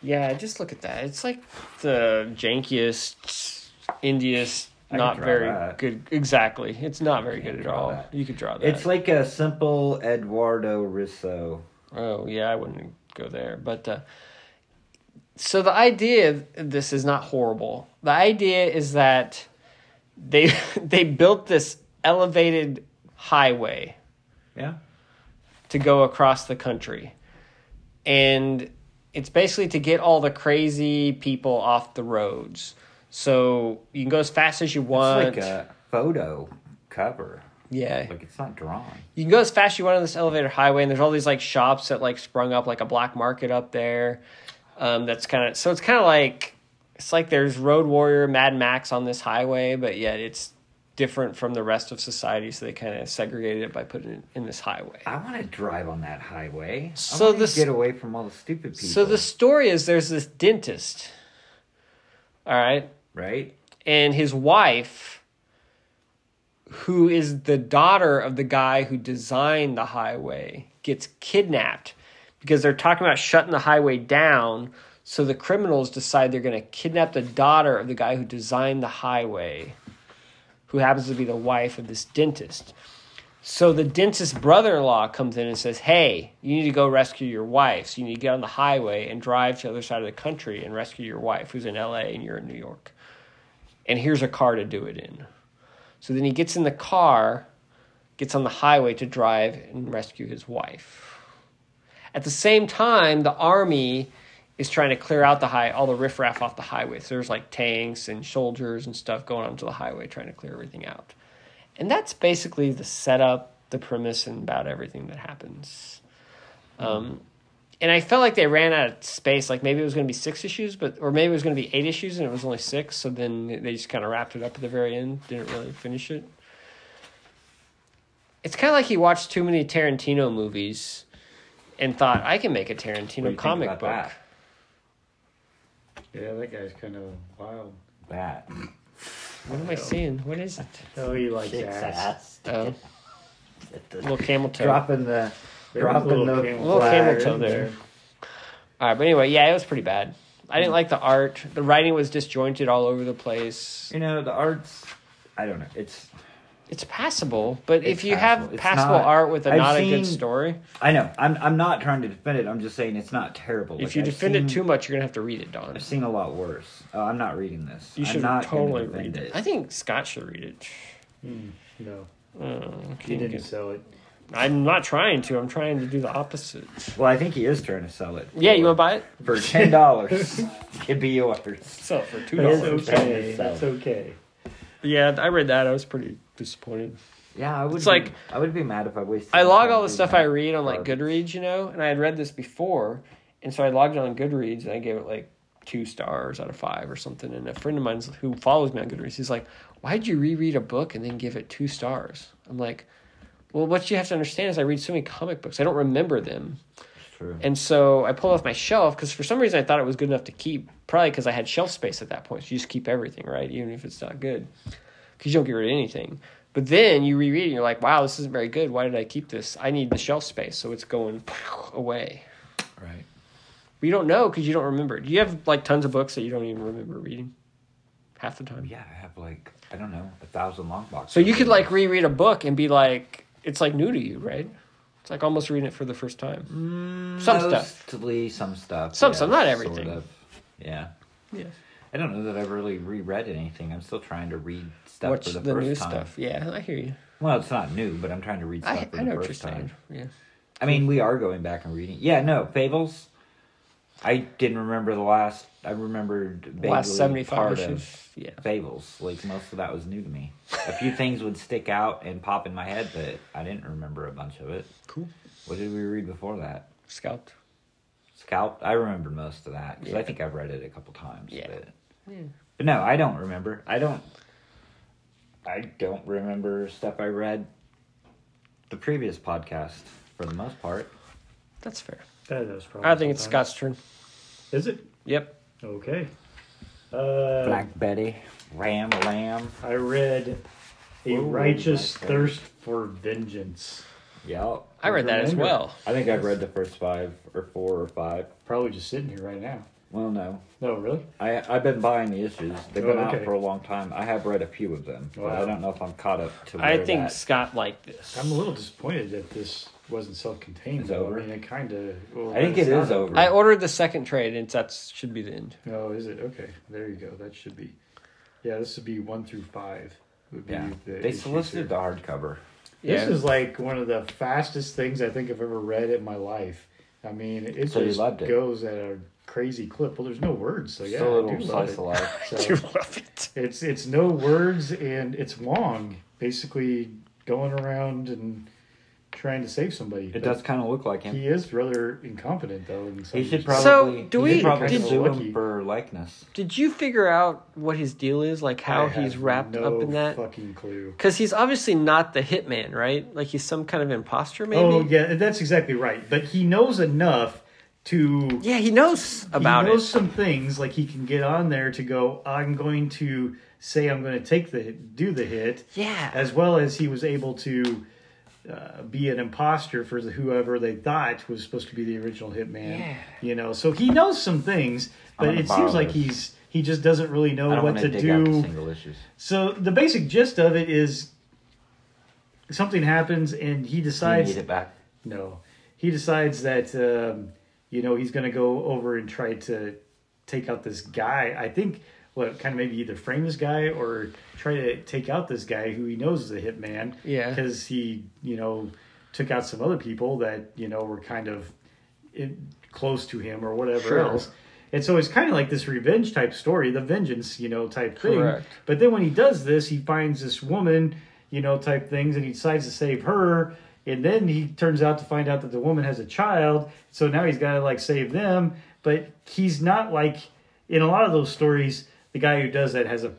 [SPEAKER 1] Yeah, just look at that. It's like the jankiest, indiest,
[SPEAKER 3] I could
[SPEAKER 1] not
[SPEAKER 3] draw
[SPEAKER 1] very
[SPEAKER 3] that.
[SPEAKER 1] good. Exactly, it's not very
[SPEAKER 3] can't
[SPEAKER 1] good at
[SPEAKER 3] draw
[SPEAKER 1] all.
[SPEAKER 3] that.
[SPEAKER 1] You could draw that.
[SPEAKER 3] It's like a simple Eduardo Risso.
[SPEAKER 1] oh yeah, I wouldn't go there. But uh, so the idea this is not horrible. The idea is that they (laughs) they built this elevated highway
[SPEAKER 3] Yeah.
[SPEAKER 1] to go across the country. And it's basically to get all the crazy people off the roads. So you can go as fast as you want.
[SPEAKER 3] It's like a photo cover.
[SPEAKER 1] yeah.
[SPEAKER 3] Like it's not drawn.
[SPEAKER 1] you can go as fast as you want on this elevator highway, and there's all these like shops that like sprung up, like a black market up there. Um, that's kind of so it's kind of like it's like there's Road Warrior, Mad Max on this highway, but yet it's different from the rest of society. So they kind of segregated it by putting it in this highway.
[SPEAKER 3] I want to drive on that highway.
[SPEAKER 1] So
[SPEAKER 3] I wanna
[SPEAKER 1] this-
[SPEAKER 3] get away from all the stupid people.
[SPEAKER 1] So the story is there's this dentist, all right,
[SPEAKER 3] right.
[SPEAKER 1] and his wife, who is the daughter of the guy who designed the highway, gets kidnapped because they're talking about shutting the highway down. So the criminals decide they're going to kidnap the daughter of the guy who designed the highway, who happens to be the wife of this dentist. So the dentist's brother in law comes in and says, Hey, you need to go rescue your wife. So you need to get on the highway and drive to the other side of the country and rescue your wife, who's in LA and you're in New York and here's a car to do it in. So then he gets in the car, gets on the highway to drive and rescue his wife. At the same time, the army is trying to clear out the high all the riffraff off the highway. So there's like tanks and soldiers and stuff going onto the highway trying to clear everything out. And that's basically the setup, the premise, and about everything that happens. Um, and I felt like they ran out of space. Like maybe it was going to be six issues, but or maybe it was going to be eight issues, and it was only six. So then they just kind of wrapped it up at the very end. Didn't really finish it. It's kind of like he watched too many Tarantino movies, and thought I can make a
[SPEAKER 3] What do you
[SPEAKER 1] Tarantino
[SPEAKER 3] think
[SPEAKER 1] comic
[SPEAKER 3] about
[SPEAKER 1] book.
[SPEAKER 3] That?
[SPEAKER 2] Yeah, that guy's kind of wild.
[SPEAKER 3] that.
[SPEAKER 1] What am I seeing? What is it?
[SPEAKER 2] Oh, he likes
[SPEAKER 3] Kicks
[SPEAKER 2] ass.
[SPEAKER 1] Oh, little camel toe.
[SPEAKER 3] Dropping the
[SPEAKER 2] There's a
[SPEAKER 3] dropping
[SPEAKER 2] little
[SPEAKER 3] the
[SPEAKER 2] camel-
[SPEAKER 1] Oh. Little camel
[SPEAKER 3] flag.
[SPEAKER 1] toe there. All right, but anyway, yeah, it was pretty bad. I didn't like the art. The writing was disjointed all over the place.
[SPEAKER 3] You know the arts. I don't know. It's
[SPEAKER 1] It's passable, but
[SPEAKER 3] It's
[SPEAKER 1] if you
[SPEAKER 3] passable.
[SPEAKER 1] have
[SPEAKER 3] It's
[SPEAKER 1] passable
[SPEAKER 3] not-
[SPEAKER 1] art with a
[SPEAKER 3] I've
[SPEAKER 1] not a
[SPEAKER 3] seen-
[SPEAKER 1] good story,
[SPEAKER 3] I know. I'm I'm not trying to defend it. I'm just saying it's not terrible.
[SPEAKER 1] if you defend it too much, you're gonna have to read it, Don.
[SPEAKER 3] I've seen a lot worse. Uh, I'm not reading this.
[SPEAKER 1] You
[SPEAKER 3] I'm
[SPEAKER 1] should
[SPEAKER 3] not gonna
[SPEAKER 1] totally read
[SPEAKER 3] defend
[SPEAKER 1] it. I think Scott should read it.
[SPEAKER 2] No,
[SPEAKER 1] Uh,
[SPEAKER 2] he didn't sell it.
[SPEAKER 1] I'm not trying to. I'm trying to do the opposite.
[SPEAKER 3] Well, I think he is trying to sell it.
[SPEAKER 1] Yeah, you
[SPEAKER 3] for-
[SPEAKER 1] want to buy it? (laughs)
[SPEAKER 3] for ten dollars. It'd be yours.
[SPEAKER 1] Sell it for two
[SPEAKER 2] That's
[SPEAKER 1] dollars.
[SPEAKER 2] okay. That's okay.
[SPEAKER 1] Yeah, I read that. I was pretty disappointed.
[SPEAKER 3] Yeah, I would.
[SPEAKER 1] It's
[SPEAKER 3] be-
[SPEAKER 1] like-
[SPEAKER 3] I would be mad if I wasted.
[SPEAKER 1] I
[SPEAKER 3] my
[SPEAKER 1] log
[SPEAKER 3] time
[SPEAKER 1] all the
[SPEAKER 3] reading
[SPEAKER 1] stuff
[SPEAKER 3] that
[SPEAKER 1] I read on like
[SPEAKER 3] garbage.
[SPEAKER 1] Goodreads, you know, and I had read this before, and so I logged on Goodreads and I gave it like two stars out of five or something. And a friend of mine who follows me on Goodreads, he's like, "Why'd you reread a book and then give it two stars?" I'm like, "Well, what you have to understand is I read so many comic books, I don't remember them."
[SPEAKER 3] True.
[SPEAKER 1] And so I pulled off my shelf because for some reason I thought it was good enough to keep, probably because I had shelf space at that point. So you just keep everything, right? Even if it's not good, because you don't get rid of anything. But then you reread it and you're like, wow, this isn't very good. Why did I keep this? I need the shelf space. So it's going (laughs) away.
[SPEAKER 3] Right.
[SPEAKER 1] But you don't know because you don't remember. Do you have like tons of books that you don't even remember reading half the time?
[SPEAKER 3] Yeah, I have like I don't know a thousand long boxes.
[SPEAKER 1] So you could like reread a book and be like, it's like new to you, right? It's like almost reading it for the first time.
[SPEAKER 3] Mm.
[SPEAKER 1] some stuff.
[SPEAKER 3] Mostly some stuff.
[SPEAKER 1] Some stuff, not
[SPEAKER 3] sort
[SPEAKER 1] everything.
[SPEAKER 3] of. Yeah.
[SPEAKER 1] Yeah.
[SPEAKER 3] I don't know that I've really reread anything. I'm still trying to read stuff
[SPEAKER 1] What's
[SPEAKER 3] for the,
[SPEAKER 1] the,
[SPEAKER 3] first
[SPEAKER 1] new
[SPEAKER 3] time.
[SPEAKER 1] stuff? Yeah, I hear you.
[SPEAKER 3] Well, it's not new, but I'm trying to read stuff
[SPEAKER 1] I,
[SPEAKER 3] for
[SPEAKER 1] I
[SPEAKER 3] the
[SPEAKER 1] know what you're
[SPEAKER 3] first
[SPEAKER 1] saying.
[SPEAKER 3] time.
[SPEAKER 1] Yeah.
[SPEAKER 3] I mean, we are going back and reading. Yeah, no, Fables. I didn't remember the last. I remembered
[SPEAKER 1] The
[SPEAKER 3] vaguely
[SPEAKER 1] last 75
[SPEAKER 3] part
[SPEAKER 1] issues.
[SPEAKER 3] of
[SPEAKER 1] Yeah.
[SPEAKER 3] Fables. Like most of that was new to me. A few things would stick out and pop in my head, but I didn't remember a bunch of it.
[SPEAKER 1] Cool.
[SPEAKER 3] What did we read before that?
[SPEAKER 1] Scalped.
[SPEAKER 3] Scalped. I remember most of that because
[SPEAKER 1] Yeah.
[SPEAKER 3] I think I've read it a couple times.
[SPEAKER 1] Yeah.
[SPEAKER 3] But,
[SPEAKER 1] Yeah.
[SPEAKER 3] but no, I don't remember. I don't. I don't remember stuff I read. The previous podcast, for the most part.
[SPEAKER 1] That's fair.
[SPEAKER 2] That was probably
[SPEAKER 1] I think it's
[SPEAKER 2] sometime.
[SPEAKER 1] Scott's turn.
[SPEAKER 2] Is it
[SPEAKER 1] Yep.
[SPEAKER 2] okay? Uh,
[SPEAKER 3] Black Betty, Ram Lamb.
[SPEAKER 2] I read a
[SPEAKER 3] Whoa,
[SPEAKER 2] righteous
[SPEAKER 3] Black Betty.
[SPEAKER 2] thirst for vengeance.
[SPEAKER 3] Yep.
[SPEAKER 1] I read that as
[SPEAKER 2] Remember.
[SPEAKER 1] well.
[SPEAKER 3] I think I've read the first five or four or five.
[SPEAKER 2] Probably just sitting here right now.
[SPEAKER 3] Well, no,
[SPEAKER 2] No, really?
[SPEAKER 3] I I've been buying the issues. They've been
[SPEAKER 2] Oh,
[SPEAKER 3] out
[SPEAKER 2] okay.
[SPEAKER 3] for a long time. I have read a few of them, but I
[SPEAKER 2] Wow.
[SPEAKER 3] don't know if I'm caught up to. Where
[SPEAKER 1] I think
[SPEAKER 3] that-
[SPEAKER 1] Scott liked this.
[SPEAKER 2] I'm a little disappointed that this wasn't self-contained.
[SPEAKER 3] It's
[SPEAKER 2] though.
[SPEAKER 3] over?
[SPEAKER 2] I mean, it kind of. Well,
[SPEAKER 3] I think
[SPEAKER 2] it's
[SPEAKER 3] it is
[SPEAKER 2] not-
[SPEAKER 3] over.
[SPEAKER 1] I ordered the second trade, and that should be the end.
[SPEAKER 2] Oh, is it okay? There you go. That should be. Yeah, this would be one through five. Would be
[SPEAKER 3] yeah.
[SPEAKER 2] the
[SPEAKER 3] They
[SPEAKER 2] issues Oh,
[SPEAKER 3] solicited the
[SPEAKER 2] here.
[SPEAKER 3] hardcover.
[SPEAKER 2] This
[SPEAKER 1] Yeah.
[SPEAKER 2] is like one of the fastest things I think I've ever read in my life. I mean, it
[SPEAKER 3] So you
[SPEAKER 2] just
[SPEAKER 3] loved it.
[SPEAKER 2] goes at a crazy clip. Well, there's no words, so yeah,
[SPEAKER 3] Still a
[SPEAKER 2] I
[SPEAKER 3] little
[SPEAKER 2] do
[SPEAKER 3] slice
[SPEAKER 2] love
[SPEAKER 3] of
[SPEAKER 2] it.
[SPEAKER 3] life. (laughs)
[SPEAKER 2] So-
[SPEAKER 1] love it.
[SPEAKER 2] It's it's no words and it's long, basically going around and trying to save somebody.
[SPEAKER 3] It does kind of look like him.
[SPEAKER 2] He is rather incompetent though. In some
[SPEAKER 3] He should
[SPEAKER 2] respects.
[SPEAKER 3] probably.
[SPEAKER 1] So, do
[SPEAKER 3] he
[SPEAKER 1] we-
[SPEAKER 3] should probably
[SPEAKER 2] did-
[SPEAKER 3] sue
[SPEAKER 2] Lucky.
[SPEAKER 3] him for likeness?
[SPEAKER 1] Did you figure out what his deal is? Like how
[SPEAKER 2] I
[SPEAKER 1] he's
[SPEAKER 2] have
[SPEAKER 1] wrapped
[SPEAKER 2] no
[SPEAKER 1] up in that?
[SPEAKER 2] Fucking clue.
[SPEAKER 1] Because he's obviously not the hitman, right? Like he's some kind of imposter, maybe.
[SPEAKER 2] Oh yeah, that's exactly right. But he knows enough to
[SPEAKER 1] Yeah, he knows about
[SPEAKER 2] he knows (laughs)
[SPEAKER 1] it.
[SPEAKER 2] some things like he can get on there to go i'm going to say i'm going to take the do the hit
[SPEAKER 1] Yeah.
[SPEAKER 2] as well as he was able to uh, be an imposter for the, whoever they thought was supposed to be the original hitman
[SPEAKER 1] Yeah.
[SPEAKER 2] you know so he knows some things
[SPEAKER 3] I'm
[SPEAKER 2] but
[SPEAKER 3] gonna
[SPEAKER 2] it
[SPEAKER 3] borrow
[SPEAKER 2] seems like
[SPEAKER 3] this.
[SPEAKER 2] he's he just doesn't really
[SPEAKER 3] I
[SPEAKER 2] know
[SPEAKER 3] don't
[SPEAKER 2] what
[SPEAKER 3] want
[SPEAKER 2] to
[SPEAKER 3] to dig out the
[SPEAKER 2] do
[SPEAKER 3] single issues.
[SPEAKER 2] so the basic gist of it is something happens and he
[SPEAKER 3] You
[SPEAKER 2] decides
[SPEAKER 3] need it back.
[SPEAKER 2] no, he decides that um, you know he's gonna go over and try to take out this guy. I think what kind of maybe either frame this guy or try to take out this guy who he knows is a hitman.
[SPEAKER 1] Yeah.
[SPEAKER 2] because he you know took out some other people that you know were kind of in, close to him or whatever
[SPEAKER 1] Sure.
[SPEAKER 2] else. And so it's kind of like this revenge type story, the vengeance, you know, type thing.
[SPEAKER 1] Correct.
[SPEAKER 2] But then when he does this, he finds this woman, you know, type things, and he decides to save her. And then he turns out to find out that the woman has a child. So now he's got to like save them. But he's not like in a lot of those stories, the guy who does that has a,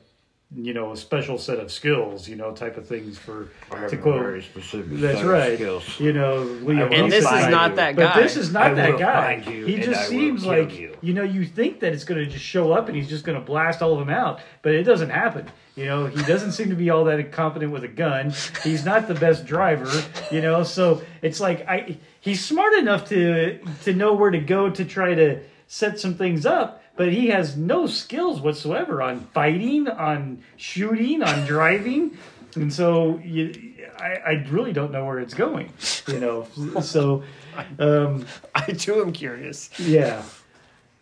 [SPEAKER 2] you know, a special set of skills, you know, type of things for to quote.
[SPEAKER 4] specific
[SPEAKER 2] That's right. You know, Leo
[SPEAKER 4] And
[SPEAKER 1] And this is
[SPEAKER 2] Rosenstein.
[SPEAKER 4] find
[SPEAKER 1] not
[SPEAKER 4] you.
[SPEAKER 1] that guy.
[SPEAKER 2] But this is not
[SPEAKER 4] I
[SPEAKER 2] that
[SPEAKER 4] will
[SPEAKER 2] guy.
[SPEAKER 4] find you
[SPEAKER 2] he
[SPEAKER 4] and
[SPEAKER 2] just
[SPEAKER 4] I will
[SPEAKER 2] seems
[SPEAKER 4] kill
[SPEAKER 2] like
[SPEAKER 4] you.
[SPEAKER 2] know you think that it's going to just show up and he's just going to blast all of them out, but it doesn't happen. You know, he doesn't seem to be all that incompetent with a gun. He's not the best driver. You know, so it's like I he's smart enough to to know where to go to try to set some things up. But he has no skills whatsoever on fighting, on shooting, on driving, and so you, I, I really don't know where it's going. You know, so um,
[SPEAKER 1] I too am curious.
[SPEAKER 2] yeah.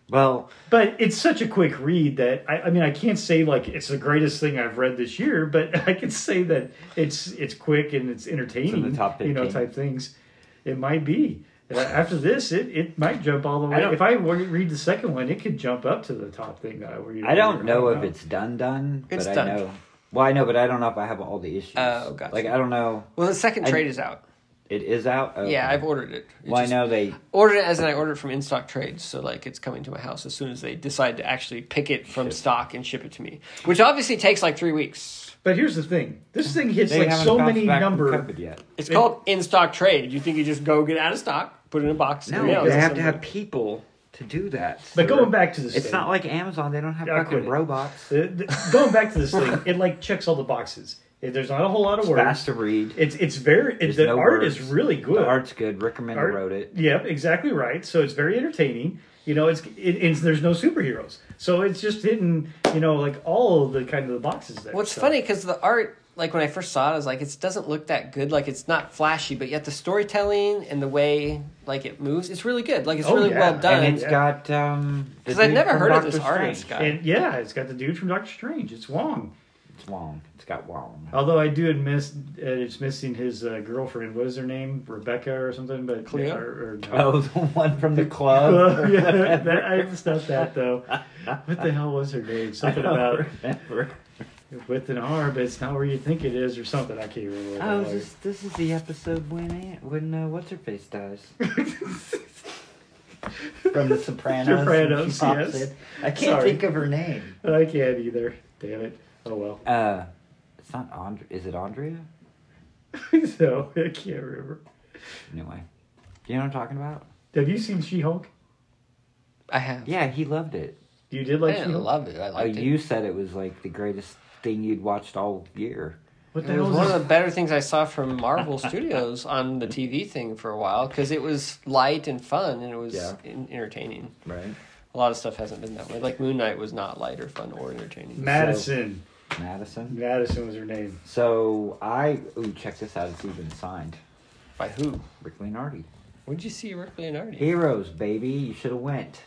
[SPEAKER 3] Well,
[SPEAKER 2] But it's such a quick read that I, I mean I can't say like it's the greatest thing I've read this year, but (laughs) I can say that it's it's quick and it's entertaining,
[SPEAKER 3] top
[SPEAKER 2] you know,
[SPEAKER 3] 15.
[SPEAKER 2] type things. It might be Uh, after this, it, it might jump all the way.
[SPEAKER 3] don't-
[SPEAKER 2] if I were to read the second one, it could jump up to the top thing that I read.
[SPEAKER 3] I don't know if it's done done, but
[SPEAKER 1] It's
[SPEAKER 3] I
[SPEAKER 1] done.
[SPEAKER 3] know. Well, I know, but I don't know if I have all the issues.
[SPEAKER 1] Oh, gotcha.
[SPEAKER 3] Like I don't know.
[SPEAKER 1] Well, the second
[SPEAKER 3] I-
[SPEAKER 1] trade is out.
[SPEAKER 3] It is out. Oh, Okay.
[SPEAKER 1] Yeah, I've ordered it. It
[SPEAKER 3] Well, I
[SPEAKER 1] just-
[SPEAKER 3] know they.
[SPEAKER 1] Ordered it as in I ordered it from in stock trades, so like it's coming to my house as soon as they decide to actually pick it from stock and ship it to me, which obviously takes like three weeks.
[SPEAKER 2] But here's the thing: this thing hits
[SPEAKER 3] They
[SPEAKER 2] like
[SPEAKER 3] haven't
[SPEAKER 2] so
[SPEAKER 3] bounced
[SPEAKER 2] many
[SPEAKER 3] back from
[SPEAKER 2] number.
[SPEAKER 3] COVID yet.
[SPEAKER 1] It's called in stock trade. You think you just go get out of stock, put it in a box? and
[SPEAKER 3] No,
[SPEAKER 1] mail it
[SPEAKER 3] they have to
[SPEAKER 1] somewhere.
[SPEAKER 3] have people to do that.
[SPEAKER 2] But
[SPEAKER 3] sir.
[SPEAKER 2] going back to this,
[SPEAKER 3] it's
[SPEAKER 2] thing,
[SPEAKER 3] not like Amazon. They don't have
[SPEAKER 2] Yeah, I
[SPEAKER 3] fucking
[SPEAKER 2] quit it.
[SPEAKER 3] robots.
[SPEAKER 2] the- the- going back to this thing, it like checks all the boxes. It- There's not a whole lot of
[SPEAKER 3] It's
[SPEAKER 2] words.
[SPEAKER 3] fast to read.
[SPEAKER 2] It's it's very it,
[SPEAKER 3] There's
[SPEAKER 2] the
[SPEAKER 3] no
[SPEAKER 2] art
[SPEAKER 3] words.
[SPEAKER 2] is really good.
[SPEAKER 3] The art's good. Rick Remender
[SPEAKER 2] Art-
[SPEAKER 3] wrote it.
[SPEAKER 2] Yep, exactly right. So it's very entertaining. You know, it's it, it's there's no superheroes, so it's just hitting you know like all of the kind of the boxes there.
[SPEAKER 1] What's
[SPEAKER 2] So-
[SPEAKER 1] funny because the art, like when I first saw it, I was like, it doesn't look that good. Like it's not flashy, but yet the storytelling and the way like it moves, it's really good. Like it's
[SPEAKER 2] Oh,
[SPEAKER 1] really
[SPEAKER 2] yeah.
[SPEAKER 1] well
[SPEAKER 2] And
[SPEAKER 1] done.
[SPEAKER 3] And it's
[SPEAKER 2] Yeah.
[SPEAKER 3] got um. the
[SPEAKER 1] Because I've
[SPEAKER 3] dude
[SPEAKER 1] never
[SPEAKER 3] from
[SPEAKER 1] heard of
[SPEAKER 3] Doctor
[SPEAKER 1] this artist
[SPEAKER 3] Strange.
[SPEAKER 1] guy.
[SPEAKER 2] And yeah, it's got the dude from Doctor Strange. It's Wong.
[SPEAKER 3] It's Wong. It's got Wong.
[SPEAKER 2] Although I do admit uh, it's missing his uh, girlfriend. What is her name? Rebecca or something? But
[SPEAKER 1] Cleo?
[SPEAKER 2] Or, or, no.
[SPEAKER 3] Oh, (laughs) the one from the
[SPEAKER 2] (laughs)
[SPEAKER 3] club.
[SPEAKER 2] Well, yeah, that, I, it's not that though. What the hell was
[SPEAKER 3] (laughs)
[SPEAKER 2] her name? Something about
[SPEAKER 3] Remember.
[SPEAKER 2] with an R, but it's not where you think it is, or something. I can't remember. what
[SPEAKER 3] Oh,
[SPEAKER 2] it was.
[SPEAKER 3] this, this is the episode when Aunt, when uh, what's her face
[SPEAKER 2] (laughs)
[SPEAKER 3] dies from The Sopranos. and
[SPEAKER 2] Sopranos,
[SPEAKER 3] she pops
[SPEAKER 2] yes.
[SPEAKER 3] in. I can't
[SPEAKER 2] Sorry.
[SPEAKER 3] think of her name.
[SPEAKER 2] I can't either. Damn it. Oh well.
[SPEAKER 3] Uh,
[SPEAKER 2] (laughs)
[SPEAKER 3] it's not Andre. Is it Andrea?
[SPEAKER 2] so I can't remember.
[SPEAKER 3] Anyway, you know what I'm talking about?
[SPEAKER 2] Have you seen She Hulk?
[SPEAKER 1] I have.
[SPEAKER 3] Yeah, he loved it.
[SPEAKER 2] You did
[SPEAKER 1] I
[SPEAKER 2] like She
[SPEAKER 1] didn't
[SPEAKER 2] Hulk.
[SPEAKER 1] love it. I
[SPEAKER 3] Oh,
[SPEAKER 1] liked
[SPEAKER 3] you
[SPEAKER 1] it.
[SPEAKER 3] said it was like the greatest thing you'd watched all year.
[SPEAKER 2] What the
[SPEAKER 1] It was
[SPEAKER 2] hell
[SPEAKER 1] one
[SPEAKER 2] is
[SPEAKER 1] of
[SPEAKER 2] this?
[SPEAKER 1] the better things I saw from Marvel Studios on the TV thing for a while because it was light and fun and it was
[SPEAKER 3] Yeah.
[SPEAKER 1] en- entertaining.
[SPEAKER 3] Right.
[SPEAKER 1] A lot of stuff hasn't been that way. Like Moon Knight was not light or fun or entertaining.
[SPEAKER 2] Madison.
[SPEAKER 3] Madison.
[SPEAKER 2] Madison was her name.
[SPEAKER 3] So I ooh, check this out. It's even signed.
[SPEAKER 1] By who?
[SPEAKER 3] Rick Leonardi.
[SPEAKER 1] Where'd you see Rick Leonardi?
[SPEAKER 3] Heroes, baby. You should have went.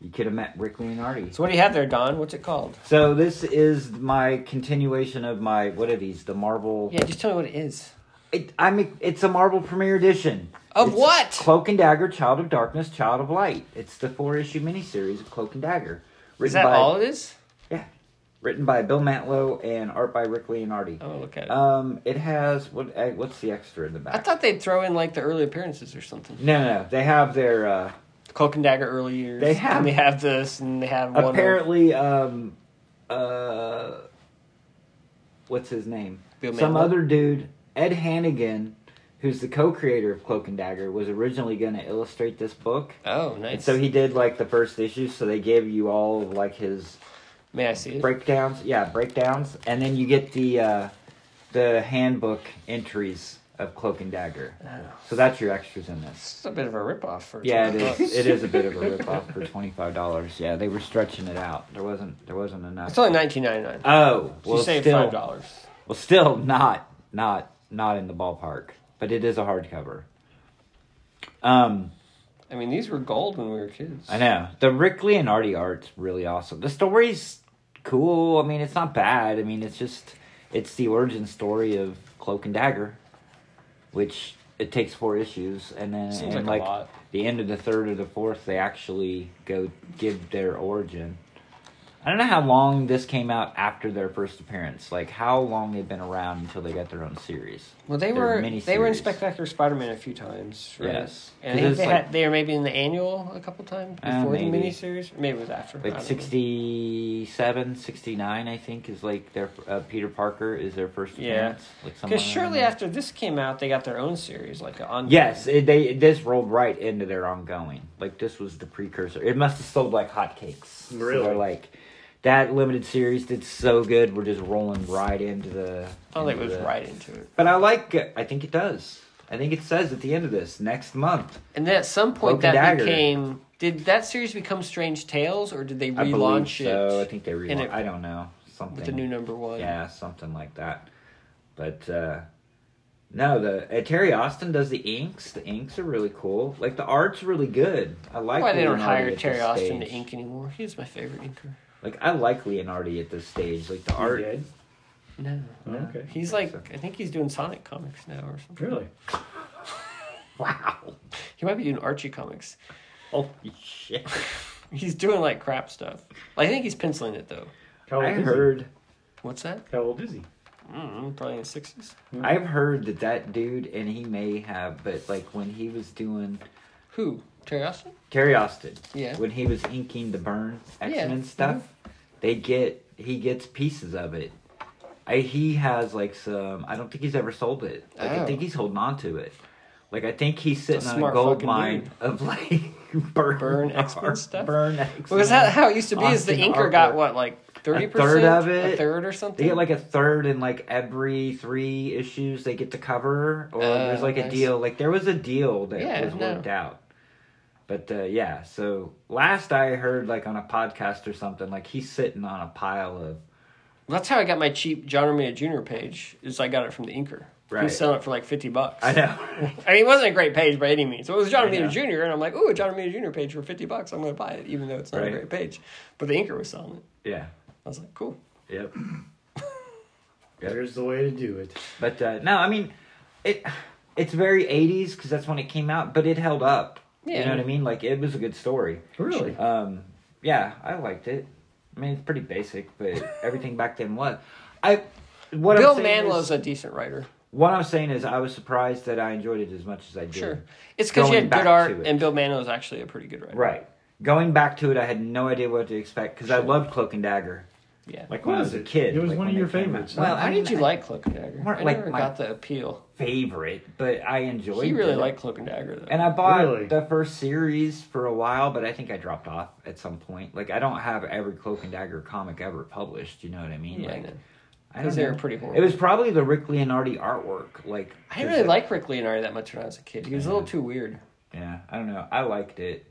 [SPEAKER 3] You could have met Rick Leonardi.
[SPEAKER 1] So what do you have there, Don? What's it called?
[SPEAKER 3] So this is my continuation of my what are these? The Marvel.
[SPEAKER 1] Yeah, just tell me what it is.
[SPEAKER 3] It, I'm. It's a Marvel Premiere Edition.
[SPEAKER 1] Of
[SPEAKER 3] It's
[SPEAKER 1] what?
[SPEAKER 3] Cloak and Dagger, Child of Darkness, Child of Light. It's the four issue miniseries of Cloak and Dagger. Written
[SPEAKER 1] Is that
[SPEAKER 3] by,
[SPEAKER 1] all it is?
[SPEAKER 3] Written by Bill Mantlo and art by Rick Leonardi.
[SPEAKER 1] I'm gonna look at it.
[SPEAKER 3] Um, it has what? eh, What's the extra in the back?
[SPEAKER 1] I thought they'd throw in like the early appearances or something.
[SPEAKER 3] no, no, no. They have their. Uh,
[SPEAKER 1] Cloak and Dagger early years.
[SPEAKER 3] They have-
[SPEAKER 1] and they have this and they have one. of-
[SPEAKER 3] apparently um uh what's his name
[SPEAKER 1] Bill
[SPEAKER 3] some
[SPEAKER 1] Mantlo?
[SPEAKER 3] other dude ed hannigan who's the co-creator of cloak and dagger was originally going to illustrate this book
[SPEAKER 1] Oh,
[SPEAKER 3] and
[SPEAKER 1] nice.
[SPEAKER 3] so he did like the first issue so they gave you all of like his
[SPEAKER 1] May I see it?
[SPEAKER 3] breakdowns yeah breakdowns and then you get the uh the handbook entries of cloak and dagger
[SPEAKER 1] Oh.
[SPEAKER 3] so that's your extras in this
[SPEAKER 1] This is a bit of a ripoff for
[SPEAKER 3] yeah, it
[SPEAKER 1] 20
[SPEAKER 3] is.
[SPEAKER 1] bucks.
[SPEAKER 3] It is a bit of a
[SPEAKER 1] (laughs)
[SPEAKER 3] ripoff for twenty five dollars. Yeah, they were stretching it out. There wasn't. There wasn't enough.
[SPEAKER 1] It's only nineteen ninety nine.
[SPEAKER 3] Oh,
[SPEAKER 1] So
[SPEAKER 3] well,
[SPEAKER 1] you saved
[SPEAKER 3] still,
[SPEAKER 1] five dollars.
[SPEAKER 3] Well, still not, not, not in the ballpark. But it is a hardcover. Um,
[SPEAKER 1] I mean, these were gold when we were kids.
[SPEAKER 3] I know the Rick Leonardi art's really awesome. The story's cool. I mean, it's not bad. I mean, it's just it's the origin story of Cloak and Dagger, which it takes four issues, and then
[SPEAKER 1] Seems
[SPEAKER 3] and
[SPEAKER 1] like
[SPEAKER 3] like,
[SPEAKER 1] a lot.
[SPEAKER 3] the end of the third or the fourth, they actually go give their origin. I don't know how long this came out after their first appearance. Like how long they've been around until they got their own series.
[SPEAKER 1] Well, they
[SPEAKER 3] They're
[SPEAKER 1] were they were in
[SPEAKER 3] miniseries.
[SPEAKER 1] Spectacular Spider Man a few times, right?
[SPEAKER 3] Yes.
[SPEAKER 1] and I
[SPEAKER 3] 'Cause
[SPEAKER 1] think
[SPEAKER 3] it's
[SPEAKER 1] they
[SPEAKER 3] like-
[SPEAKER 1] had they were maybe in the annual a couple times
[SPEAKER 3] Uh,
[SPEAKER 1] before the
[SPEAKER 3] maybe.
[SPEAKER 1] miniseries, or maybe it was after. I
[SPEAKER 3] like
[SPEAKER 1] don't
[SPEAKER 3] 67 69 i think is like their uh, peter parker is their first
[SPEAKER 1] Yeah.
[SPEAKER 3] appearance like
[SPEAKER 1] know.
[SPEAKER 3] somewhere
[SPEAKER 1] Because surely
[SPEAKER 3] around
[SPEAKER 1] after this came out, they got their own series, like an
[SPEAKER 3] there.
[SPEAKER 1] ongoing.
[SPEAKER 3] yes it, they this rolled right into their ongoing like this was the precursor it must have sold like hotcakes So
[SPEAKER 2] Really?
[SPEAKER 3] they're like that limited series did so good we're just rolling right into the
[SPEAKER 1] I don't think it
[SPEAKER 3] into
[SPEAKER 1] Oh, was
[SPEAKER 3] the-
[SPEAKER 1] right into it.
[SPEAKER 3] but i like it. i think it does i think it says at the end of this next month
[SPEAKER 1] And then at some point,
[SPEAKER 3] Cloak and
[SPEAKER 1] that
[SPEAKER 3] Dagger.
[SPEAKER 1] became. Did that series become Strange Tales, or did they
[SPEAKER 3] i believe
[SPEAKER 1] relaunch
[SPEAKER 3] so i
[SPEAKER 1] it
[SPEAKER 3] think they
[SPEAKER 1] And
[SPEAKER 3] relaunched
[SPEAKER 1] it-
[SPEAKER 3] i don't know something
[SPEAKER 1] with the new number one?
[SPEAKER 3] Yeah, something like that. But uh no, the uh, Terry Austin does the inks. The inks are really cool. Like the art's really good. I like.
[SPEAKER 1] Why they don't
[SPEAKER 3] Leonardi at
[SPEAKER 1] hire
[SPEAKER 3] this
[SPEAKER 1] Terry Austin to
[SPEAKER 3] stage.
[SPEAKER 1] ink anymore? He's my favorite inker.
[SPEAKER 3] Like I like Leonardi at this stage. Like the art.
[SPEAKER 2] Dead?
[SPEAKER 1] No,
[SPEAKER 2] Oh,
[SPEAKER 3] Yeah.
[SPEAKER 2] okay.
[SPEAKER 1] he's
[SPEAKER 3] I think
[SPEAKER 1] like
[SPEAKER 3] so.
[SPEAKER 1] I think he's doing Sonic comics now or something.
[SPEAKER 2] Really?
[SPEAKER 3] (laughs) Wow.
[SPEAKER 1] He might be doing Archie comics.
[SPEAKER 3] Holy shit!
[SPEAKER 1] He's doing like crap stuff. I think he's penciling it though.
[SPEAKER 2] (laughs) How old
[SPEAKER 3] I
[SPEAKER 2] is he?
[SPEAKER 3] heard.
[SPEAKER 1] What's that?
[SPEAKER 2] How old is he?
[SPEAKER 1] Mm, probably in the sixties.
[SPEAKER 2] Hmm.
[SPEAKER 3] I've heard that that dude, and he may have, but like when he was doing
[SPEAKER 1] Who? Terry Austin?
[SPEAKER 3] Terry Austin,
[SPEAKER 1] Yeah.
[SPEAKER 3] when he was inking the burn X
[SPEAKER 1] Yeah. Mm-hmm.
[SPEAKER 3] Men stuff, they get he gets pieces of it. I, he has like some. I don't think he's ever sold it. Like I
[SPEAKER 1] Oh.
[SPEAKER 3] think he's holding on to it. Like I think he's sitting on a
[SPEAKER 1] smart
[SPEAKER 3] gold
[SPEAKER 1] fucking
[SPEAKER 3] mine
[SPEAKER 1] dude.
[SPEAKER 3] of like (laughs) burn
[SPEAKER 1] Burn X-Men
[SPEAKER 3] art,
[SPEAKER 1] stuff?
[SPEAKER 3] Burn X.
[SPEAKER 1] Because that how it used to be is the
[SPEAKER 3] Austin
[SPEAKER 1] inker got
[SPEAKER 3] artwork.
[SPEAKER 1] what like thirty
[SPEAKER 3] A
[SPEAKER 1] percent,
[SPEAKER 3] third of
[SPEAKER 1] a
[SPEAKER 3] it.
[SPEAKER 1] third or something.
[SPEAKER 3] They get like a third in like every three issues they get to cover,
[SPEAKER 1] Oh,
[SPEAKER 3] or there's like
[SPEAKER 1] nice.
[SPEAKER 3] a deal. Like there was a deal that
[SPEAKER 1] Yeah,
[SPEAKER 3] was
[SPEAKER 1] no.
[SPEAKER 3] worked out. But uh, yeah, so last I heard, like on a podcast or something, like he's sitting on a pile of
[SPEAKER 1] That's how I got my cheap John Romita Jr. page. Is I got it from the inker. He
[SPEAKER 3] Right.
[SPEAKER 1] was selling it for like fifty bucks.
[SPEAKER 3] I know. (laughs)
[SPEAKER 1] I mean, it wasn't a great page by any means. So it was John
[SPEAKER 3] I
[SPEAKER 1] Romita
[SPEAKER 3] know.
[SPEAKER 1] Jr. and I'm like, ooh, a John Romita Jr. page for fifty bucks. I'm going to buy it, even though it's not a
[SPEAKER 3] Right.
[SPEAKER 1] great page. But the inker was selling it.
[SPEAKER 3] yeah.
[SPEAKER 1] I was like, cool.
[SPEAKER 3] Yep. Yep.
[SPEAKER 2] There's the way to do it.
[SPEAKER 3] But uh, no, I mean, it it's very '80s because that's when it came out, but it held up. You
[SPEAKER 1] Yeah.
[SPEAKER 3] know what I mean? Like it was a good story.
[SPEAKER 2] Really?
[SPEAKER 3] Um, yeah, I liked it. I mean, it's pretty basic, but
[SPEAKER 1] (laughs)
[SPEAKER 3] everything back then was. I what
[SPEAKER 1] Bill
[SPEAKER 3] I'm saying
[SPEAKER 1] Manlow's
[SPEAKER 3] is,
[SPEAKER 1] a decent writer.
[SPEAKER 3] what I'm saying is I was surprised that I enjoyed it as much as I did.
[SPEAKER 1] Sure. It's because you
[SPEAKER 3] Going
[SPEAKER 1] had
[SPEAKER 3] back
[SPEAKER 1] good art,
[SPEAKER 3] to it.
[SPEAKER 1] and Bill Manlow's actually a pretty good writer.
[SPEAKER 3] Right. Going back to it, I had no idea what to expect because I loved Cloak and Dagger.
[SPEAKER 1] Yeah.
[SPEAKER 3] Like
[SPEAKER 2] What
[SPEAKER 3] when I
[SPEAKER 2] is
[SPEAKER 3] was a
[SPEAKER 2] it?
[SPEAKER 3] kid.
[SPEAKER 2] It was
[SPEAKER 3] like,
[SPEAKER 2] one of
[SPEAKER 3] when
[SPEAKER 2] your
[SPEAKER 3] they came
[SPEAKER 2] favorites,
[SPEAKER 3] out. Well,
[SPEAKER 2] huh?
[SPEAKER 1] Why
[SPEAKER 3] I
[SPEAKER 1] did
[SPEAKER 3] mean,
[SPEAKER 1] you
[SPEAKER 3] I-
[SPEAKER 1] like Cloak and Dagger?
[SPEAKER 3] Weren't
[SPEAKER 1] I
[SPEAKER 3] like
[SPEAKER 1] never
[SPEAKER 3] my-
[SPEAKER 1] got the appeal.
[SPEAKER 3] favorite, but I enjoyed.
[SPEAKER 1] He really
[SPEAKER 3] it.
[SPEAKER 1] liked Cloak and Dagger, though.
[SPEAKER 3] And I bought
[SPEAKER 2] Really?
[SPEAKER 3] the first series for a while, but I think I dropped off at some point. Like I don't have every Cloak and Dagger comic ever published. You know what I mean?
[SPEAKER 1] yeah, I
[SPEAKER 3] like,
[SPEAKER 1] know.
[SPEAKER 3] I don't
[SPEAKER 1] Because they were
[SPEAKER 3] know.
[SPEAKER 1] pretty horrible.
[SPEAKER 3] It was probably the Rick Leonardi artwork. Like
[SPEAKER 1] I didn't really like Rick Leonardi that much when I was a kid. He was a little
[SPEAKER 3] Yeah.
[SPEAKER 1] too weird.
[SPEAKER 3] Yeah, I don't know. I liked it,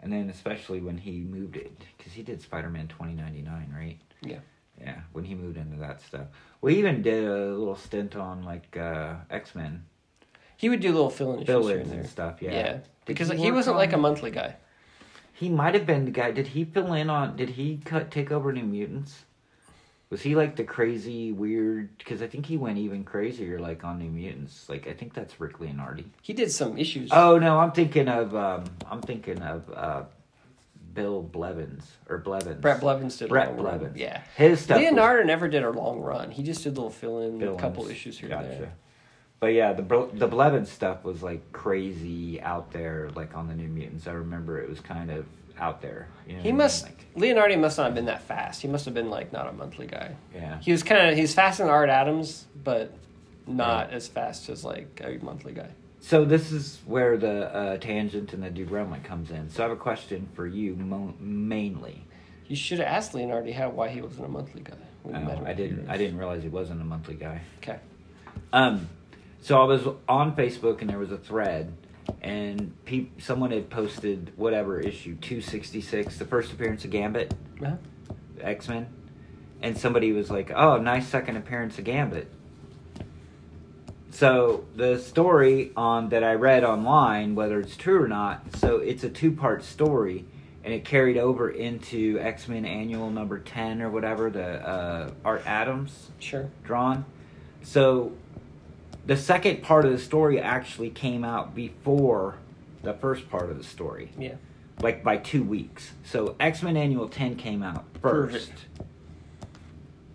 [SPEAKER 3] and then especially when he moved it because he did Spider Man twenty ninety nine, right?
[SPEAKER 1] Yeah.
[SPEAKER 3] Yeah, when he moved into that stuff. We even did a little stint on like uh, X Men.
[SPEAKER 1] He would do little fill-in issues here
[SPEAKER 3] villains
[SPEAKER 1] and there.
[SPEAKER 3] and stuff. Yeah,
[SPEAKER 1] Yeah,
[SPEAKER 3] Did
[SPEAKER 1] because he,
[SPEAKER 3] work
[SPEAKER 1] wasn't like a
[SPEAKER 3] on-
[SPEAKER 1] monthly guy.
[SPEAKER 3] He might have been the guy. Did he fill in on? Did he cut take over New Mutants? Was he like the crazy weird? Because I think he went even crazier, like on New Mutants. Like I think that's Rick Leonardi.
[SPEAKER 1] He did some issues.
[SPEAKER 3] Oh no, I'm thinking of um, I'm thinking of uh, Bill Blevins or Blevins.
[SPEAKER 1] Brett Blevins did. a
[SPEAKER 3] Brett
[SPEAKER 1] long run.
[SPEAKER 3] Blevins.
[SPEAKER 1] Yeah.
[SPEAKER 3] His stuff. was
[SPEAKER 1] Leonardo never did a long run. He just did little fill-in, a
[SPEAKER 3] villains.
[SPEAKER 1] couple issues here and there.
[SPEAKER 3] But yeah, the Bro- the Blevins stuff was like crazy out there, like on the New Mutants. I remember it was kind of out there. You know what I
[SPEAKER 1] He
[SPEAKER 3] mean?
[SPEAKER 1] must
[SPEAKER 3] Like,
[SPEAKER 1] Leonardo must not have been that fast. He must have been like not a monthly guy.
[SPEAKER 3] yeah.
[SPEAKER 1] He was kind of he was faster than Art Adams, but not as fast as like a monthly guy.
[SPEAKER 3] So this is where the uh, tangent and the derailment comes in. So I have a question for you mo- mainly.
[SPEAKER 1] You should have asked Leonardo how why he wasn't a monthly guy. when you
[SPEAKER 3] Oh,
[SPEAKER 1] met him.
[SPEAKER 3] I didn't. I didn't realize he wasn't a monthly guy.
[SPEAKER 1] Okay.
[SPEAKER 3] Um, so I was on Facebook and there was a thread, and peop someone had posted whatever issue two sixty six, the first appearance of Gambit,
[SPEAKER 1] Uh-huh.
[SPEAKER 3] X Men, and somebody was like, "Oh, nice second appearance of Gambit." So the story on that I read online, whether it's true or not, so it's a two part story, and it carried over into X Men Annual Number Ten or whatever the uh, Art Adams
[SPEAKER 1] Sure.
[SPEAKER 3] drawn. So the second part of the story actually came out before the first part of the story,
[SPEAKER 1] Yeah.
[SPEAKER 3] like by two weeks. So X Men Annual 10 came out first.
[SPEAKER 1] Perfect.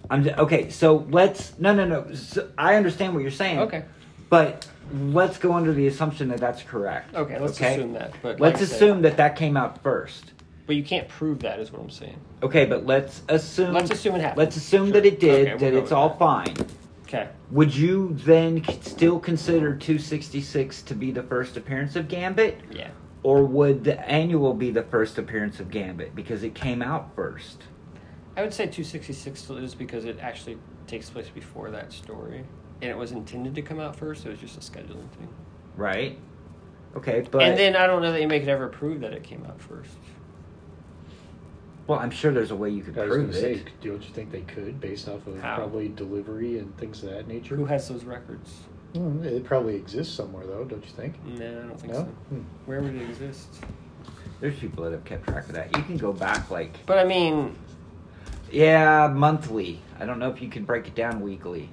[SPEAKER 3] I'm j- okay, so let's. No, no, no. So I understand what you're saying.
[SPEAKER 1] Okay.
[SPEAKER 3] But let's go under the assumption that that's correct.
[SPEAKER 1] Okay. Let's assume that. But
[SPEAKER 3] Let's
[SPEAKER 1] like I said-
[SPEAKER 3] assume that that came out first.
[SPEAKER 1] But you can't prove that, is what I'm saying.
[SPEAKER 3] Okay, but let's assume.
[SPEAKER 1] Let's assume it happened.
[SPEAKER 3] Let's assume
[SPEAKER 1] Sure.
[SPEAKER 3] that it did.
[SPEAKER 1] Okay, we'll
[SPEAKER 3] that
[SPEAKER 1] go
[SPEAKER 3] it's
[SPEAKER 1] with
[SPEAKER 3] all
[SPEAKER 1] that.
[SPEAKER 3] fine.
[SPEAKER 1] Okay.
[SPEAKER 3] Would you then c- still consider 266 to be the first appearance of Gambit?
[SPEAKER 1] Yeah.
[SPEAKER 3] Or would the annual be the first appearance of Gambit because it came out first?
[SPEAKER 1] I would say 266 still is because it actually takes place before that story. And it was intended to come out first, it was just a scheduling thing.
[SPEAKER 3] Right? Okay, but.
[SPEAKER 1] and then I don't know that anybody could ever prove that it came out first.
[SPEAKER 3] well, I'm sure there's a way you could
[SPEAKER 2] I was gonna
[SPEAKER 3] prove
[SPEAKER 2] say,
[SPEAKER 3] it.
[SPEAKER 2] don't you think they could, based off of
[SPEAKER 1] How?
[SPEAKER 2] probably delivery and things of that nature?
[SPEAKER 1] Who has those records?
[SPEAKER 2] Mm, it probably exists somewhere, though, don't you think?
[SPEAKER 1] No, I don't think
[SPEAKER 2] No?
[SPEAKER 1] so.
[SPEAKER 2] Hmm.
[SPEAKER 1] Where would it exist?
[SPEAKER 3] There's people that have kept track of that. You can go back, like,
[SPEAKER 1] But I mean,
[SPEAKER 3] yeah, monthly. I don't know if you can break it down weekly.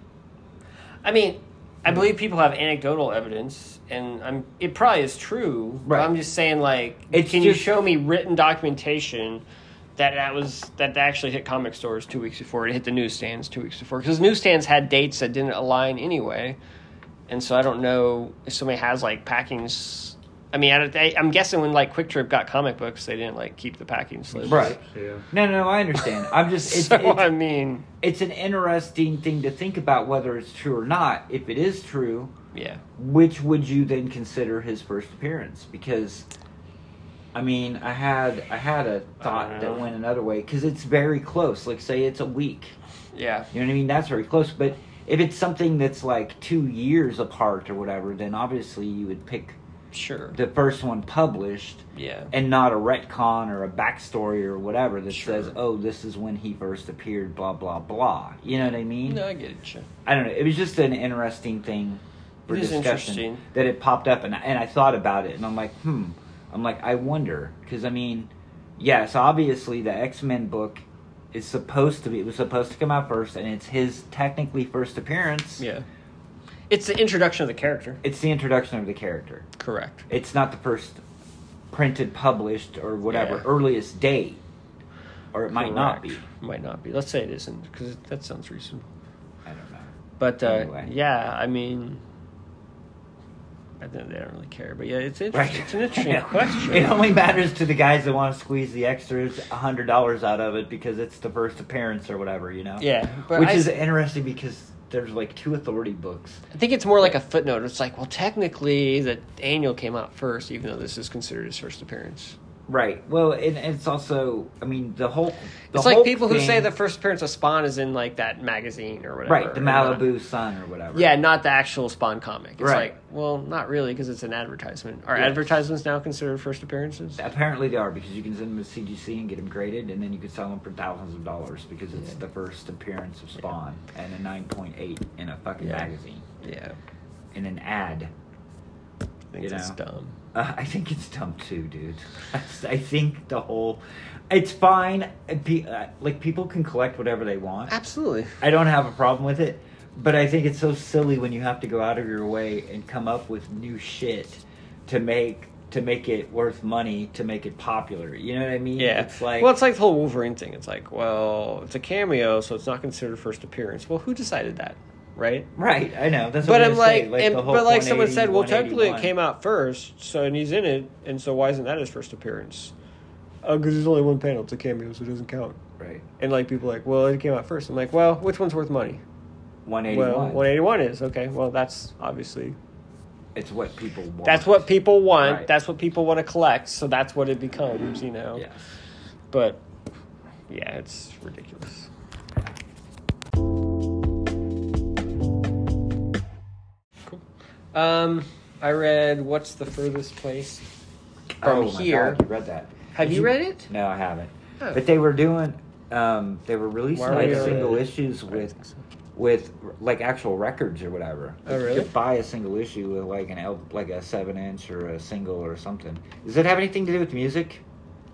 [SPEAKER 1] I mean, I believe people have anecdotal evidence, and I'm it probably is true. But
[SPEAKER 3] Right.
[SPEAKER 1] I'm just saying, like,
[SPEAKER 3] It's
[SPEAKER 1] can
[SPEAKER 3] just-
[SPEAKER 1] you show me written documentation that that was that that actually hit comic stores two weeks before it hit the newsstands two weeks before? Because newsstands had dates that didn't align anyway, and so I don't know if somebody has like packings. I mean, I, don't- I, I'm guessing when like Quick Trip got comic books, they didn't like keep the packing slips. (laughs)
[SPEAKER 3] Right.
[SPEAKER 2] Yeah.
[SPEAKER 3] No, no, I understand. I'm just. It's,
[SPEAKER 1] so
[SPEAKER 3] it's,
[SPEAKER 1] I mean,
[SPEAKER 3] it's an interesting thing to think about whether it's true or not. If it is true,
[SPEAKER 1] yeah.
[SPEAKER 3] which would you then consider his first appearance? Because, I mean, I had I had a
[SPEAKER 1] I
[SPEAKER 3] thought
[SPEAKER 1] don't know.
[SPEAKER 3] that went another way because it's very close. Like, say it's a week.
[SPEAKER 1] Yeah.
[SPEAKER 3] You know what I mean? That's very close. But if it's something that's like two years apart or whatever, then obviously you would pick
[SPEAKER 1] Sure.
[SPEAKER 3] the first one published
[SPEAKER 1] Yeah.
[SPEAKER 3] and not a retcon or a backstory or whatever that
[SPEAKER 1] Sure.
[SPEAKER 3] says, "Oh, this is when he first appeared." Blah blah blah. You know what I mean?
[SPEAKER 1] No, I get it. Sure.
[SPEAKER 3] I don't know. It was just an interesting thing for
[SPEAKER 1] It is
[SPEAKER 3] discussion
[SPEAKER 1] interesting.
[SPEAKER 3] that it popped up, and I, and I thought about it, and I'm like, hmm. I'm like, I wonder, because I mean, yes, obviously the X Men book is supposed to be. It was supposed to come out first, and it's his technically first appearance.
[SPEAKER 1] Yeah. It's the introduction of the character.
[SPEAKER 3] It's the introduction of the character.
[SPEAKER 1] Correct.
[SPEAKER 3] It's not the first printed, published, or whatever
[SPEAKER 1] Yeah.
[SPEAKER 3] earliest date, or it might not be.
[SPEAKER 1] Correct. Might not be. Let's say it isn't, because that sounds reasonable.
[SPEAKER 3] I don't know.
[SPEAKER 1] But uh,
[SPEAKER 3] Anyway.
[SPEAKER 1] yeah, I mean, I don't, they don't really care. But yeah, it's interesting. It's an interesting
[SPEAKER 3] (laughs) Yeah.
[SPEAKER 1] question.
[SPEAKER 3] It only matters to the guys that want to squeeze the extras hundred dollars out of it because it's the first appearance or whatever, you know.
[SPEAKER 1] yeah, but
[SPEAKER 3] Which
[SPEAKER 1] I,
[SPEAKER 3] is interesting because there's like two authority books.
[SPEAKER 1] I think it's more like a footnote. It's like, well, technically, the annual came out first, even though this is considered his first appearance.
[SPEAKER 3] Right. Well, and and it's also, I mean, the whole. The
[SPEAKER 1] it's like
[SPEAKER 3] Hulk
[SPEAKER 1] people who
[SPEAKER 3] thing-
[SPEAKER 1] say the first appearance of Spawn is in like that magazine or whatever.
[SPEAKER 3] right the
[SPEAKER 1] or not-
[SPEAKER 3] Malibu Sun or whatever.
[SPEAKER 1] Yeah, not the actual Spawn comic. It's
[SPEAKER 3] Right.
[SPEAKER 1] like, well, not really, because it's an advertisement. Are
[SPEAKER 3] Yeah.
[SPEAKER 1] advertisements now considered first appearances?
[SPEAKER 3] Apparently they are because you can send them to CGC and get them graded, and then you can sell them for thousands of dollars because it's the first appearance of Spawn and a nine point eight in a fucking
[SPEAKER 1] Yeah.
[SPEAKER 3] magazine
[SPEAKER 1] Yeah.
[SPEAKER 3] in an ad.
[SPEAKER 1] think
[SPEAKER 3] You
[SPEAKER 1] it's
[SPEAKER 3] know.
[SPEAKER 1] dumb.
[SPEAKER 3] Uh, I think it's dumb too, dude. (laughs) I think the whole, it's fine. It'd be, uh, like people can collect whatever they want.
[SPEAKER 1] Absolutely.
[SPEAKER 3] I don't have a problem with it, but I think it's so silly when you have to go out of your way and come up with new shit to make to make it worth money to make it popular. You know what I mean?
[SPEAKER 1] Yeah.
[SPEAKER 3] It's like
[SPEAKER 1] well, it's like the whole Wolverine thing. It's like, well, it's a cameo, so it's not considered first appearance. Well, who decided that, right?
[SPEAKER 3] right. I know. That's
[SPEAKER 1] but
[SPEAKER 3] what
[SPEAKER 1] I'm like, and,
[SPEAKER 3] the whole
[SPEAKER 1] but like someone
[SPEAKER 3] 180,
[SPEAKER 1] said, well, technically it
[SPEAKER 3] 181.
[SPEAKER 1] came out first, so and he's in it, and so why isn't that his first appearance? Oh, because there's only one panel. It's a cameo, so it doesn't count.
[SPEAKER 3] right.
[SPEAKER 1] And like people are like, well, it came out first. I'm like, well, which one's worth money?
[SPEAKER 3] One eighty
[SPEAKER 1] Well,
[SPEAKER 3] one.
[SPEAKER 1] 181 is okay. Well, that's obviously
[SPEAKER 3] It's what people want.
[SPEAKER 1] that's what people want.
[SPEAKER 3] Right.
[SPEAKER 1] That's what people want to collect. So that's what it becomes, you know.
[SPEAKER 3] Yeah.
[SPEAKER 1] But yeah, it's ridiculous. Cool. Um, I read What's the Furthest Place from
[SPEAKER 3] oh, my
[SPEAKER 1] here.
[SPEAKER 3] God, you read that?
[SPEAKER 1] Have
[SPEAKER 3] Did
[SPEAKER 1] you read it?
[SPEAKER 3] No, I haven't.
[SPEAKER 1] Oh.
[SPEAKER 3] But they were doing. Um, they were releasing
[SPEAKER 1] Why
[SPEAKER 3] like
[SPEAKER 1] were you-
[SPEAKER 3] single issues with with like actual records or whatever.
[SPEAKER 1] Oh,
[SPEAKER 3] You could
[SPEAKER 1] really?
[SPEAKER 3] buy a single issue with like an L, like a seven inch or a single or something. Does it have anything to do with music?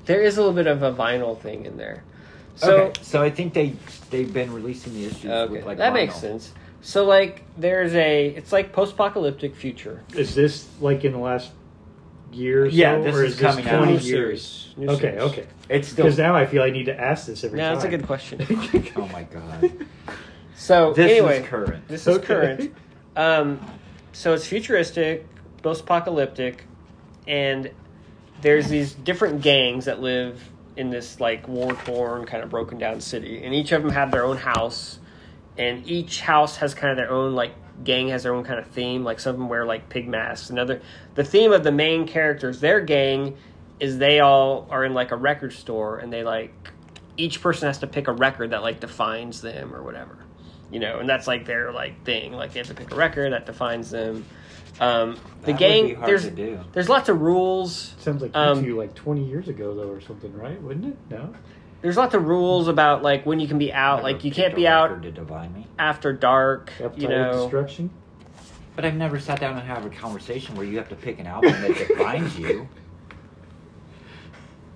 [SPEAKER 1] There is a little bit of a vinyl thing in there. So
[SPEAKER 3] okay. so I think they they've been releasing the issues
[SPEAKER 1] Okay,
[SPEAKER 3] with like
[SPEAKER 1] that makes
[SPEAKER 3] vinyl.
[SPEAKER 1] sense. So like there's a it's like post-apocalyptic future.
[SPEAKER 2] Is this like in the last year or
[SPEAKER 3] Yeah,
[SPEAKER 2] so,
[SPEAKER 3] this
[SPEAKER 2] or
[SPEAKER 3] is
[SPEAKER 2] is this
[SPEAKER 3] coming out.
[SPEAKER 2] 20
[SPEAKER 1] New
[SPEAKER 2] years?
[SPEAKER 1] series. New
[SPEAKER 2] Okay,
[SPEAKER 1] series.
[SPEAKER 2] okay.
[SPEAKER 3] It's still.
[SPEAKER 2] Because now I feel I need to ask this every
[SPEAKER 1] Yeah,
[SPEAKER 2] time.
[SPEAKER 1] that's a good question.
[SPEAKER 3] (laughs) oh
[SPEAKER 1] (laughs)
[SPEAKER 3] my god.
[SPEAKER 1] So
[SPEAKER 3] This
[SPEAKER 1] anyway,
[SPEAKER 3] is current.
[SPEAKER 1] This is
[SPEAKER 2] Okay.
[SPEAKER 1] current. Um, so it's futuristic, post apocalyptic, and there's these different gangs that live in this like war torn, kind of broken down city, and each of them have their own house, and each house has kind of their own like gang has their own kind of theme. Like some of them wear like pig masks. Another, the theme of the main characters, their gang, is they all are in like a record store, and they like each person has to pick a record that like defines them or whatever you know, and that's like their like thing. Like they have to pick a record that defines them. Um, the
[SPEAKER 3] That would
[SPEAKER 1] gang
[SPEAKER 3] be hard
[SPEAKER 1] there's
[SPEAKER 3] to do.
[SPEAKER 1] there's lots of rules.
[SPEAKER 2] (laughs) Sounds like
[SPEAKER 1] Um,
[SPEAKER 2] you two like 20 years ago, though, or something, right? Wouldn't it? No?
[SPEAKER 1] There's lots of rules about like when you can be out.
[SPEAKER 3] Never
[SPEAKER 1] Like you
[SPEAKER 3] picked
[SPEAKER 1] can't
[SPEAKER 3] a
[SPEAKER 1] be out
[SPEAKER 3] record to divine me.
[SPEAKER 1] after dark.
[SPEAKER 2] Appetite
[SPEAKER 1] You
[SPEAKER 2] of
[SPEAKER 1] know,
[SPEAKER 2] destruction?
[SPEAKER 3] But I've never sat down and have a conversation where you have to pick an album that defines you.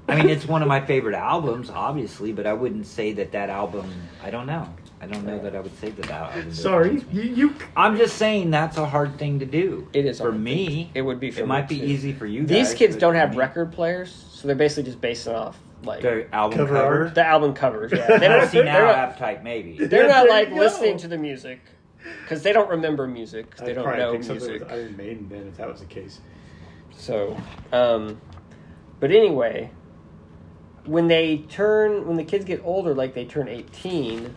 [SPEAKER 3] I mean, it's one of my favorite albums, obviously, but I wouldn't say that that album. I don't know. I don't know that I would say that that album.
[SPEAKER 2] Sorry.
[SPEAKER 3] defines me.
[SPEAKER 2] You, you
[SPEAKER 3] I'm just saying that's a hard thing to do.
[SPEAKER 1] It is a
[SPEAKER 3] for
[SPEAKER 1] hard
[SPEAKER 3] me.
[SPEAKER 1] it would be. For
[SPEAKER 3] It might be
[SPEAKER 1] me, too.
[SPEAKER 3] easy for you.
[SPEAKER 1] These
[SPEAKER 3] guys,
[SPEAKER 1] kids
[SPEAKER 3] but
[SPEAKER 1] don't have
[SPEAKER 3] me-
[SPEAKER 1] record players, so they're basically just basing off like
[SPEAKER 3] their album
[SPEAKER 2] Cover
[SPEAKER 3] cover. (laughs)
[SPEAKER 2] art.
[SPEAKER 1] the album covers. Yeah, they don't (laughs)
[SPEAKER 3] see
[SPEAKER 1] they're
[SPEAKER 3] now
[SPEAKER 1] not,
[SPEAKER 3] appetite maybe.
[SPEAKER 1] (laughs) they're not
[SPEAKER 2] There
[SPEAKER 1] like
[SPEAKER 2] you go.
[SPEAKER 1] listening to the music because they don't remember music. 'cause They
[SPEAKER 2] I'd
[SPEAKER 1] don't
[SPEAKER 2] probably
[SPEAKER 1] know
[SPEAKER 2] pick something
[SPEAKER 1] music.
[SPEAKER 2] with Iron Maiden then, if that was the case.
[SPEAKER 1] So, um, but anyway, when they turn, when the kids get older, like they turn 18,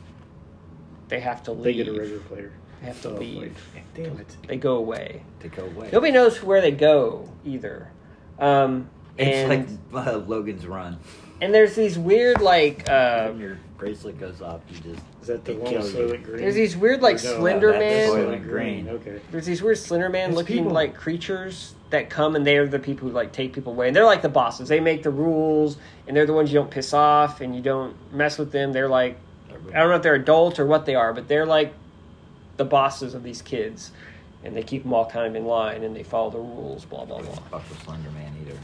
[SPEAKER 1] they have to
[SPEAKER 2] They
[SPEAKER 1] leave.
[SPEAKER 2] get a regular player. Oh,
[SPEAKER 1] They have to
[SPEAKER 2] So,
[SPEAKER 1] leave.
[SPEAKER 2] like, damn it.
[SPEAKER 1] They go away.
[SPEAKER 3] To go away.
[SPEAKER 1] Nobody knows where they go either. Um,
[SPEAKER 3] It's
[SPEAKER 1] and,
[SPEAKER 3] like uh, (laughs) Logan's Run.
[SPEAKER 1] and there's these weird, like, uh,
[SPEAKER 3] when your bracelet goes off, you just
[SPEAKER 2] Is that the
[SPEAKER 3] They
[SPEAKER 2] one
[SPEAKER 3] kill
[SPEAKER 2] with
[SPEAKER 3] you.
[SPEAKER 2] Soylent Green?
[SPEAKER 1] there's these weird, like,
[SPEAKER 2] Or no,
[SPEAKER 1] Slender
[SPEAKER 3] that's
[SPEAKER 1] Man.
[SPEAKER 3] Soylent
[SPEAKER 2] Soylent
[SPEAKER 3] Green.
[SPEAKER 2] Okay.
[SPEAKER 1] There's these weird Slender Man
[SPEAKER 2] It's
[SPEAKER 1] looking
[SPEAKER 2] people.
[SPEAKER 1] like creatures that come and they're the people who like take people away. And they're like the bosses. They make the rules and they're the ones you don't piss off and you don't mess with them. They're like I don't know if they're adults or what they are, but they're like the bosses of these kids. And they keep them all kind of in line and they follow the rules, blah blah blah.
[SPEAKER 3] fuck with Slender Man either.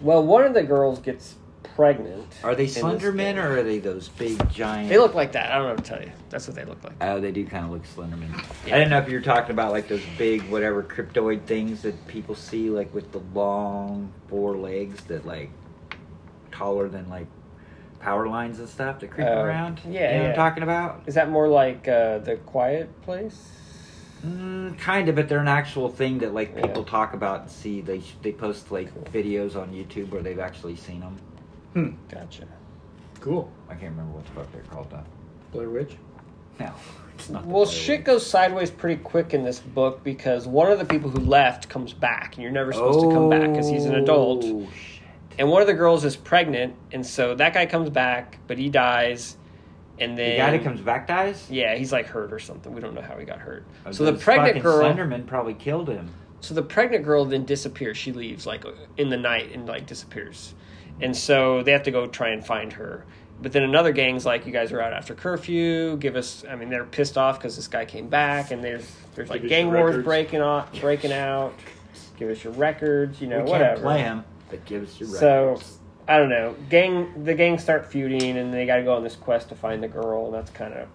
[SPEAKER 1] Well, one of the girls gets pregnant.
[SPEAKER 3] Are they
[SPEAKER 1] in this
[SPEAKER 3] slender men
[SPEAKER 1] thing.
[SPEAKER 3] or are they those big giant?
[SPEAKER 1] they look like that. I don't know what to tell you. That's what they look like.
[SPEAKER 3] Oh, they do kind of look slender men.
[SPEAKER 1] Yeah.
[SPEAKER 3] I didn't know if you were talking about like those big whatever cryptoid things that people see, like with the long four legs that like taller than like power lines and stuff that creep
[SPEAKER 1] Oh,
[SPEAKER 3] around.
[SPEAKER 1] yeah,
[SPEAKER 3] you know what
[SPEAKER 1] yeah.
[SPEAKER 3] I'm talking about.
[SPEAKER 1] Is that more like uh, the quiet place?
[SPEAKER 3] Mm, kind of, but they're an actual thing that like
[SPEAKER 1] Yeah.
[SPEAKER 3] people talk about and see. They they post like videos on YouTube where they've actually seen them.
[SPEAKER 2] Hmm.
[SPEAKER 1] Gotcha.
[SPEAKER 2] Cool.
[SPEAKER 3] I can't remember what the fuck they're called though.
[SPEAKER 2] Blair Witch?
[SPEAKER 3] No, it's not. the
[SPEAKER 1] Well,
[SPEAKER 3] Blair
[SPEAKER 1] shit
[SPEAKER 3] Witch.
[SPEAKER 1] goes sideways pretty quick in this book because one of the people who left comes back, and you're never supposed to come back because he's an adult.
[SPEAKER 3] Oh, shit.
[SPEAKER 1] And one of the girls is pregnant, and so that guy comes back, but he dies. And then
[SPEAKER 3] The guy that comes back dies.
[SPEAKER 1] yeah, he's like hurt or something. We don't know how he got hurt.
[SPEAKER 3] Oh,
[SPEAKER 1] so the
[SPEAKER 3] those
[SPEAKER 1] pregnant
[SPEAKER 3] fucking
[SPEAKER 1] girl,
[SPEAKER 3] Slenderman probably killed him.
[SPEAKER 1] so the pregnant girl then disappears. She leaves like in the night and like disappears, and so they have to go try and find her. But then another gang's like, "You guys are out after curfew. Give us." I mean, they're pissed off because this guy came back, and there's there's like
[SPEAKER 2] Give us
[SPEAKER 1] gang
[SPEAKER 2] your
[SPEAKER 1] wars
[SPEAKER 2] records.
[SPEAKER 1] breaking out, breaking out. give us your records, you know,
[SPEAKER 3] we
[SPEAKER 1] whatever.
[SPEAKER 3] can't play him, but give us your
[SPEAKER 1] So
[SPEAKER 3] records.
[SPEAKER 1] I don't know. Gang, the gang start feuding, and they got to go on this quest to find the girl, and that's kind of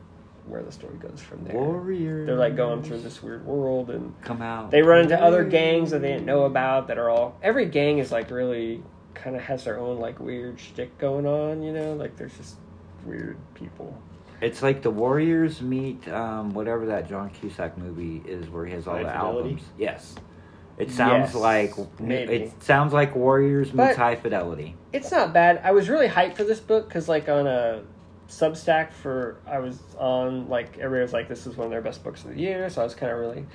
[SPEAKER 1] where the story goes from there.
[SPEAKER 3] Warriors.
[SPEAKER 1] They're like going through this weird world, and
[SPEAKER 3] Come out.
[SPEAKER 1] they run into other gangs that they didn't know about. That are all every gang is like really kind of has their own like weird shtick going on. You know, like there's just weird people.
[SPEAKER 3] It's like the Warriors meet um, whatever that John Cusack movie is where he has all
[SPEAKER 2] High
[SPEAKER 3] the
[SPEAKER 2] Fidelity?
[SPEAKER 3] albums. Yes. It sounds
[SPEAKER 1] Yes,
[SPEAKER 3] like
[SPEAKER 1] maybe.
[SPEAKER 3] it sounds like Warriors meets
[SPEAKER 1] But-
[SPEAKER 3] High Fidelity.
[SPEAKER 1] it's not bad. I was really hyped for this book because, like, on a Substack for I was on, like, everybody was like, "This is one of their best books of the year," so I was kind of really.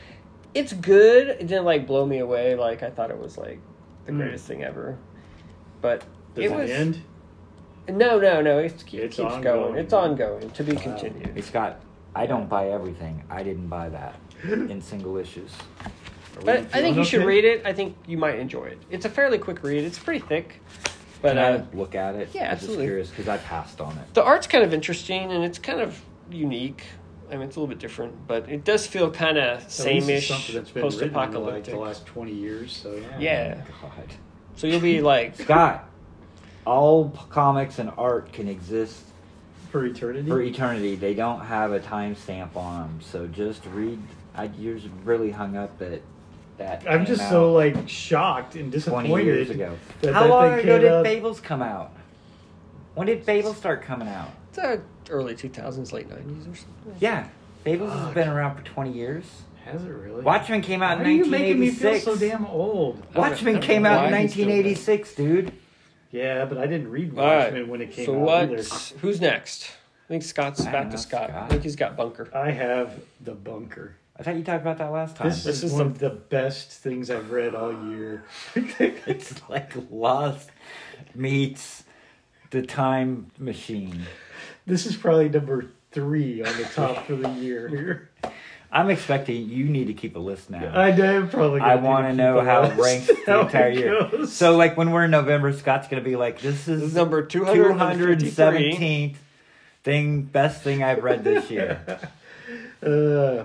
[SPEAKER 1] It's good. It didn't like blow me away. Like I thought it was like the
[SPEAKER 2] Mm.
[SPEAKER 1] greatest thing ever, but
[SPEAKER 2] Does
[SPEAKER 1] it
[SPEAKER 2] it,
[SPEAKER 1] was
[SPEAKER 2] end?
[SPEAKER 1] no, no, no. It's, it keeps
[SPEAKER 2] It's
[SPEAKER 1] going.
[SPEAKER 2] ongoing.
[SPEAKER 1] It's ongoing to be
[SPEAKER 2] Wow.
[SPEAKER 1] continued
[SPEAKER 3] It's got I don't buy everything. I didn't buy
[SPEAKER 2] (laughs)
[SPEAKER 3] that in single issues.
[SPEAKER 1] But I think you should
[SPEAKER 2] Okay.
[SPEAKER 1] read it. I think you might enjoy it. It's a fairly quick read. It's pretty thick, but
[SPEAKER 3] Can
[SPEAKER 1] uh,
[SPEAKER 3] I look at it?
[SPEAKER 1] yeah,
[SPEAKER 3] I'm just
[SPEAKER 1] absolutely.
[SPEAKER 3] curious because I passed on it.
[SPEAKER 1] the art's kind of interesting and it's kind of unique. I mean, it's a little bit different, but it does feel kind of same-ish,
[SPEAKER 2] Like
[SPEAKER 1] post-apocalyptic.
[SPEAKER 2] the last twenty years. So (laughs) yeah.
[SPEAKER 1] Yeah.
[SPEAKER 3] Oh God.
[SPEAKER 1] so you'll be
[SPEAKER 3] (laughs)
[SPEAKER 1] like,
[SPEAKER 3] Scott, all p- comics and art can exist
[SPEAKER 2] For eternity.
[SPEAKER 3] for eternity. They don't have a timestamp on them, so just read. I you're just really hung up that that.
[SPEAKER 2] I'm
[SPEAKER 3] came
[SPEAKER 2] just
[SPEAKER 3] out
[SPEAKER 2] so like shocked and
[SPEAKER 3] twenty
[SPEAKER 2] disappointed.
[SPEAKER 3] years ago.
[SPEAKER 2] that
[SPEAKER 3] How
[SPEAKER 2] that
[SPEAKER 3] long
[SPEAKER 2] thing
[SPEAKER 3] ago
[SPEAKER 2] came
[SPEAKER 3] did
[SPEAKER 2] out.
[SPEAKER 3] Fables come out? When did Fables start coming out?
[SPEAKER 1] it's uh, early 2000s, late 90s or something.
[SPEAKER 3] Yeah, Fables has
[SPEAKER 2] Fuck.
[SPEAKER 3] been around for twenty years.
[SPEAKER 2] Has it really?
[SPEAKER 3] Watchmen came out
[SPEAKER 2] Why
[SPEAKER 3] in
[SPEAKER 2] are you making me
[SPEAKER 3] 1986.
[SPEAKER 2] feel so damn old?
[SPEAKER 3] Watchmen
[SPEAKER 1] I don't
[SPEAKER 3] came
[SPEAKER 1] know
[SPEAKER 3] out in
[SPEAKER 1] why he's doing that.
[SPEAKER 3] 1986, dude.
[SPEAKER 2] Yeah, but I didn't read
[SPEAKER 1] All right.
[SPEAKER 2] Watchmen when it came
[SPEAKER 1] so
[SPEAKER 2] out either.
[SPEAKER 1] what's who's next? I think Scott's
[SPEAKER 3] I don't
[SPEAKER 1] back to
[SPEAKER 3] know,
[SPEAKER 1] Scott. I
[SPEAKER 3] Scott.
[SPEAKER 1] think he's got Bunker.
[SPEAKER 2] I have the bunker.
[SPEAKER 3] I thought you talked about that last time.
[SPEAKER 2] This,
[SPEAKER 1] This is
[SPEAKER 2] is, one
[SPEAKER 1] the-
[SPEAKER 2] of the best things I've read all year.
[SPEAKER 3] (laughs)
[SPEAKER 2] (laughs)
[SPEAKER 3] it's like Lost meets the Time Machine.
[SPEAKER 2] this is probably number three on the top for the year.
[SPEAKER 3] I'm expecting you need to keep a list now.
[SPEAKER 2] I know probably.
[SPEAKER 3] I
[SPEAKER 2] gonna do
[SPEAKER 3] want to
[SPEAKER 2] keep
[SPEAKER 3] know
[SPEAKER 2] the
[SPEAKER 3] how it
[SPEAKER 2] list. (laughs)
[SPEAKER 3] ranks the
[SPEAKER 2] How it
[SPEAKER 3] entire year.
[SPEAKER 2] goes.
[SPEAKER 3] So, like, when we're in November, Scott's going to be like, this
[SPEAKER 1] This is
[SPEAKER 3] is
[SPEAKER 1] number 217.
[SPEAKER 3] 217th thing, best thing I've read
[SPEAKER 1] (laughs)
[SPEAKER 3] this year.
[SPEAKER 2] Uh,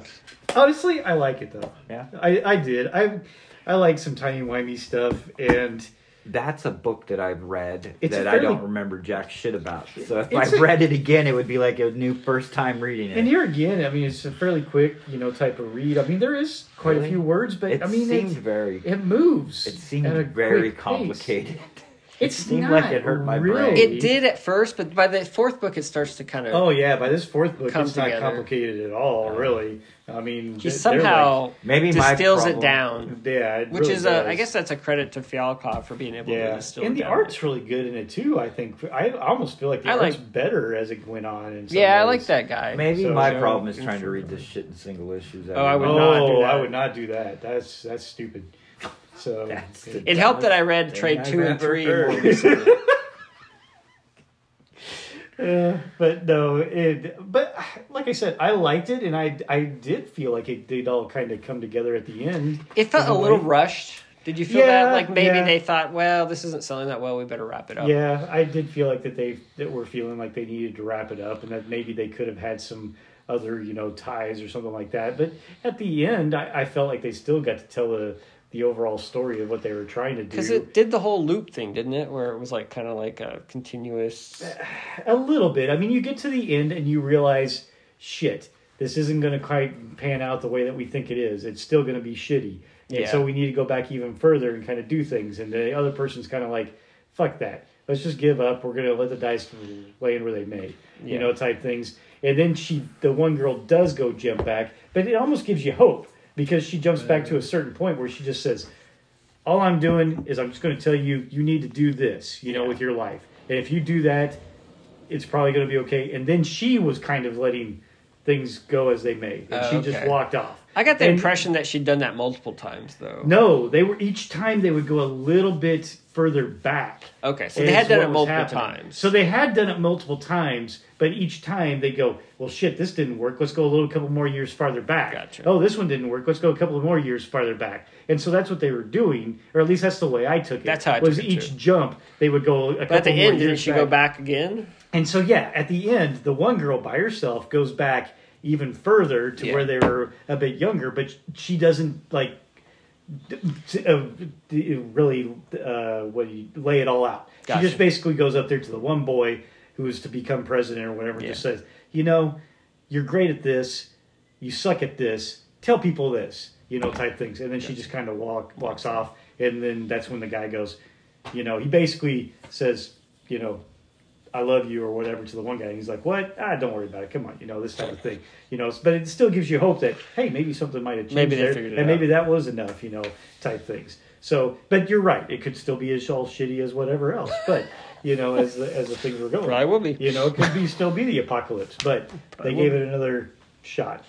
[SPEAKER 2] honestly, I like it though.
[SPEAKER 3] Yeah.
[SPEAKER 2] I, I did. I I like some tiny wimey stuff, and
[SPEAKER 3] That's a book that I've read
[SPEAKER 2] It's a
[SPEAKER 3] that I
[SPEAKER 2] fairly-
[SPEAKER 3] don't remember jack shit about. So, if I
[SPEAKER 2] It's a-
[SPEAKER 3] read it again, it would be like a new first time reading it.
[SPEAKER 2] and here again, I mean, it's a fairly quick, you know, type of read. I mean, there is quite
[SPEAKER 3] Really?
[SPEAKER 2] a few words, but
[SPEAKER 3] it
[SPEAKER 2] I mean,
[SPEAKER 3] seemed
[SPEAKER 2] it,
[SPEAKER 3] very, it,
[SPEAKER 2] it moves. at a
[SPEAKER 3] seemed very
[SPEAKER 2] quick pace. (laughs)
[SPEAKER 3] complicated.
[SPEAKER 2] It's
[SPEAKER 3] seemed
[SPEAKER 2] not
[SPEAKER 3] like it hurt my brain.
[SPEAKER 2] really-
[SPEAKER 1] It did at first, but by the fourth book, it starts to kind of.
[SPEAKER 2] Oh yeah, by this fourth book,
[SPEAKER 1] Come
[SPEAKER 2] it's
[SPEAKER 1] together.
[SPEAKER 2] not complicated at all, really. I mean,
[SPEAKER 1] he
[SPEAKER 2] th- they're
[SPEAKER 1] somehow
[SPEAKER 3] Maybe my
[SPEAKER 1] distills it
[SPEAKER 3] problem-
[SPEAKER 1] down.
[SPEAKER 2] like- yeah, it
[SPEAKER 1] Which
[SPEAKER 2] really
[SPEAKER 1] is, a, I
[SPEAKER 2] does.
[SPEAKER 1] guess that's a credit to Fialkov for being able to
[SPEAKER 2] Yeah,
[SPEAKER 1] distill
[SPEAKER 2] and
[SPEAKER 1] it
[SPEAKER 2] the
[SPEAKER 1] down.
[SPEAKER 2] art's really good in it too. I think I almost feel like the
[SPEAKER 1] I
[SPEAKER 2] art's
[SPEAKER 1] like-
[SPEAKER 2] better as it went on. In some
[SPEAKER 1] Yeah, I
[SPEAKER 2] ways.
[SPEAKER 1] like that guy.
[SPEAKER 3] Maybe
[SPEAKER 2] So-
[SPEAKER 3] my
[SPEAKER 2] so-
[SPEAKER 3] problem is trying to read this shit in single issues.
[SPEAKER 1] Oh, I would
[SPEAKER 2] oh,
[SPEAKER 1] not do that.
[SPEAKER 2] I would not do that. That's that's stupid. So
[SPEAKER 3] (laughs) That's the-
[SPEAKER 1] It helped that I read
[SPEAKER 3] Thing
[SPEAKER 1] trade
[SPEAKER 3] I've
[SPEAKER 1] two and
[SPEAKER 3] ever
[SPEAKER 1] three.
[SPEAKER 3] heard.
[SPEAKER 1] more recently.
[SPEAKER 2] Uh, but no, it. But like I said, I liked it, and I I did feel like it did all kind of come together at the end.
[SPEAKER 1] It felt a
[SPEAKER 2] In a
[SPEAKER 1] little
[SPEAKER 2] way.
[SPEAKER 1] rushed. Did you feel
[SPEAKER 2] Yeah,
[SPEAKER 1] that? Like maybe
[SPEAKER 2] yeah.
[SPEAKER 1] they thought, well, this isn't selling that well. We better wrap it up.
[SPEAKER 2] Yeah, I did feel like that they that were feeling like they needed to wrap it up, and that maybe they could have had some other you know ties or something like that. But at the end, I, I felt like they still got to tell the the overall story of what they were trying to do.
[SPEAKER 1] Because it did the whole loop thing, didn't it? Where it was like kind of like a continuous.
[SPEAKER 2] A little bit. I mean, you get to the end and you realize, shit, this isn't going to quite pan out the way that we think it is. It's still going to be shitty. And
[SPEAKER 1] Yeah.
[SPEAKER 2] so we need to go back even further and kind of do things. And the other person's kind of like, fuck that. Let's just give up. We're going to let the dice land where they may,
[SPEAKER 1] Yeah.
[SPEAKER 2] you know, type things. And then she, the one girl does go jump back, but it almost gives you hope because she jumps back to a certain point where she just says, all I'm doing is I'm just going to tell you you need to do this, you know, with your life. And if you do that, it's probably going to be okay. And then she was kind of letting things go as they may, and
[SPEAKER 1] Oh,
[SPEAKER 2] she just
[SPEAKER 1] okay.
[SPEAKER 2] walked off.
[SPEAKER 1] I got the
[SPEAKER 2] And-
[SPEAKER 1] impression that she'd done that multiple times, though.
[SPEAKER 2] No, they were each time they would go a little bit further back.
[SPEAKER 1] Okay, so they
[SPEAKER 2] is
[SPEAKER 1] had done
[SPEAKER 2] what
[SPEAKER 1] it
[SPEAKER 2] was
[SPEAKER 1] multiple
[SPEAKER 2] happening.
[SPEAKER 1] times.
[SPEAKER 2] So they had done it multiple times, but each time they go, well, shit, this didn't work. Let's go a little couple more years farther back.
[SPEAKER 1] Gotcha.
[SPEAKER 2] Oh, this one didn't work. Let's go a couple of more years farther back. And so that's what they were doing, or at least that's the way I took it.
[SPEAKER 1] That's how I
[SPEAKER 2] was
[SPEAKER 1] took it,
[SPEAKER 2] each
[SPEAKER 1] too.
[SPEAKER 2] jump they would go a couple
[SPEAKER 1] but at the
[SPEAKER 2] more
[SPEAKER 1] end, didn't
[SPEAKER 2] years
[SPEAKER 1] she go back again?
[SPEAKER 2] and so, yeah, at the end, the one girl by herself goes back even further to
[SPEAKER 1] Yeah.
[SPEAKER 2] where they were a bit younger, but she doesn't like d- uh, d- really uh, what do you lay it all out.
[SPEAKER 1] Gotcha.
[SPEAKER 2] She just basically goes up there to the one boy who is to become president or whatever, and just says, you know, you're great at this, you suck at this, tell people this, you know, type things, and then she just kind of walk walks off, and then that's when the guy goes, you know, he basically says, you know, I love you or whatever to the one guy. And he's like, what? Ah, don't worry about it. Come on, you know, this type of thing. You know, but it still gives you hope that, hey, maybe something might have changed
[SPEAKER 1] Maybe they
[SPEAKER 2] there.
[SPEAKER 1] figured it
[SPEAKER 2] and maybe
[SPEAKER 1] out.
[SPEAKER 2] that was enough, you know, type things. So, but you're right. It could still be as all shitty as whatever else. (laughs) But, you know, as the, as the things were going.
[SPEAKER 1] Probably will be.
[SPEAKER 2] You know, it could be still be the apocalypse. But
[SPEAKER 1] Probably
[SPEAKER 2] they
[SPEAKER 1] will
[SPEAKER 2] gave
[SPEAKER 1] be.
[SPEAKER 2] it another shot.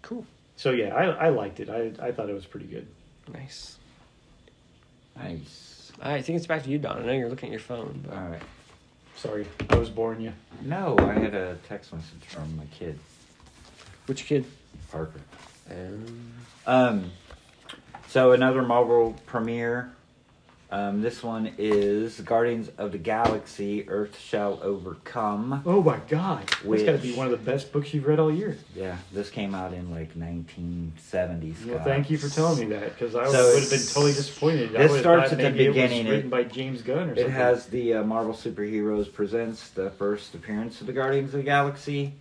[SPEAKER 1] Cool.
[SPEAKER 2] So, yeah, I, I liked it. I, I thought it was pretty good.
[SPEAKER 1] Nice.
[SPEAKER 3] (laughs) Nice.
[SPEAKER 1] All right, I think it's back to you, Don. I know you're looking at your phone.
[SPEAKER 3] All
[SPEAKER 1] But...
[SPEAKER 3] right.
[SPEAKER 2] Sorry, I was boring you.
[SPEAKER 3] No, I had a text message from my kid,
[SPEAKER 1] Which kid?
[SPEAKER 3] Parker.
[SPEAKER 1] Um,
[SPEAKER 3] Um, so another Marvel premiere. Um, this one is Guardians of the Galaxy: Earth Shall Overcome.
[SPEAKER 2] Oh, my God. It's got to be
[SPEAKER 3] Which-
[SPEAKER 2] one of the best books you've read all year.
[SPEAKER 3] Yeah, this came out in like 1970s.
[SPEAKER 2] Well, thank you for telling me that because I
[SPEAKER 3] So
[SPEAKER 2] would have been totally disappointed. I
[SPEAKER 3] this
[SPEAKER 2] would've
[SPEAKER 3] starts
[SPEAKER 2] thought
[SPEAKER 3] at the
[SPEAKER 2] maybe It
[SPEAKER 3] beginning.
[SPEAKER 2] was
[SPEAKER 3] It-
[SPEAKER 2] written by James Gunn or
[SPEAKER 3] It
[SPEAKER 2] something.
[SPEAKER 3] has the uh, Marvel superheroes presents the first appearance of the Guardians of the Galaxy,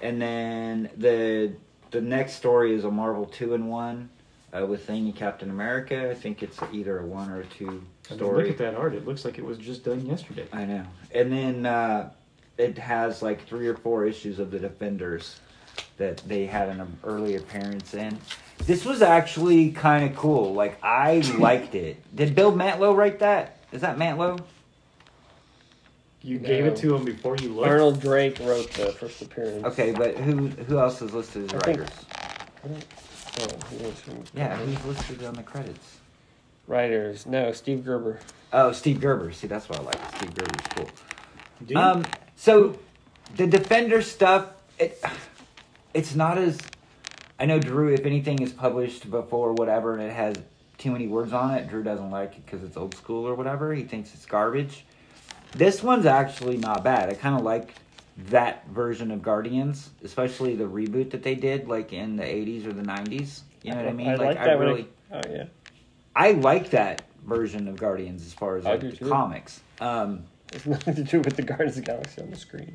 [SPEAKER 3] and then the the next story is a Marvel two in one uh, with Thing and Captain America. I think it's either a one or a two
[SPEAKER 2] I mean,
[SPEAKER 3] story.
[SPEAKER 2] look at that art. It looks like it was just done yesterday.
[SPEAKER 3] I know, and then uh, it has like three or four issues of the Defenders that they had an um, early appearance in. This was actually kind of cool. Like (laughs) I liked it. Did Bill Mantlo write that? Is that Mantlo?
[SPEAKER 2] You
[SPEAKER 1] No.
[SPEAKER 2] gave it to him before you looked.
[SPEAKER 1] Arnold Drake wrote the first appearance.
[SPEAKER 3] Okay, but who who else is listed as
[SPEAKER 1] I think-
[SPEAKER 3] writers?
[SPEAKER 1] Oh, he was from-
[SPEAKER 3] Yeah, who's listed on the credits?
[SPEAKER 1] Writers. No, Steve Gerber.
[SPEAKER 3] Oh, Steve Gerber. See, that's what I like. Steve Gerber's cool.
[SPEAKER 2] Dude,
[SPEAKER 3] Um, so the defender stuff, it it's not as I know Drew. If anything is published before whatever, and it has too many words on it, Drew doesn't like it because it's old school or whatever. He thinks it's garbage. This one's actually not bad. I kind of like that version of Guardians, especially the reboot that they did, like in the '80s or the '90s. You know what I mean?
[SPEAKER 1] I like, that
[SPEAKER 3] I
[SPEAKER 1] when
[SPEAKER 3] really.
[SPEAKER 1] I- oh, yeah.
[SPEAKER 3] I like that version of Guardians as far as
[SPEAKER 1] I
[SPEAKER 3] like
[SPEAKER 1] do
[SPEAKER 3] the
[SPEAKER 1] too.
[SPEAKER 3] comics. Um,
[SPEAKER 1] It's (laughs) nothing to do with the Guardians of the Galaxy on the screen.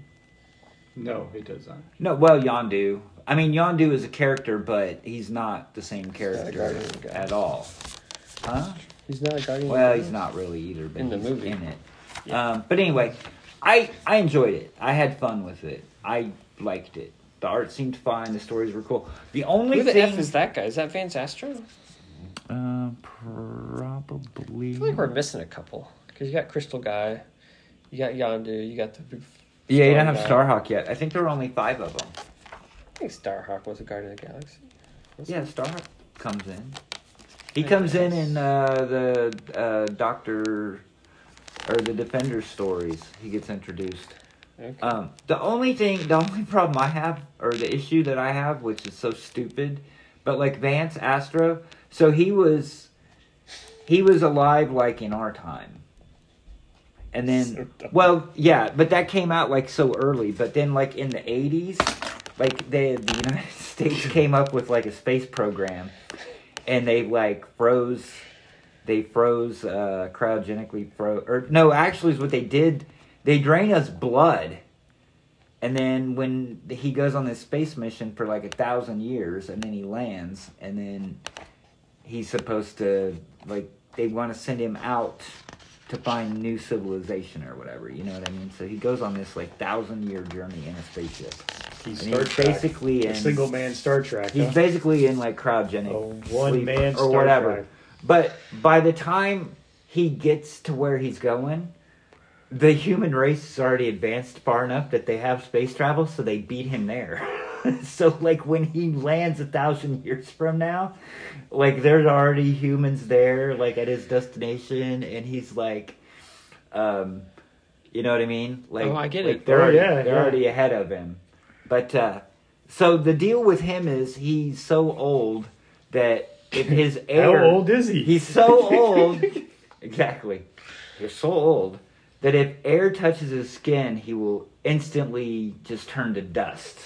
[SPEAKER 2] no, it does not.
[SPEAKER 3] no, well, Yondu. I mean, Yondu is a character, but he's not the same character
[SPEAKER 1] Guardian guy.
[SPEAKER 3] at all. Huh?
[SPEAKER 1] He's not a Guardian. of the
[SPEAKER 3] Well, he's
[SPEAKER 1] Galaxy.
[SPEAKER 3] not really either, but
[SPEAKER 1] In the
[SPEAKER 3] he's
[SPEAKER 1] movie.
[SPEAKER 3] in it.
[SPEAKER 1] Yeah.
[SPEAKER 3] Um, but anyway, I I enjoyed it. I had fun with it. I liked it. The art seemed fine. The stories were cool. The only
[SPEAKER 1] Who the
[SPEAKER 3] thing
[SPEAKER 1] F is that guy? Is that Vance Astro? I
[SPEAKER 3] Uh, probably.
[SPEAKER 1] feel like we're missing a couple. Because you got Crystal Guy, you got Yondu, you got the big.
[SPEAKER 3] yeah, you don't have
[SPEAKER 1] Starhawk.
[SPEAKER 3] Starhawk yet. I think there were only five of them.
[SPEAKER 1] I think Starhawk was a Guardian of the Galaxy.
[SPEAKER 3] Yeah, Starhawk comes in. He
[SPEAKER 1] I
[SPEAKER 3] comes in
[SPEAKER 1] guess.
[SPEAKER 3] in uh, the uh, Doctor or the Defender stories. He gets introduced.
[SPEAKER 1] Okay.
[SPEAKER 3] Um, the only thing, the only problem I have, or the issue that I have, which is so stupid, but like Vance Astro, so he was, he was alive like in our time. And
[SPEAKER 1] So
[SPEAKER 3] then,
[SPEAKER 1] dumb.
[SPEAKER 3] well, yeah, but that came out like so early. But then, like in the '80s, like they, the United (laughs) States came up with like a space program, and they like froze they froze uh, cryogenically froze or no actually is what they did they drain us blood and then when he goes on this space mission for like a thousand years and then he lands and then he's supposed to like they want to send him out to find new civilization or whatever you know what i mean so he goes on this like thousand year journey in a spaceship
[SPEAKER 2] He's
[SPEAKER 3] and
[SPEAKER 2] Star
[SPEAKER 3] he's
[SPEAKER 2] Trek.
[SPEAKER 3] basically in
[SPEAKER 2] A single man Star Trek.
[SPEAKER 3] He's
[SPEAKER 2] huh?
[SPEAKER 3] basically in like cryogenic
[SPEAKER 2] A one-man
[SPEAKER 3] sleep
[SPEAKER 2] Star
[SPEAKER 3] or whatever.
[SPEAKER 2] Trek.
[SPEAKER 3] But by the time he gets to where he's going, the human race is already advanced far enough that they have space travel, so they beat him there. (laughs) so like when he lands a thousand years from now, like there's already humans there, like at his destination, and he's like, um, you know what I mean? Like,
[SPEAKER 1] Oh, I get
[SPEAKER 3] like,
[SPEAKER 1] it.
[SPEAKER 3] They're
[SPEAKER 2] Oh,
[SPEAKER 3] already,
[SPEAKER 2] yeah,
[SPEAKER 3] they're
[SPEAKER 2] yeah.
[SPEAKER 3] already ahead of him. But uh, so the deal with him is he's so old that if his
[SPEAKER 2] (laughs) How
[SPEAKER 3] heir,
[SPEAKER 2] old is he?
[SPEAKER 3] he's so old, (laughs) exactly, you're so old that if air touches his skin, he will instantly just turn to
[SPEAKER 2] (laughs)
[SPEAKER 3] dust.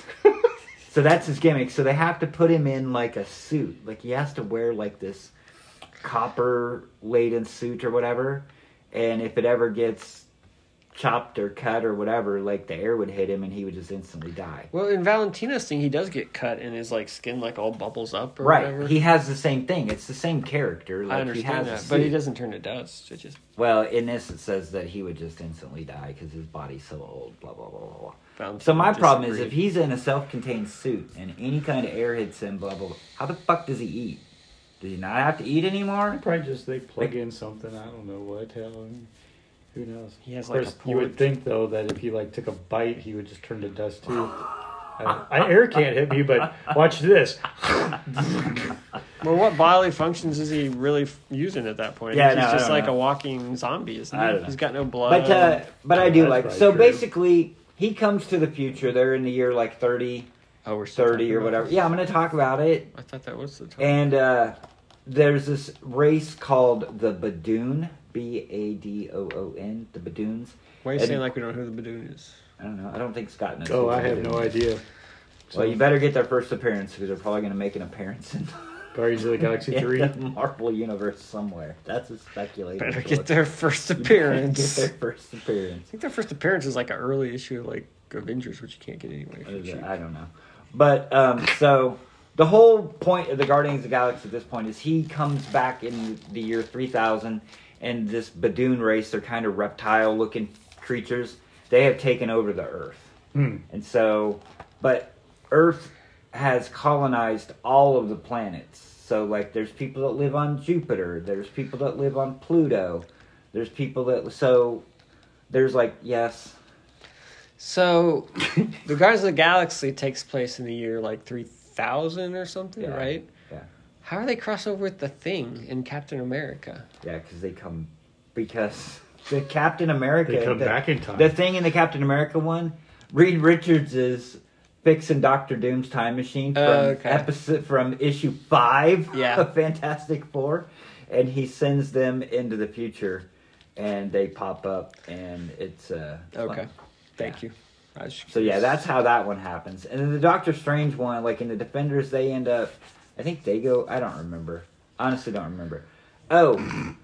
[SPEAKER 3] so that's his gimmick. So they have to put him in like a suit, like he has to wear like this copper laden suit or whatever, and if it ever gets chopped or cut or whatever, like the air would hit him and he would just instantly die.
[SPEAKER 1] Well, in Valentina's thing, he does get cut and his like skin like all bubbles up or
[SPEAKER 3] Right.
[SPEAKER 1] whatever.
[SPEAKER 3] He has the same thing. It's the same character. Like
[SPEAKER 1] I
[SPEAKER 3] he has
[SPEAKER 1] understand
[SPEAKER 3] a
[SPEAKER 1] that, but he
[SPEAKER 3] suit.
[SPEAKER 1] doesn't turn to dust. It just
[SPEAKER 3] Well, in this, it says that he would just instantly die because his body's so old. Blah blah blah blah. blah.
[SPEAKER 1] Valentino
[SPEAKER 3] So my problem is
[SPEAKER 1] disagreed.
[SPEAKER 3] if he's in a self-contained suit and any kind of air hits him, blah blah. blah how the fuck does he eat? Does he not have to eat anymore?
[SPEAKER 2] Probably just they plug in something. I don't know what. How, who knows?
[SPEAKER 1] He has,
[SPEAKER 2] of
[SPEAKER 1] like,
[SPEAKER 2] course,
[SPEAKER 1] a
[SPEAKER 2] you would
[SPEAKER 1] porch.
[SPEAKER 2] think though that if he like took a bite, he would just turn to dust too. Uh, I, air can't hit
[SPEAKER 3] (laughs)
[SPEAKER 2] me, but watch this.
[SPEAKER 1] Well, what bodily functions is he really f- using at that point?
[SPEAKER 3] Yeah,
[SPEAKER 1] he's
[SPEAKER 3] no, I
[SPEAKER 1] just
[SPEAKER 3] don't
[SPEAKER 1] like
[SPEAKER 3] know.
[SPEAKER 1] a walking zombie, isn't
[SPEAKER 3] I
[SPEAKER 1] he?
[SPEAKER 3] don't know.
[SPEAKER 1] He's got no blood.
[SPEAKER 3] But uh, but I do
[SPEAKER 2] That's
[SPEAKER 3] like
[SPEAKER 2] probably
[SPEAKER 3] so
[SPEAKER 2] true.
[SPEAKER 3] basically he comes to the future. They're in the year like 30,
[SPEAKER 1] oh, we're still
[SPEAKER 3] 30
[SPEAKER 1] talking
[SPEAKER 3] or
[SPEAKER 1] about
[SPEAKER 3] whatever.
[SPEAKER 1] this?
[SPEAKER 3] Yeah, I'm gonna talk about it.
[SPEAKER 1] I thought that was the time.
[SPEAKER 3] And uh, there's this race called the Badoon, B A D O O N, the Badoons.
[SPEAKER 1] Why are you
[SPEAKER 3] and-
[SPEAKER 1] saying like we don't know who the Badoon is?
[SPEAKER 3] I don't know. I don't think Scott knows.
[SPEAKER 2] Oh,
[SPEAKER 3] who
[SPEAKER 2] I
[SPEAKER 3] the
[SPEAKER 2] have
[SPEAKER 3] Badoon
[SPEAKER 2] no
[SPEAKER 3] is.
[SPEAKER 2] idea.
[SPEAKER 3] Well, you better get their first appearance because they're probably going to make an appearance in,
[SPEAKER 2] (laughs) Guardians of the
[SPEAKER 3] (laughs)
[SPEAKER 2] Galaxy
[SPEAKER 3] in
[SPEAKER 2] three.
[SPEAKER 3] the Marvel universe somewhere. That's a speculation.
[SPEAKER 1] Better get their first
[SPEAKER 3] (laughs)
[SPEAKER 1] appearance.
[SPEAKER 3] Get
[SPEAKER 1] I
[SPEAKER 3] their first appearance.
[SPEAKER 1] think their first appearance is like an early issue of like Avengers, which you can't get anyway. if you cheap.
[SPEAKER 3] I don't know. But um, so the whole point of the Guardians of the Galaxy at this point is he comes back in the year 3000, and this Badoon race, they're kind of reptile looking creatures, they have taken over the Earth.
[SPEAKER 2] Hmm.
[SPEAKER 3] And so, but Earth has colonized all of the planets. So, like, there's people that live on Jupiter, there's people that live on Pluto, there's people that. So, there's like, yes.
[SPEAKER 1] So, the Guardians of the Galaxy takes place in the year like three thousand or something,
[SPEAKER 3] Yeah.
[SPEAKER 1] right?
[SPEAKER 3] Yeah.
[SPEAKER 1] How are they cross over with the Thing in Captain America?
[SPEAKER 3] Yeah, because they come because the Captain America.
[SPEAKER 2] They come
[SPEAKER 3] the,
[SPEAKER 2] back in time.
[SPEAKER 3] The thing in the Captain America one, Reed Richards is fixing Doctor Doom's time machine from
[SPEAKER 1] Oh, okay.
[SPEAKER 3] episode from issue five (laughs)
[SPEAKER 1] Yeah.
[SPEAKER 3] of Fantastic Four, and he sends them into the future, and they pop up, and it's uh
[SPEAKER 1] Okay,
[SPEAKER 3] fun.
[SPEAKER 1] thank you. I was
[SPEAKER 3] So yeah, that's how that one happens. And then the Doctor Strange one, like in the Defenders, they end up. I think they go. I don't remember. Honestly, don't remember. Oh,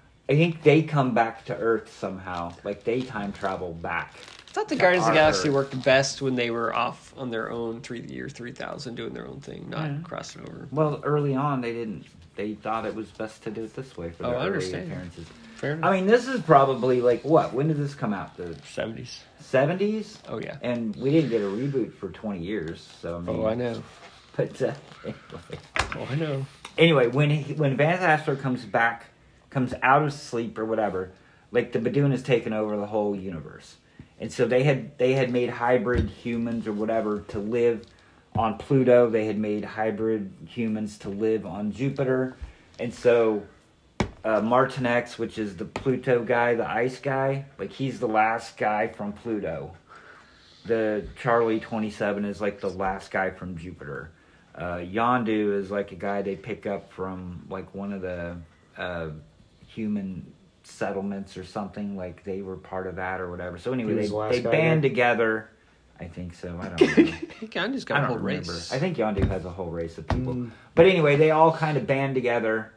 [SPEAKER 3] (clears throat) I think they come back to Earth somehow. Like they time travel back.
[SPEAKER 1] I thought the Guardians of the
[SPEAKER 3] our
[SPEAKER 1] Galaxy
[SPEAKER 3] Earth.
[SPEAKER 1] worked best when they were off on their own three year three thousand doing their own thing, not crossing over.
[SPEAKER 3] Well, early on they didn't. They thought it was best to do it this way for
[SPEAKER 1] Oh,
[SPEAKER 3] their
[SPEAKER 1] I
[SPEAKER 3] early
[SPEAKER 1] understand.
[SPEAKER 3] appearances.
[SPEAKER 1] Fair enough.
[SPEAKER 3] I mean, this is probably like what? When did this come out? The
[SPEAKER 1] Seventies.
[SPEAKER 3] seventies.
[SPEAKER 1] Oh yeah.
[SPEAKER 3] And we didn't get a reboot for twenty years. So I mean,
[SPEAKER 1] Oh, I know.
[SPEAKER 3] (laughs) But uh, anyway.
[SPEAKER 1] Oh, I know.
[SPEAKER 3] anyway, when he, when Van Astro comes back, comes out of sleep or whatever, like the Badoon has taken over the whole universe, and so they had they had made hybrid humans or whatever to live on Pluto. They had made hybrid humans to live on Jupiter, and so uh, Martinex, which is the Pluto guy, the ice guy, like he's the last guy from Pluto. The Charlie 27 is like the last guy from Jupiter. Uh, Yondu is like a guy they pick up from like one of the uh, human settlements or something. Like they were part of that or whatever. So anyway,
[SPEAKER 2] He was
[SPEAKER 3] they,
[SPEAKER 2] the last
[SPEAKER 3] they
[SPEAKER 2] guy
[SPEAKER 3] band
[SPEAKER 2] there?
[SPEAKER 3] together. I think so. I don't
[SPEAKER 2] (laughs)
[SPEAKER 3] know.
[SPEAKER 1] Gandhi's
[SPEAKER 3] I
[SPEAKER 1] got a
[SPEAKER 3] don't
[SPEAKER 1] whole
[SPEAKER 3] remember. Mm.
[SPEAKER 1] race.
[SPEAKER 3] I think Yondu has a whole race of people. But anyway, they all kind of band together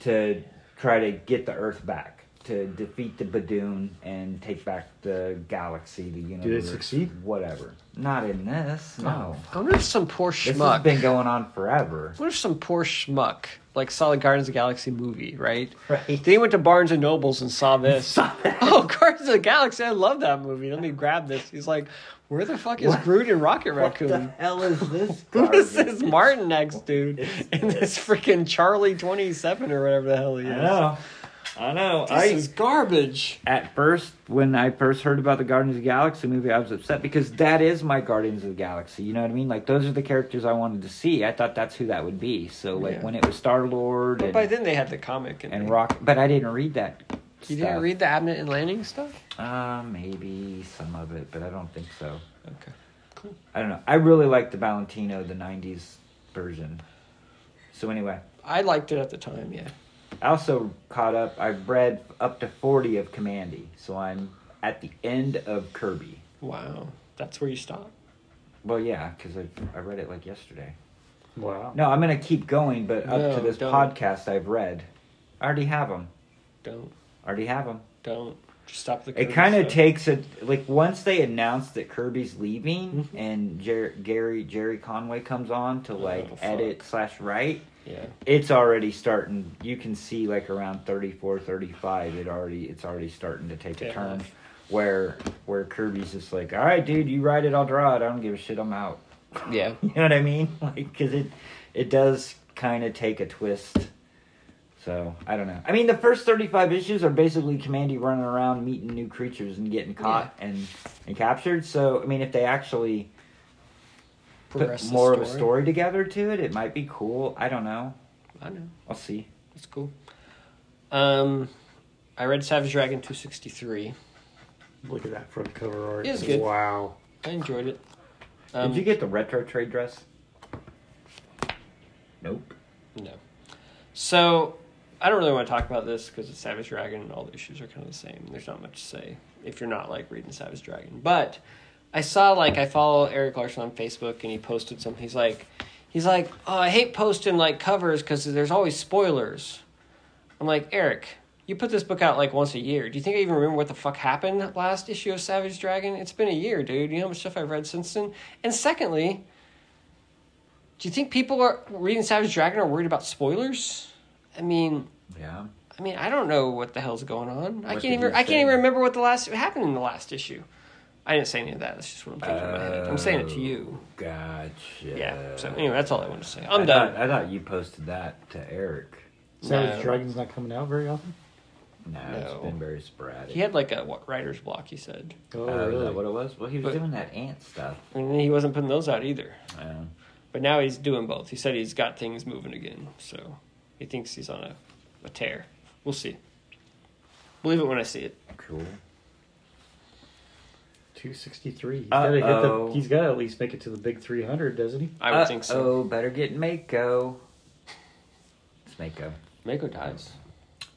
[SPEAKER 3] to try to get the Earth back, to defeat the Badoon and take back the galaxy, the universe.
[SPEAKER 2] succeed?
[SPEAKER 3] Whatever. Not in this. No.
[SPEAKER 1] I wonder if some poor
[SPEAKER 3] This
[SPEAKER 1] schmuck.
[SPEAKER 3] has been going on forever.
[SPEAKER 1] What if some poor schmuck, like Solid Guardians of the Galaxy movie, (laughs) right?
[SPEAKER 3] Right.
[SPEAKER 1] Then he went to Barnes and Nobles and
[SPEAKER 3] (laughs)
[SPEAKER 1] saw this. Oh, Guardians of the Galaxy! I love that movie. Let me grab this. He's like, "Where the fuck is
[SPEAKER 3] What-
[SPEAKER 1] Groot and Rocket
[SPEAKER 3] What the
[SPEAKER 1] Raccoon?
[SPEAKER 3] hell is this?
[SPEAKER 1] (laughs) This
[SPEAKER 3] garbage?
[SPEAKER 1] is Martin X, dude,
[SPEAKER 3] It's-
[SPEAKER 1] (laughs) and this freaking Charlie Twenty Seven or whatever the hell he
[SPEAKER 3] I
[SPEAKER 1] is.
[SPEAKER 3] know. I know.
[SPEAKER 1] This
[SPEAKER 3] I,
[SPEAKER 1] is garbage.
[SPEAKER 3] at first when I first heard about the Guardians of the Galaxy movie, I was upset because that is my Guardians of the Galaxy. You know what I mean? Like those are the characters I wanted to see. I thought that's who that would be. So like
[SPEAKER 1] Yeah.
[SPEAKER 3] when it was Star Lord
[SPEAKER 1] But by
[SPEAKER 3] and,
[SPEAKER 1] then they had the comic and,
[SPEAKER 3] and
[SPEAKER 1] they-
[SPEAKER 3] Rock, but I didn't read that.
[SPEAKER 1] You didn't
[SPEAKER 3] stuff.
[SPEAKER 1] read the Abnett and Landing stuff?
[SPEAKER 3] Uh, maybe some of it, but I don't think so.
[SPEAKER 1] Okay.
[SPEAKER 3] I don't know. I really liked the Valentino, the '90s version. So anyway,
[SPEAKER 1] I liked it at the time, yeah.
[SPEAKER 3] I also caught up. I've read up to 40 of Commandy, so I'm at the end of Kirby.
[SPEAKER 1] Wow. That's where you stop.
[SPEAKER 3] Well, yeah, because I, I read it like yesterday.
[SPEAKER 2] Wow.
[SPEAKER 3] No, I'm gonna keep going, but up
[SPEAKER 1] No,
[SPEAKER 3] to this
[SPEAKER 1] don't.
[SPEAKER 3] podcast, I've read I already have them.
[SPEAKER 1] Don't,
[SPEAKER 3] Already have them.
[SPEAKER 1] don't. Just stop the.
[SPEAKER 3] It
[SPEAKER 1] Kirby
[SPEAKER 3] kind of
[SPEAKER 1] stuff.
[SPEAKER 3] takes a like once they announced that Kirby's leaving
[SPEAKER 1] Mm-hmm.
[SPEAKER 3] and Jer- Gary Jerry Conway comes on to like
[SPEAKER 1] Oh, fuck.
[SPEAKER 3] edit slash write.
[SPEAKER 1] Yeah.
[SPEAKER 3] It's already starting. You can see like around 34, 35, It already it's already starting to take
[SPEAKER 1] Yeah.
[SPEAKER 3] a turn where where Kirby's just like, all right, dude, you write it, I'll draw it. I don't give a shit. I'm out.
[SPEAKER 1] Yeah.
[SPEAKER 3] (laughs) You know what I mean? Like, because it it does kind of take a twist. So I don't know. I mean, the first thirty-five issues are basically Commandy running around meeting new creatures and getting caught and and captured. So I mean, if they actually put
[SPEAKER 1] Progress the
[SPEAKER 3] more of a story together to it, it might be cool. I don't know.
[SPEAKER 1] I know.
[SPEAKER 3] I'll see.
[SPEAKER 1] That's cool. Um, I read Savage Dragon 263.
[SPEAKER 2] Look at that front cover art.
[SPEAKER 1] It is good.
[SPEAKER 2] Wow.
[SPEAKER 1] I enjoyed it. Um,
[SPEAKER 3] Did you get the retro trade dress? Nope.
[SPEAKER 1] No. So, I don't really want to talk about this because it's Savage Dragon and all the issues are kind of the same. There's not much to say if you're not like reading Savage Dragon. But I saw like I follow Eric Larson on Facebook and he posted something. He's like, he's like, oh, I hate posting like covers because there's always spoilers. I'm like Eric. You put this book out like once a year. Do you think I even remember what the fuck happened last issue of Savage Dragon? It's been a year, dude. You know how much stuff I've read since then? And secondly, do you think people are reading Savage Dragon are worried about spoilers? I mean,
[SPEAKER 3] Yeah.
[SPEAKER 1] I mean, I don't know what the hell's going on. I
[SPEAKER 3] What
[SPEAKER 1] can't
[SPEAKER 3] did
[SPEAKER 1] even
[SPEAKER 3] you
[SPEAKER 1] I can't
[SPEAKER 3] say?
[SPEAKER 1] even remember what the last what happened in the last issue. I didn't say any of that. That's just what I'm thinking in my head. I'm saying it to you.
[SPEAKER 3] Gotcha.
[SPEAKER 1] Yeah. So anyway, that's all I wanted to say.
[SPEAKER 3] Oh,
[SPEAKER 1] I'm
[SPEAKER 3] I thought-
[SPEAKER 1] done.
[SPEAKER 3] I thought you posted that to Eric.
[SPEAKER 2] Savage
[SPEAKER 1] No.
[SPEAKER 2] Dragon's not coming out very often.
[SPEAKER 3] No,
[SPEAKER 1] No.
[SPEAKER 3] it's been very sporadic.
[SPEAKER 1] He had like a what, writer's block. He said,
[SPEAKER 2] Oh,
[SPEAKER 3] Uh, is
[SPEAKER 2] really?
[SPEAKER 3] that what it was? Well, he was
[SPEAKER 1] But-
[SPEAKER 3] doing that ant stuff.
[SPEAKER 1] and then he wasn't putting those out either.
[SPEAKER 3] Yeah.
[SPEAKER 1] But now he's doing both. He said he's got things moving again, so he thinks he's on a, a tear. We'll see. Believe it when I see it.
[SPEAKER 3] Cool.
[SPEAKER 2] 263. He's gotta hit the,
[SPEAKER 3] Uh-oh.
[SPEAKER 2] he's got to at least make it to the big 300, doesn't he?
[SPEAKER 1] I would think so.
[SPEAKER 3] Oh, better get Mako. It's Mako.
[SPEAKER 1] Mako dies.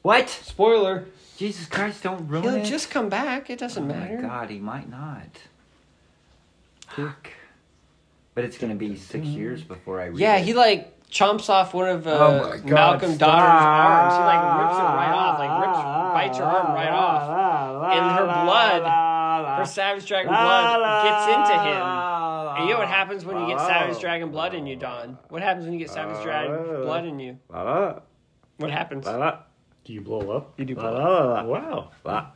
[SPEAKER 3] What?
[SPEAKER 1] Spoiler.
[SPEAKER 3] Jesus Christ! Don't ruin
[SPEAKER 1] He'll
[SPEAKER 3] it.
[SPEAKER 1] just come back. It doesn't
[SPEAKER 3] oh
[SPEAKER 1] matter.
[SPEAKER 3] my God, he might not. Fuck. But it's gonna be six years before I read.
[SPEAKER 1] Yeah,
[SPEAKER 3] it.
[SPEAKER 1] he like chomps off one of uh,
[SPEAKER 3] Oh my God,
[SPEAKER 1] Malcolm Donner's
[SPEAKER 3] stop.
[SPEAKER 1] arms. He like rips it right off. Like rips, bites her arm right off. And her blood, Her Savage Dragon blood gets into him. And you know what happens when you
[SPEAKER 3] Oh.
[SPEAKER 1] get Savage Dragon blood in you, Don? What happens when you get Savage Dragon blood in you? What happens?
[SPEAKER 2] Do you blow up?
[SPEAKER 1] You do blow up.
[SPEAKER 3] happens?
[SPEAKER 2] Wow.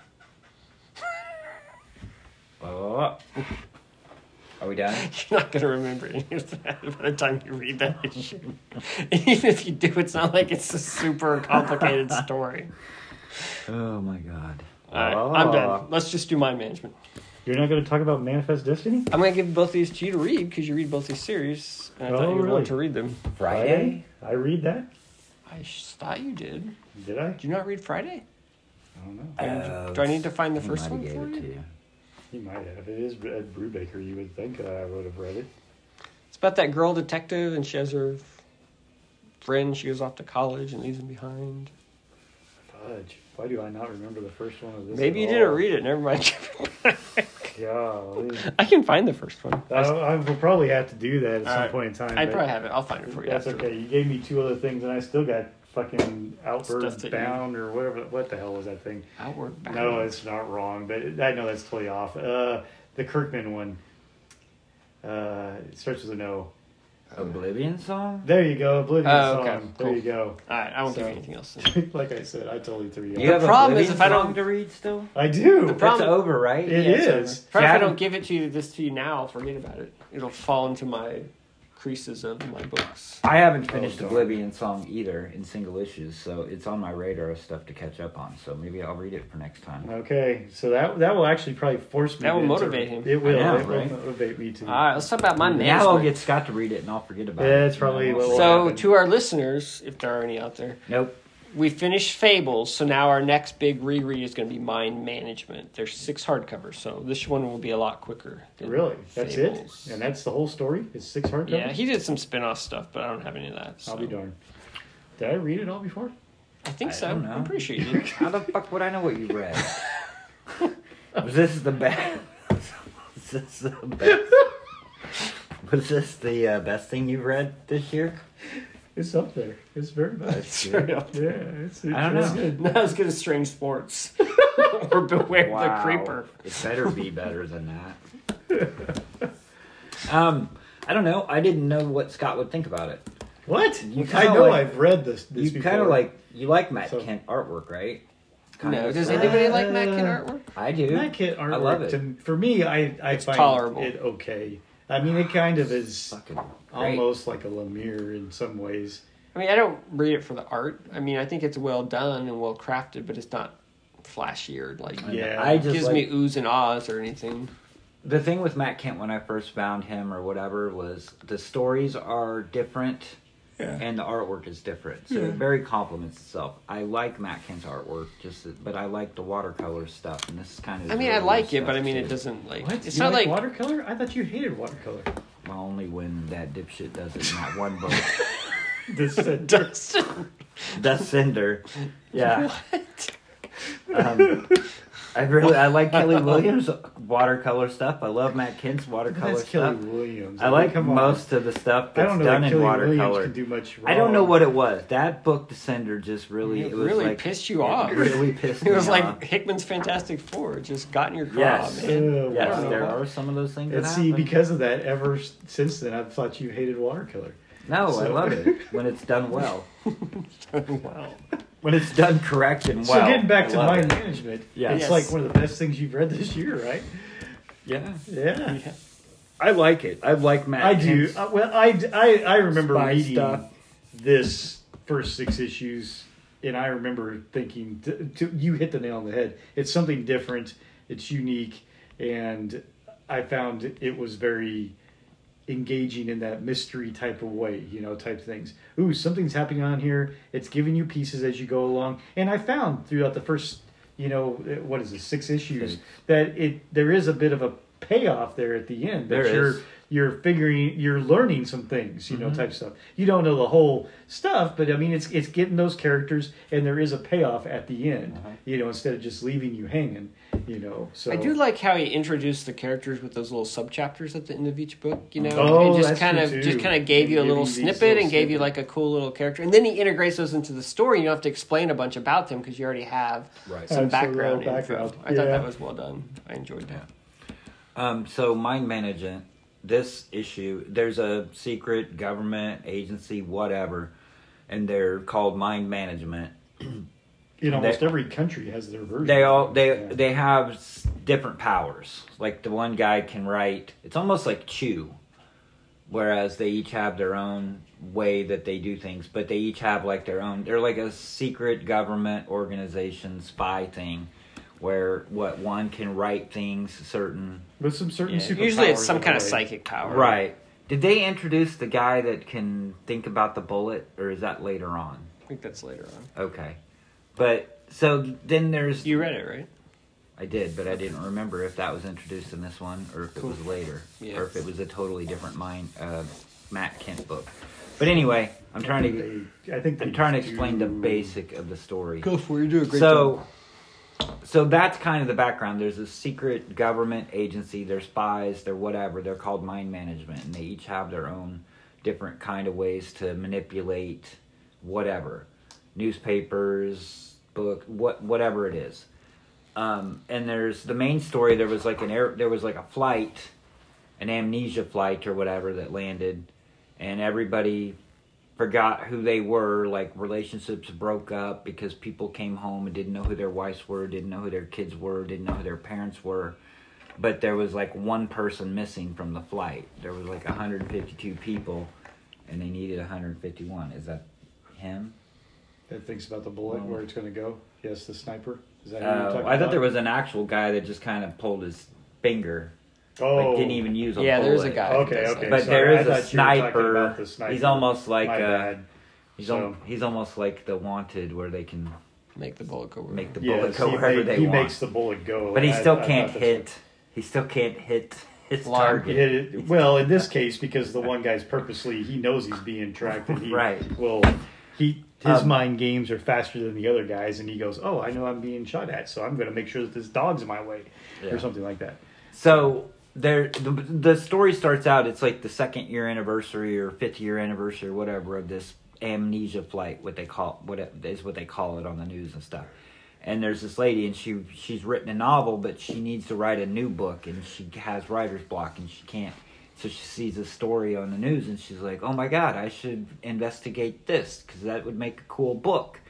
[SPEAKER 3] Are we done?
[SPEAKER 1] (laughs) You're not gonna remember any of that by the time you read that issue. (laughs) Even if you do, it's not like it's a super
[SPEAKER 3] (laughs)
[SPEAKER 1] complicated story.
[SPEAKER 3] Oh my god.
[SPEAKER 1] All right, I'm
[SPEAKER 3] Oh.
[SPEAKER 1] done. Let's just do mind management.
[SPEAKER 2] You're not going to talk about Manifest Destiny?
[SPEAKER 1] I'm gonna give both these to you to read because you read both these series, and I thought
[SPEAKER 2] Oh,
[SPEAKER 1] you would
[SPEAKER 2] really?
[SPEAKER 1] want to read them.
[SPEAKER 3] Friday?
[SPEAKER 2] I read that.
[SPEAKER 1] I sh- thought you did.
[SPEAKER 2] Did I?
[SPEAKER 1] Do you not read Friday?
[SPEAKER 2] I don't know.
[SPEAKER 3] Uh,
[SPEAKER 1] Do I need to find the first
[SPEAKER 3] might
[SPEAKER 1] one
[SPEAKER 3] gave
[SPEAKER 1] for
[SPEAKER 3] it to
[SPEAKER 1] you?
[SPEAKER 2] He might have. It is Ed Brubaker. You would think uh, I would have read it.
[SPEAKER 1] It's about that girl detective, and she has her f- friend. She goes off to college and leaves him behind.
[SPEAKER 2] Fudge. Why do I not remember the first one of this?
[SPEAKER 1] Maybe you
[SPEAKER 2] at
[SPEAKER 1] didn't
[SPEAKER 2] all?
[SPEAKER 1] read it. Never mind. (laughs)
[SPEAKER 2] Golly.
[SPEAKER 1] I can find the first one.
[SPEAKER 2] I, I will probably have to do that at some
[SPEAKER 1] Alright.
[SPEAKER 2] point in time.
[SPEAKER 1] I
[SPEAKER 2] but
[SPEAKER 1] probably have it. I'll find it for you.
[SPEAKER 2] That's
[SPEAKER 1] after.
[SPEAKER 2] okay. You gave me two other things, and I still got fucking
[SPEAKER 1] Stuff
[SPEAKER 2] outward
[SPEAKER 1] that you-
[SPEAKER 2] bound or whatever. What the hell was that thing?
[SPEAKER 1] I'll work back.
[SPEAKER 2] No, it's not wrong, but it- I know that's totally off. Uh, the Kirkman one. Uh, it starts with an O.
[SPEAKER 3] Oblivion song?
[SPEAKER 2] There you go, Oblivion
[SPEAKER 1] Oh,
[SPEAKER 2] song.
[SPEAKER 1] okay,
[SPEAKER 2] There
[SPEAKER 1] cool.
[SPEAKER 2] you go.
[SPEAKER 1] All right, I won't
[SPEAKER 2] So-
[SPEAKER 1] give you anything else. Then.
[SPEAKER 2] (laughs) like I said, I totally threw you.
[SPEAKER 3] You
[SPEAKER 2] off.
[SPEAKER 3] have
[SPEAKER 1] problem is if
[SPEAKER 3] Oblivion
[SPEAKER 1] I don't-
[SPEAKER 3] song to read still?
[SPEAKER 2] I do.
[SPEAKER 1] The problem-
[SPEAKER 3] it's over, right?
[SPEAKER 2] It
[SPEAKER 1] Yeah, it's
[SPEAKER 2] is.
[SPEAKER 1] over. Probably if I
[SPEAKER 3] Yeah.
[SPEAKER 1] don't give it to you this to you now, I'll forget about it. It'll fall into my creases of my books.
[SPEAKER 3] I haven't finished
[SPEAKER 2] darn.
[SPEAKER 3] Oblivion song either in single issues, so it's on my radar of stuff to catch up on. So maybe I'll read it for next time.
[SPEAKER 2] Okay, so that that will actually probably force me.
[SPEAKER 1] That will
[SPEAKER 2] to-
[SPEAKER 1] motivate him.
[SPEAKER 2] It will.
[SPEAKER 3] I know,
[SPEAKER 2] it
[SPEAKER 3] right?
[SPEAKER 2] will motivate me to.
[SPEAKER 1] All right, let's talk about my
[SPEAKER 3] Now I'll
[SPEAKER 1] management.
[SPEAKER 3] get Scott to read it and I'll forget about
[SPEAKER 2] Yeah,
[SPEAKER 3] it.
[SPEAKER 2] it's probably what will
[SPEAKER 1] so
[SPEAKER 2] happen.
[SPEAKER 1] to our listeners, if there are any out there,
[SPEAKER 3] Nope.
[SPEAKER 1] we finished Fables, so now our next big reread is going to be Mind Management. There's six hardcovers, so this one will be a lot quicker. than
[SPEAKER 2] Really, that's
[SPEAKER 1] Fables.
[SPEAKER 2] it, and that's the whole story. It's six hardcovers.
[SPEAKER 1] yeah, he did some spin-off stuff, but I don't have any of that. So.
[SPEAKER 2] I'll be darned. Did I read it all before?
[SPEAKER 1] I think
[SPEAKER 3] I
[SPEAKER 1] so.
[SPEAKER 3] don't know.
[SPEAKER 1] I'm pretty sure you
[SPEAKER 2] (laughs)
[SPEAKER 1] did.
[SPEAKER 3] How the fuck would I know what you read? Was this the best? Was this the best? Was this the uh, best thing you've read this year?
[SPEAKER 2] It's up there.
[SPEAKER 3] (laughs)
[SPEAKER 2] It's very nice.
[SPEAKER 1] (laughs)
[SPEAKER 3] That's
[SPEAKER 2] yeah,
[SPEAKER 3] good.
[SPEAKER 2] it's, it's,
[SPEAKER 3] don't
[SPEAKER 2] it's
[SPEAKER 3] know.
[SPEAKER 2] good.
[SPEAKER 1] Not as good as Strange
[SPEAKER 2] (laughs)
[SPEAKER 1] Sports (laughs) or Beware the Creeper.
[SPEAKER 3] It better be better than that. um, I don't know. I didn't know what Scott would think about it.
[SPEAKER 2] What?
[SPEAKER 3] You
[SPEAKER 2] I
[SPEAKER 3] kinda
[SPEAKER 2] know
[SPEAKER 3] like-
[SPEAKER 2] I've read this. this
[SPEAKER 3] you
[SPEAKER 2] before.
[SPEAKER 3] kind of like you like Matt
[SPEAKER 2] So-
[SPEAKER 3] Kent artwork, right?
[SPEAKER 1] No,
[SPEAKER 3] of,
[SPEAKER 1] does
[SPEAKER 3] so-
[SPEAKER 1] anybody like Matt Kin
[SPEAKER 2] Uh,
[SPEAKER 1] artwork?
[SPEAKER 3] I do.
[SPEAKER 2] That kit artwork.
[SPEAKER 3] I love it.
[SPEAKER 2] To, for me, I, I
[SPEAKER 1] It's
[SPEAKER 2] find
[SPEAKER 1] tolerable.
[SPEAKER 2] it okay. I mean, it kind of is
[SPEAKER 3] Fucking great.
[SPEAKER 2] almost like a Lemire in some ways.
[SPEAKER 1] I mean, I don't read it for the art. I mean, I think it's well done and well crafted, but it's not flashy or like
[SPEAKER 2] Yeah.
[SPEAKER 3] I
[SPEAKER 1] it
[SPEAKER 3] just
[SPEAKER 1] gives
[SPEAKER 3] like,
[SPEAKER 1] me oohs and ahs or anything.
[SPEAKER 3] the thing with Matt Kent when I first found him or whatever was the stories are different and the artwork is different. So it very complements itself. I like Matt Kent's artwork, just but I like the watercolor stuff, and this is kind of.
[SPEAKER 1] I mean, I like it, but I mean, it doesn't like.
[SPEAKER 2] What?
[SPEAKER 1] It's
[SPEAKER 2] you
[SPEAKER 1] not
[SPEAKER 2] like,
[SPEAKER 1] like.
[SPEAKER 2] watercolor? I thought you hated (laughs) watercolor.
[SPEAKER 3] Well, only when that dipshit does it in that one book, (laughs)
[SPEAKER 2] This uh,
[SPEAKER 1] (laughs)
[SPEAKER 2] said,
[SPEAKER 1] Dustin.
[SPEAKER 3] the Cinder.
[SPEAKER 1] (laughs)
[SPEAKER 3] Yeah. Um, I really I like Kelly Williams watercolor stuff. I love Matt Kent's watercolor
[SPEAKER 2] that's Kelly
[SPEAKER 3] stuff.
[SPEAKER 2] Williams.
[SPEAKER 3] I like
[SPEAKER 2] Come on.
[SPEAKER 3] most of the stuff
[SPEAKER 2] I
[SPEAKER 3] that's
[SPEAKER 2] don't know
[SPEAKER 3] done
[SPEAKER 2] that
[SPEAKER 3] in
[SPEAKER 2] Kelly
[SPEAKER 3] watercolor.
[SPEAKER 2] Williams can do much. Wrong.
[SPEAKER 3] I don't know what it was. That book, Descender, just really
[SPEAKER 1] It
[SPEAKER 3] it, was
[SPEAKER 1] really
[SPEAKER 3] like,
[SPEAKER 1] pissed you
[SPEAKER 3] it
[SPEAKER 1] off. (laughs)
[SPEAKER 3] Really pissed me
[SPEAKER 1] It was
[SPEAKER 3] off.
[SPEAKER 1] like Hickman's Fantastic Four. it Just got in your craw,
[SPEAKER 3] Yes.
[SPEAKER 1] man. (laughs)
[SPEAKER 2] Uh,
[SPEAKER 3] Yes,
[SPEAKER 2] wow.
[SPEAKER 3] there are some of those things.
[SPEAKER 2] And
[SPEAKER 3] that
[SPEAKER 2] see,
[SPEAKER 3] happen.
[SPEAKER 2] because of that, ever s- since then, I've thought you hated watercolor.
[SPEAKER 3] no, I
[SPEAKER 2] so-
[SPEAKER 3] love
[SPEAKER 2] (laughs)
[SPEAKER 3] it when it's done well.
[SPEAKER 1] wow.
[SPEAKER 3] When it's done correct and well.
[SPEAKER 2] so getting back
[SPEAKER 3] I
[SPEAKER 2] to
[SPEAKER 3] love
[SPEAKER 2] mine
[SPEAKER 3] it.
[SPEAKER 2] management,
[SPEAKER 3] Yes.
[SPEAKER 2] it's
[SPEAKER 1] Yes.
[SPEAKER 2] like one of the best things you've read this year, right?
[SPEAKER 3] yeah,
[SPEAKER 2] Yeah.
[SPEAKER 1] Yeah.
[SPEAKER 3] I like it. I like Matt.
[SPEAKER 2] I do.
[SPEAKER 3] Kent's-
[SPEAKER 2] Uh, well, I, d- I- I remember
[SPEAKER 3] Spy
[SPEAKER 2] reading
[SPEAKER 3] stuff.
[SPEAKER 2] this first six issues, and I remember thinking, t t- you hit the nail on the head. It's something different. It's unique, and I found it was very engaging in that mystery type of way, you know, type things. Ooh, something's happening on here. It's giving you pieces as you go along. And I found throughout the first, you know, uh, what is it, six issues,
[SPEAKER 3] Six.
[SPEAKER 2] that it there is a bit of a payoff there at the end. That
[SPEAKER 3] There
[SPEAKER 2] you're
[SPEAKER 3] is.
[SPEAKER 2] you're figuring you're learning some things, you know,
[SPEAKER 3] Mm-hmm.
[SPEAKER 2] type stuff. You don't know the whole stuff, but I mean it's it's getting those characters and there is a payoff at the end.
[SPEAKER 3] Uh-huh.
[SPEAKER 2] You know, instead of just leaving you hanging, you know. So
[SPEAKER 1] I do like how he introduced the characters with those little sub chapters at the end of each book. You know,
[SPEAKER 2] Oh,
[SPEAKER 1] and just
[SPEAKER 2] that's
[SPEAKER 1] kind
[SPEAKER 2] good
[SPEAKER 1] of
[SPEAKER 2] too.
[SPEAKER 1] just kind of gave you a
[SPEAKER 2] Give
[SPEAKER 1] little
[SPEAKER 2] you these
[SPEAKER 1] snippet
[SPEAKER 2] little
[SPEAKER 1] and gave you
[SPEAKER 2] snippet.
[SPEAKER 1] like a cool little character, and then he integrates those into the story. You don't have to explain a bunch about them because you already have
[SPEAKER 3] Right.
[SPEAKER 1] some
[SPEAKER 2] Absolute
[SPEAKER 1] background,
[SPEAKER 2] background.
[SPEAKER 1] info. I thought
[SPEAKER 2] Yeah.
[SPEAKER 1] that was well done. I enjoyed that.
[SPEAKER 3] Um, so mind management, this issue, there's a secret government agency, whatever, and they're called mind management.
[SPEAKER 2] in almost
[SPEAKER 3] They-
[SPEAKER 2] every country has their version.
[SPEAKER 3] They all they
[SPEAKER 2] Yeah.
[SPEAKER 3] they have s- different powers. Like the one guy can write. It's almost like Chew, whereas they each have their own way that they do things, but they each have like their own. They're like a secret government organization spy thing, where what one can write things certain
[SPEAKER 2] with some certain
[SPEAKER 3] Yeah.
[SPEAKER 2] superpowers.
[SPEAKER 1] Usually, it's some
[SPEAKER 2] in a
[SPEAKER 1] kind of
[SPEAKER 2] way.
[SPEAKER 1] psychic power,
[SPEAKER 3] Right. Did they introduce the guy that can think about the bullet, or is that later on?
[SPEAKER 1] I think that's later on.
[SPEAKER 3] Okay. But so then there's
[SPEAKER 1] You read it, right?
[SPEAKER 3] I did, but I didn't remember if that was introduced in this one or if it was later,
[SPEAKER 1] Yeah.
[SPEAKER 3] or if it was a totally different mind uh, Matt Kent book. But anyway, I'm trying to
[SPEAKER 2] They- I think they
[SPEAKER 3] I'm trying to explain the
[SPEAKER 2] do-
[SPEAKER 3] basic of the story.
[SPEAKER 1] for it. You do a
[SPEAKER 3] so so that's kind of the background there's a secret government agency they're spies they're whatever they're called mind management and they each have their own different kind of ways to manipulate whatever newspapers book what whatever it is um, and there's the main story there was like an air there was like a flight an amnesia flight or whatever that landed and everybody forgot who they were like relationships broke up because people came home and didn't know who their wives were didn't know who their kids were didn't know who their parents were but there was like one person missing from the flight there was like 152 people and they needed 151 is that him
[SPEAKER 2] That thinks about the bullet, where it's going to go. Yes, the sniper. Is that who you're
[SPEAKER 3] Uh,
[SPEAKER 2] talking
[SPEAKER 3] Oh. i thought
[SPEAKER 2] about?
[SPEAKER 3] there was an actual guy that just kind of pulled his finger
[SPEAKER 2] Oh,
[SPEAKER 3] like didn't even use a
[SPEAKER 1] Yeah, there's a
[SPEAKER 3] bullet.
[SPEAKER 1] guy.
[SPEAKER 2] Okay, okay.
[SPEAKER 3] but
[SPEAKER 2] sorry,
[SPEAKER 3] there
[SPEAKER 2] I
[SPEAKER 3] is a
[SPEAKER 2] thought you were talking
[SPEAKER 3] sniper.
[SPEAKER 2] about the sniper.
[SPEAKER 3] He's almost like
[SPEAKER 2] My
[SPEAKER 3] uh,
[SPEAKER 2] bad.
[SPEAKER 3] he's, al-
[SPEAKER 2] So-
[SPEAKER 3] he's almost like the wanted, where they can
[SPEAKER 1] Make the bullet go.
[SPEAKER 3] make the
[SPEAKER 2] Yeah,
[SPEAKER 3] bullet go
[SPEAKER 2] see,
[SPEAKER 3] wherever
[SPEAKER 2] they-
[SPEAKER 3] they
[SPEAKER 2] he
[SPEAKER 3] want.
[SPEAKER 2] makes the bullet go.
[SPEAKER 3] but he
[SPEAKER 2] I-
[SPEAKER 3] still
[SPEAKER 2] I
[SPEAKER 3] can't
[SPEAKER 2] thought that's
[SPEAKER 3] hit. He still can't hit his
[SPEAKER 1] Long.
[SPEAKER 2] what-
[SPEAKER 3] target.
[SPEAKER 2] He hit it. Well, in this case, because the one guy's purposely, he knows he's being tracked, and
[SPEAKER 3] (laughs)
[SPEAKER 2] he
[SPEAKER 3] Right.
[SPEAKER 2] will. He his
[SPEAKER 3] Um,
[SPEAKER 2] mind games are faster than the other guys, and he goes, "Oh, I know I'm being shot at, so I'm going to make sure that this dog's in my way,
[SPEAKER 3] Yeah.
[SPEAKER 2] or something like that."
[SPEAKER 3] So there, the, the story starts out. It's like the second year anniversary or fifth year anniversary or whatever of this amnesia flight, what they call what it, is what they call it on the news and stuff. And there's this lady, and she she's written a novel, but she needs to write a new book, and she has writer's block, and she can't. So she sees a story on the news, and she's like, "Oh my god, I should investigate this because that would make a cool book."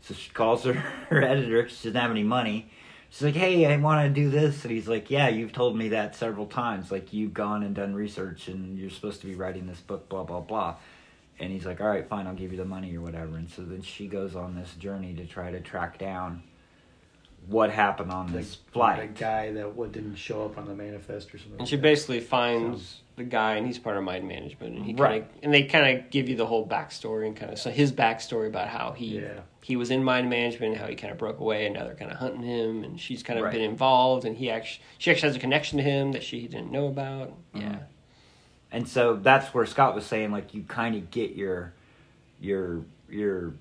[SPEAKER 3] So she calls her, (laughs) her editor. 'cause She doesn't have any money. She's like, "Hey, I want to do this," and he's like, "Yeah, you've told me that several times. Like you've gone and done research, and you're supposed to be writing this book, blah blah blah." And he's like, "All right, fine, I'll give you the money or whatever." And so then she goes on this journey to try to track down what happened on this flight.
[SPEAKER 2] The guy that what didn't show up on the manifest or something.
[SPEAKER 1] And
[SPEAKER 2] like
[SPEAKER 1] she
[SPEAKER 2] that.
[SPEAKER 1] basically finds the guy, and he's part of mind management, and he
[SPEAKER 3] Right.
[SPEAKER 1] kinda, and they kind of give you the whole backstory and kind of so his backstory about how he
[SPEAKER 2] Yeah.
[SPEAKER 1] he was in mind management, how he kind of broke away, and now they're kind of hunting him, and she's kind of
[SPEAKER 3] Right.
[SPEAKER 1] been involved, and he actually she actually has a connection to him that she didn't know about.
[SPEAKER 3] Uh-huh.
[SPEAKER 1] Yeah,
[SPEAKER 3] and so that's where Scott was saying like you kind of get your your your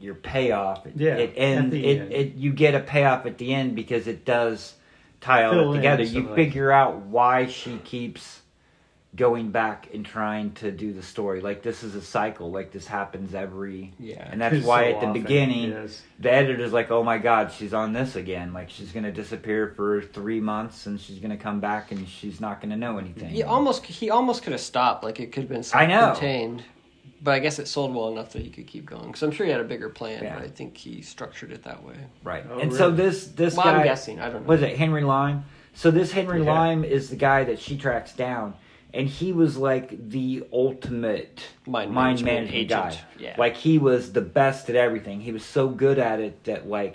[SPEAKER 3] your payoff It-
[SPEAKER 2] Yeah,
[SPEAKER 3] it
[SPEAKER 2] at
[SPEAKER 3] and
[SPEAKER 2] the
[SPEAKER 3] it,
[SPEAKER 2] end.
[SPEAKER 3] it you get a payoff at the end because it does tie all
[SPEAKER 2] Fill
[SPEAKER 3] it
[SPEAKER 2] in
[SPEAKER 3] together
[SPEAKER 2] some of
[SPEAKER 3] you
[SPEAKER 2] that.
[SPEAKER 3] figure out why she keeps going back and trying to do the story like this is a cycle like this happens every
[SPEAKER 1] Yeah.
[SPEAKER 3] and that's why
[SPEAKER 2] So
[SPEAKER 3] at the
[SPEAKER 2] often,
[SPEAKER 3] beginning
[SPEAKER 2] yes.
[SPEAKER 3] the editor's like, oh my god, she's on this again. Like she's gonna disappear for three months and she's gonna come back and she's not gonna know anything.
[SPEAKER 1] he almost he almost could have stopped, like it could have been
[SPEAKER 3] I know.
[SPEAKER 1] self-contained. But I guess it sold well enough that he could keep going. Because I'm sure he had a bigger plan,
[SPEAKER 3] Yeah.
[SPEAKER 1] but I think he structured it that way.
[SPEAKER 3] right.
[SPEAKER 2] Oh,
[SPEAKER 3] and so
[SPEAKER 2] really?
[SPEAKER 3] this this
[SPEAKER 1] well,
[SPEAKER 3] guy
[SPEAKER 1] I'm guessing. I don't know.
[SPEAKER 3] was it Henry Lime? So this Henry
[SPEAKER 2] Yeah.
[SPEAKER 3] Lime is the guy that she tracks down, and he was like the ultimate
[SPEAKER 1] Mind management
[SPEAKER 3] guy.
[SPEAKER 1] agent. Yeah.
[SPEAKER 3] Like he was the best at everything. He was so good at it that like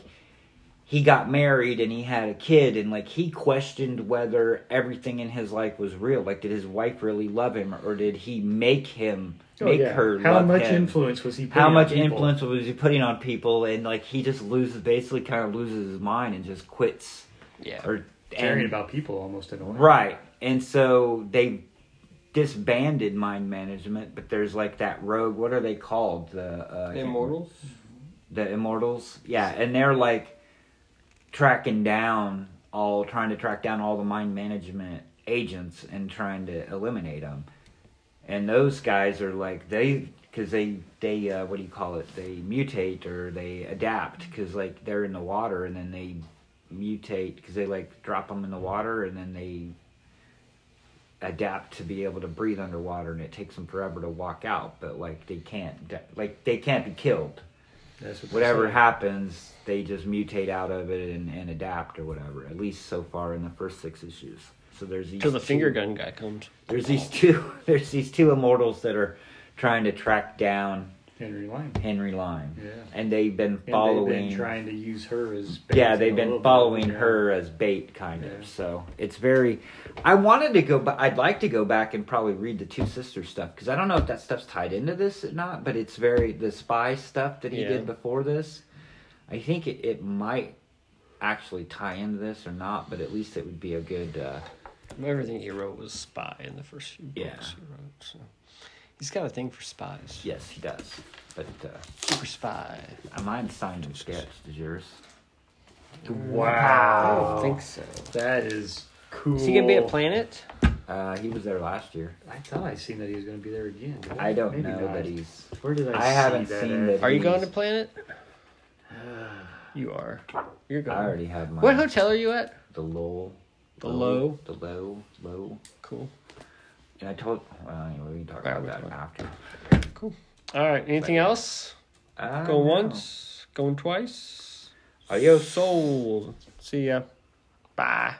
[SPEAKER 3] he got married and he had a kid and like he questioned whether everything in his life was real. Like did his wife really love him or did he make him
[SPEAKER 2] Oh,
[SPEAKER 3] make
[SPEAKER 2] yeah.
[SPEAKER 3] her
[SPEAKER 2] How
[SPEAKER 3] love
[SPEAKER 2] much
[SPEAKER 3] him?
[SPEAKER 2] influence was he?
[SPEAKER 3] how
[SPEAKER 2] putting
[SPEAKER 3] much
[SPEAKER 2] on people?
[SPEAKER 3] influence was he putting on people and like he just loses basically kind of loses his mind and just quits
[SPEAKER 1] Yeah.
[SPEAKER 3] or
[SPEAKER 2] Caring
[SPEAKER 3] and-
[SPEAKER 2] about people almost in a way.
[SPEAKER 3] right and so they disbanded mind management but there's like that rogue what are they called the uh, I
[SPEAKER 1] The
[SPEAKER 3] can't-
[SPEAKER 1] Immortals?
[SPEAKER 3] the immortals yeah and they're like tracking down all trying to track down all the mind management agents and trying to eliminate them and those guys are like they because they they uh, what do you call it they mutate or they adapt because like they're in the water and then they mutate because they like drop them in the water and then they adapt to be able to breathe underwater and it takes them forever to walk out but like they can't de- like they can't be killed
[SPEAKER 2] That's what they
[SPEAKER 3] whatever
[SPEAKER 2] say.
[SPEAKER 3] happens they just mutate out of it and, and adapt or whatever at least so far in the first six issues so there's these
[SPEAKER 1] Till the
[SPEAKER 3] two-
[SPEAKER 1] finger gun guy comes.
[SPEAKER 3] there's these two (laughs) there's these two immortals that are trying to track down
[SPEAKER 2] Henry Lime.
[SPEAKER 3] henry lyme
[SPEAKER 2] Yeah.
[SPEAKER 3] and they've been
[SPEAKER 2] And
[SPEAKER 3] following
[SPEAKER 2] They've been trying to use her as.
[SPEAKER 3] yeah
[SPEAKER 2] bait a
[SPEAKER 3] they've
[SPEAKER 2] little
[SPEAKER 3] been
[SPEAKER 2] bit.
[SPEAKER 3] following
[SPEAKER 2] Yeah.
[SPEAKER 3] her as bait kind
[SPEAKER 2] Yeah.
[SPEAKER 3] of so it's very i wanted to go but i'd like to go back and probably read the two sisters stuff because i don't know if that stuff's tied into this or not but it's very the spy stuff that he
[SPEAKER 1] Yeah.
[SPEAKER 3] did before this i think it, it might actually tie into this or not but at least it would be a good uh
[SPEAKER 1] Everything he wrote was spy in the first few books
[SPEAKER 3] Yeah.
[SPEAKER 1] he wrote. So he's got a thing for spies.
[SPEAKER 3] yes he does but uh
[SPEAKER 1] Super spy.
[SPEAKER 3] Mine signed and sketched. Is yours?
[SPEAKER 1] I
[SPEAKER 2] Wow.
[SPEAKER 1] don't
[SPEAKER 3] Oh.
[SPEAKER 1] think so.
[SPEAKER 2] That is cool.
[SPEAKER 1] Is he gonna be at Planet?
[SPEAKER 3] Uh, he was there last year.
[SPEAKER 2] I thought I seen that he was going to be there again. did
[SPEAKER 3] I don't
[SPEAKER 2] Maybe
[SPEAKER 3] know
[SPEAKER 2] not.
[SPEAKER 3] that he's.
[SPEAKER 2] Where did I?
[SPEAKER 3] I
[SPEAKER 2] see
[SPEAKER 3] haven't
[SPEAKER 2] that
[SPEAKER 3] seen
[SPEAKER 2] at?
[SPEAKER 3] that.
[SPEAKER 1] Are you
[SPEAKER 3] Please.
[SPEAKER 1] going to
[SPEAKER 3] (sighs)
[SPEAKER 1] Planet? You are. You're
[SPEAKER 3] I
[SPEAKER 1] going.
[SPEAKER 3] already have my.
[SPEAKER 1] What hotel are you at?
[SPEAKER 3] The Lowell.
[SPEAKER 1] The Low.
[SPEAKER 3] The Low. Low.
[SPEAKER 1] Cool.
[SPEAKER 3] And I told. Well, anyway, we can talk
[SPEAKER 1] Alright,
[SPEAKER 3] about
[SPEAKER 1] we'll
[SPEAKER 3] that
[SPEAKER 1] talk.
[SPEAKER 3] after.
[SPEAKER 1] All right. Anything else?
[SPEAKER 3] Uh,
[SPEAKER 1] Go once. Going twice.
[SPEAKER 3] Adios.
[SPEAKER 1] Sold. See ya. Bye.